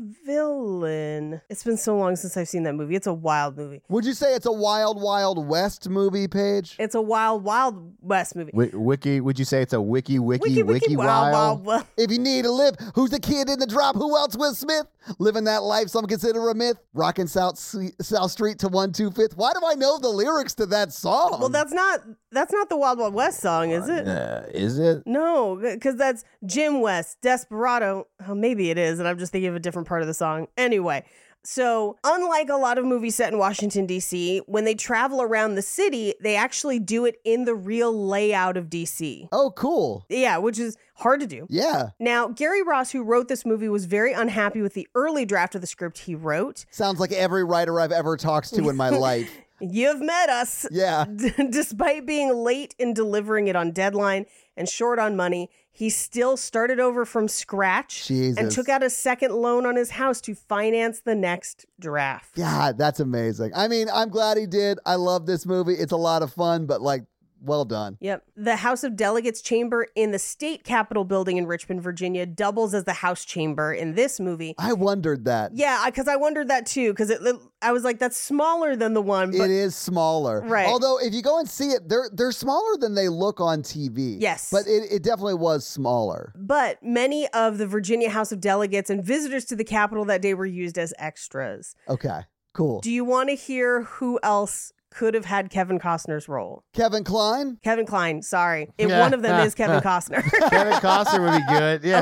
Speaker 4: villain? It's been so long since I've seen that movie. It's a wild movie.
Speaker 3: Would you say it's a Wild Wild West movie, Paige?
Speaker 4: It's a wild, wild west movie.
Speaker 5: Wi- wiki? Would you say it's a wiki, wiki, wiki,
Speaker 4: wild, wild,
Speaker 5: wild?
Speaker 4: wild.
Speaker 3: If you need a lift, who's the kid in the drop? Who else? Will Smith? Living that life some consider a myth. Rocking South Se- South Street to one two fifth. Why do I know the lyrics to that song?
Speaker 4: Well, that's not that's not the Wild Wild West song, is it?
Speaker 5: Uh, is it?
Speaker 4: No, because that's Jim West, Desperado. Oh, maybe it is, and I'm just thinking of a different part of the song. Anyway, so unlike a lot of movies set in Washington, D.C., when they travel around the city, they actually do it in the real layout of D.C.
Speaker 3: oh, cool.
Speaker 4: Yeah, which is hard to do.
Speaker 3: Yeah,
Speaker 4: Now, Gary Ross, who wrote this movie, was very unhappy with the early draft of the script he wrote.
Speaker 3: sounds like every writer I've ever talked to in my life.
Speaker 4: You've met us.
Speaker 3: Yeah.
Speaker 4: D- Despite being late in delivering it on deadline and short on money, he still started over from scratch and
Speaker 3: Jesus.
Speaker 4: took out a second loan on his house to finance the next draft.
Speaker 3: God, that's amazing. I mean, I'm glad he did. I love this movie. It's a lot of fun, but like, well done.
Speaker 4: Yep. The House of Delegates chamber in the state capitol building in Richmond, Virginia doubles as the House chamber in this movie.
Speaker 3: I wondered that.
Speaker 4: Yeah, because I, wondered that too. Because it, I was like, that's smaller than the one. But
Speaker 3: it is smaller.
Speaker 4: Right.
Speaker 3: Although if you go and see it, they're they're smaller than they look on TV.
Speaker 4: Yes.
Speaker 3: But it, it definitely was smaller.
Speaker 4: But many of the Virginia House of Delegates and visitors to the Capitol that day were used as extras.
Speaker 3: Okay. Cool.
Speaker 4: Do you want to hear who else could have had Kevin Costner's role?
Speaker 3: Kevin Klein?
Speaker 4: Kevin Klein, sorry. If one of them is Kevin Costner.
Speaker 5: Kevin Costner would be good. Yeah.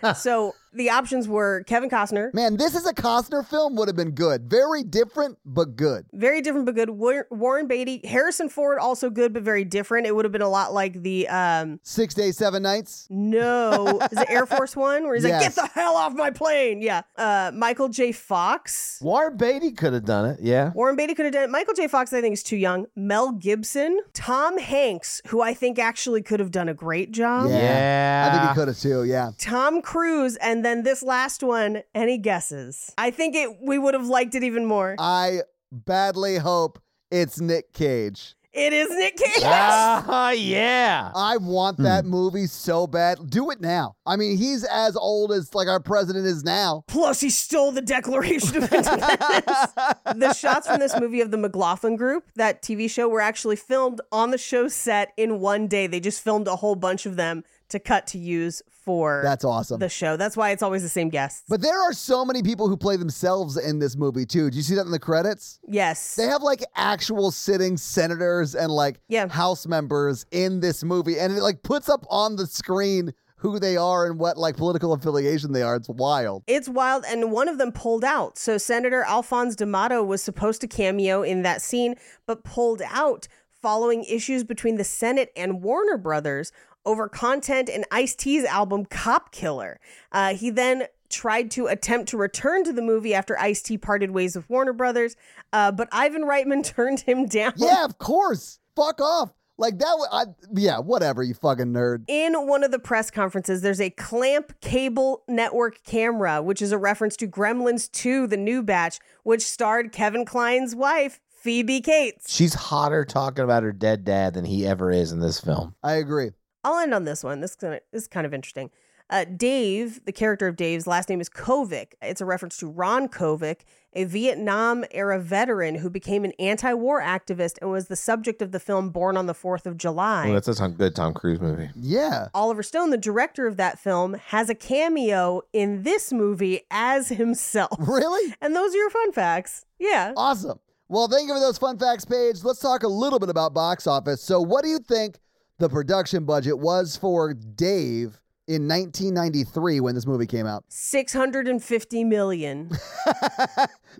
Speaker 4: okay. So the options were Kevin Costner,
Speaker 3: Man, this is a Costner film would have been good. Very different, but good.
Speaker 4: very different but good. War- Warren Beatty, Harrison Ford, also good but very different. It would have been a lot like the um
Speaker 3: Six days, seven nights.
Speaker 4: no, is it Air Force One where he's like, "Get
Speaker 3: Yes.
Speaker 4: the hell off my plane!" Yeah. Uh, Michael J. Fox.
Speaker 5: Warren Beatty could have done it. Yeah.
Speaker 4: Warren Beatty could have done it. Michael J. Fox, I think, is too young. Mel Gibson, Tom Hanks, who I think actually could have done a great job.
Speaker 3: I think
Speaker 5: Yeah.
Speaker 3: he could have too, yeah.
Speaker 4: Tom Cruise, and then this last one. Any guesses? I think it. We would have liked it even more.
Speaker 3: I badly hope it's Nick Cage.
Speaker 4: it is Nick Cage.
Speaker 5: Ah, yeah.
Speaker 3: I want that movie so bad. Do it now. I mean, he's as old as like our president is now.
Speaker 4: Plus, he stole the Declaration of Independence. the shots from this movie of the McLaughlin Group, that TV show, were actually filmed on the show set in one day. They just filmed a whole bunch of them to cut to use for
Speaker 3: That's awesome.
Speaker 4: the show. That's why it's always the same guests.
Speaker 3: But there are so many people who play themselves in this movie too. Do you see that in the credits?
Speaker 4: yes.
Speaker 3: They have like actual sitting senators and like
Speaker 4: Yeah.
Speaker 3: house members in this movie, and it like puts up on the screen who they are and what like political affiliation they are. It's wild.
Speaker 4: It's wild, and one of them pulled out. So Senator Alphonse D'Amato was supposed to cameo in that scene, but pulled out following issues between the Senate and Warner Brothers over content in Ice T's album Cop Killer. Uh, he then tried to attempt to return to the movie after Ice T parted ways with Warner Brothers, uh, but Ivan Reitman turned him down.
Speaker 3: Yeah, of course. fuck off. Like that. wa- I, yeah, whatever. You fucking nerd.
Speaker 4: In one of the press conferences, there's a clamp cable network camera, which is a reference to Gremlins 2, the new batch, which starred Kevin Kline's wife, Phoebe Cates.
Speaker 5: She's hotter talking about her dead dad than he ever is in this film.
Speaker 3: I agree.
Speaker 4: I'll end on this one. This is, gonna, this is kind of interesting. Uh, Dave, the character of Dave's last name is Kovic. It's a reference to Ron Kovic, a Vietnam era veteran who became an anti war activist and was the subject of the film Born on the Fourth of July.
Speaker 5: Well, that's a Tom- good Tom Cruise movie.
Speaker 3: Yeah.
Speaker 4: Oliver Stone, the director of that film, has a cameo in this movie as himself.
Speaker 3: Really?
Speaker 4: And those are your fun facts. Yeah.
Speaker 3: Awesome. Well, thank you for those fun facts, Paige. Let's talk a little bit about box office. So, what do you think the production budget was for Dave in 1993 when this movie came out?
Speaker 4: 650 million.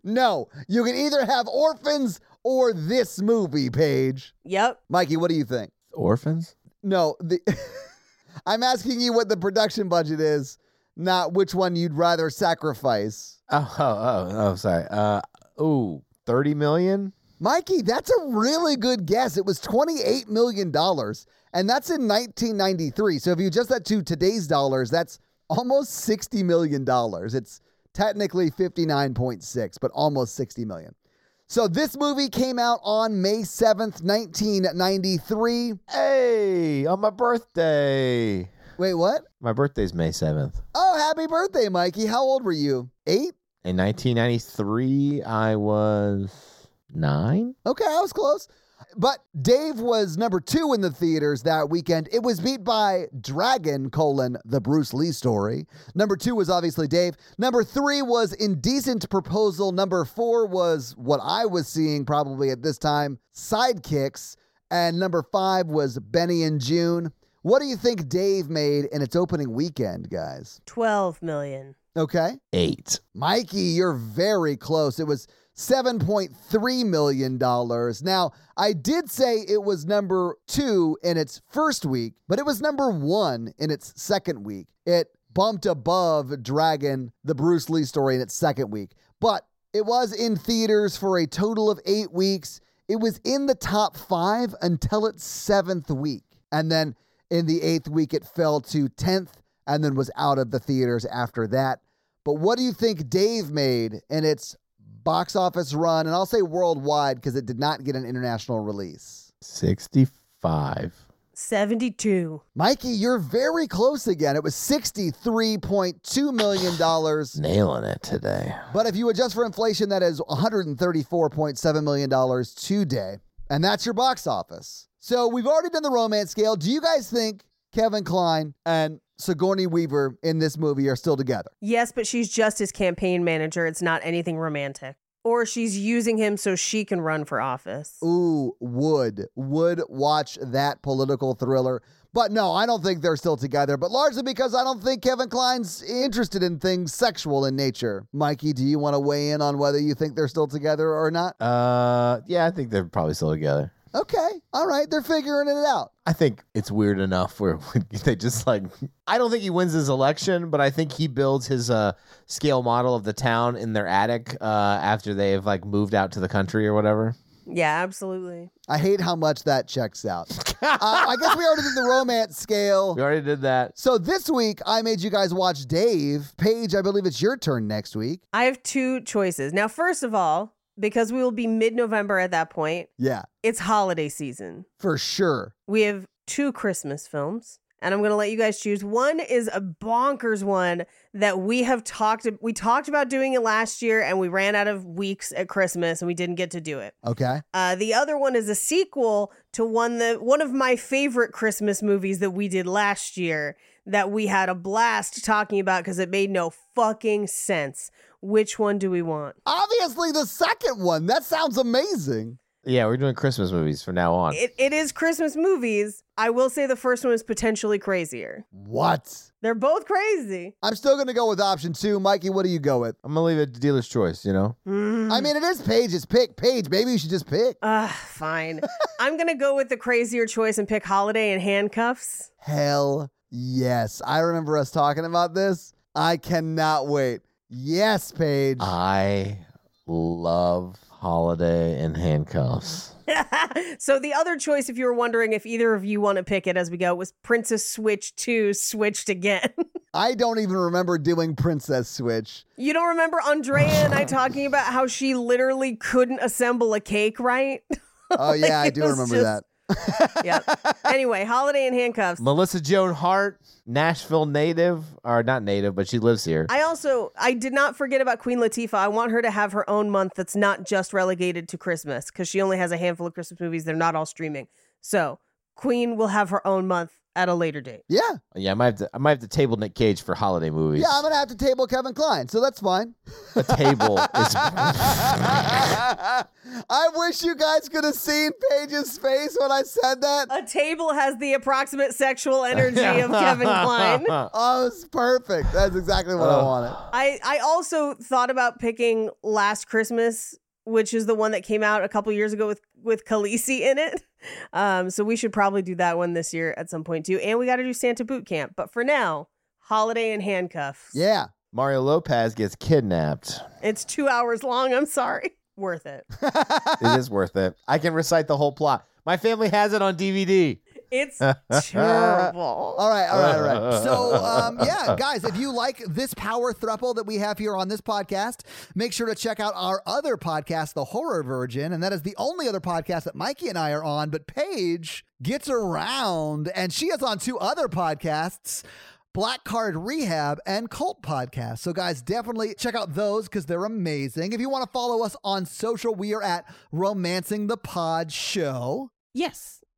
Speaker 3: no, you can either have orphans or this movie, Paige.
Speaker 4: yep.
Speaker 3: Mikey, what do you think?
Speaker 5: Orphans?
Speaker 3: No, the I'm asking you what the production budget is, not which one you'd rather sacrifice.
Speaker 5: Oh, oh, oh, oh sorry. Uh, ooh, 30 million?
Speaker 3: Mikey, that's a really good guess. It was $28 million, and that's in 1993. So if you adjust that to today's dollars, that's almost $60 million. It's technically 59.6, but almost 60 million. So this movie came out on May 7th, 1993.
Speaker 5: Hey, on my birthday.
Speaker 3: Wait, what?
Speaker 5: My birthday's May 7th.
Speaker 3: Oh, happy birthday, Mikey. How old were you? Eight?
Speaker 5: In 1993, I was nine.
Speaker 3: Okay, I was close. But Dave was number two in the theaters that weekend. It was beat by Dragon, colon, the Bruce Lee story. Number two was obviously Dave. Number three was Indecent Proposal. Number four was what I was seeing probably at this time, Sidekicks. And number five was Benny and June. What do you think Dave made in its opening weekend, guys?
Speaker 4: 12 million.
Speaker 3: Okay.
Speaker 5: Eight.
Speaker 3: Mikey, you're very close. It was $7.3 million. Now, I did say it was number two in its first week, but it was number one in its second week. It bumped above Dragon, the Bruce Lee story, in its second week. But it was in theaters for a total of eight weeks. It was in the top five until its seventh week. And then in the eighth week, it fell to 10th and then was out of the theaters after that. But what do you think Dave made in its box office run? And I'll say worldwide because it did not get an international release.
Speaker 5: 65.
Speaker 4: 72.
Speaker 3: Mikey, you're very close again. It was $63.2 million.
Speaker 5: Nailing it today.
Speaker 3: But if you adjust for inflation, that is $134.7 million today. And that's your box office. So we've already done the romance scale. Do you guys think Kevin Klein and Sigourney Weaver in this movie are still together?
Speaker 4: Yes, but she's just his campaign manager. It's not anything romantic. Or she's using him so she can run for office.
Speaker 3: Ooh, would would watch that political thriller. But no, I don't think they're still together, but largely because I don't think Kevin Klein's interested in things sexual in nature. Mikey, do you want to weigh in on whether you think they're still together or not?
Speaker 5: Uh, yeah, I think they're probably still together.
Speaker 3: Okay. All right, they're figuring it out.
Speaker 5: I think it's weird enough where they just like. I don't think he wins his election, but I think he builds his uh, scale model of the town in their attic uh, after they've like moved out to the country or whatever.
Speaker 4: Yeah, absolutely.
Speaker 3: I hate how much that checks out. uh, I guess we already did the romance
Speaker 5: We
Speaker 3: scale.
Speaker 5: already did that.
Speaker 3: So this week, I made you guys watch Dave. Paige, I believe it's your turn next week.
Speaker 4: I have two choices. Now, first of all, because we will be mid November at that point,
Speaker 3: Yeah,
Speaker 4: it's holiday season.
Speaker 3: for sure.
Speaker 4: We have two Christmas films, and I'm going to let you guys choose. One is a bonkers one that we have talked we talked about doing it last year and we ran out of weeks at Christmas and we didn't get to do it.
Speaker 3: Okay.
Speaker 4: Uh, the other one is a sequel to one that one of my favorite Christmas movies that we did last year that we had a blast talking about because it made no fucking sense. Which one do we want?
Speaker 3: Obviously, the second one. That sounds amazing.
Speaker 5: Yeah, we're doing Christmas movies from now on.
Speaker 4: It, it is Christmas movies. I will say the first one is potentially crazier.
Speaker 3: What?
Speaker 4: They're both crazy.
Speaker 3: I'm still going to go with option two. Mikey, what do you go with?
Speaker 5: I'm gonna leave it to dealer's choice. You know,
Speaker 3: I mean, it is Paige's pick. Paige, maybe you should just pick.
Speaker 4: Ugh, fine. I'm gonna go with the crazier choice and pick Holiday and Handcuffs.
Speaker 3: Hell yes. I remember us talking about this.
Speaker 5: Uh.
Speaker 3: I cannot wait. Yes, Paige.
Speaker 5: I love Holiday in handcuffs.
Speaker 4: so the other choice, if you were wondering if either of you want to pick it as we go, was Princess Switch 2 switched again.
Speaker 3: I don't even remember doing Princess Switch.
Speaker 4: you don't remember Andrea and I talking about how she literally couldn't assemble a cake, right?
Speaker 3: Oh yeah, I
Speaker 4: It
Speaker 3: do
Speaker 4: was
Speaker 3: remember
Speaker 4: just-
Speaker 3: that.
Speaker 4: yep. Anyway, Holiday in Handcuffs.
Speaker 5: Melissa Joan Hart, Nashville native, or not native, but she lives here.
Speaker 4: I also I did not forget about Queen Latifah. I want her to have her own month that's not just relegated to Christmas because she only has a handful of Christmas movies. They're not all streaming. So Queen will have her own month at a later date.
Speaker 3: Yeah,
Speaker 5: yeah, I might have to, I might have to table Nick Cage for holiday movies.
Speaker 3: yeah, I'm gonna have to table Kevin Klein, so that's fine.
Speaker 5: a table is
Speaker 3: I wish you guys could have seen Paige's face when I said that.
Speaker 4: A table has the approximate sexual energy of Kevin Klein.
Speaker 3: Oh, it's perfect. That's exactly what I wanted.
Speaker 4: I I also thought about picking Last Christmas, which is the one that came out a couple years ago with with Khaleesi in it. Um, so we should probably do that one this year at some point too. And we got to do Santa Boot Camp, but for now, Holiday in Handcuffs.
Speaker 3: Yeah.
Speaker 5: Mario Lopez gets kidnapped.
Speaker 4: It's two hours long. I'm sorry. Worth it.
Speaker 5: It is worth it. I can recite the whole plot. My family has it on DVD.
Speaker 4: It's terrible.
Speaker 3: All right, all right, all right. So, um, yeah, guys, if you like this power thruple that we have here on this podcast, make sure to check out our other podcast, The Horror Virgin, and that is the only other podcast that Mikey and I are on. But Paige gets around, and she is on two other podcasts. Black Card Rehab and Cult Podcast. So, guys, definitely check out those because they're amazing. If you want to follow us on social, we are at Romancing the Pod Show
Speaker 4: Yes.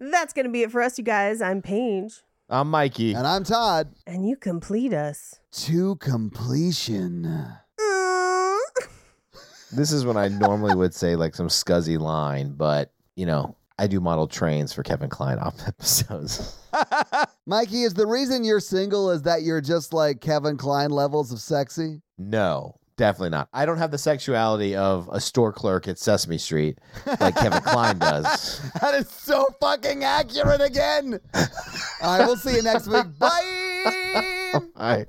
Speaker 4: That's going to be it for us, you guys. I'm Paige,
Speaker 5: I'm Mikey.
Speaker 3: And I'm Todd.
Speaker 4: and you complete us.
Speaker 3: To completion.
Speaker 5: This is when I normally would say like some scuzzy line, but you know, I do model trains for Kevin Klein op episodes.
Speaker 3: Mikey, is the reason you're single is that you're just like Kevin Klein levels of sexy?
Speaker 5: No, definitely not. I don't have the sexuality of a store clerk at Sesame Street like Kevin Klein does.
Speaker 3: That is so fucking accurate again. All right, we'll see you next week. Bye.
Speaker 5: All right.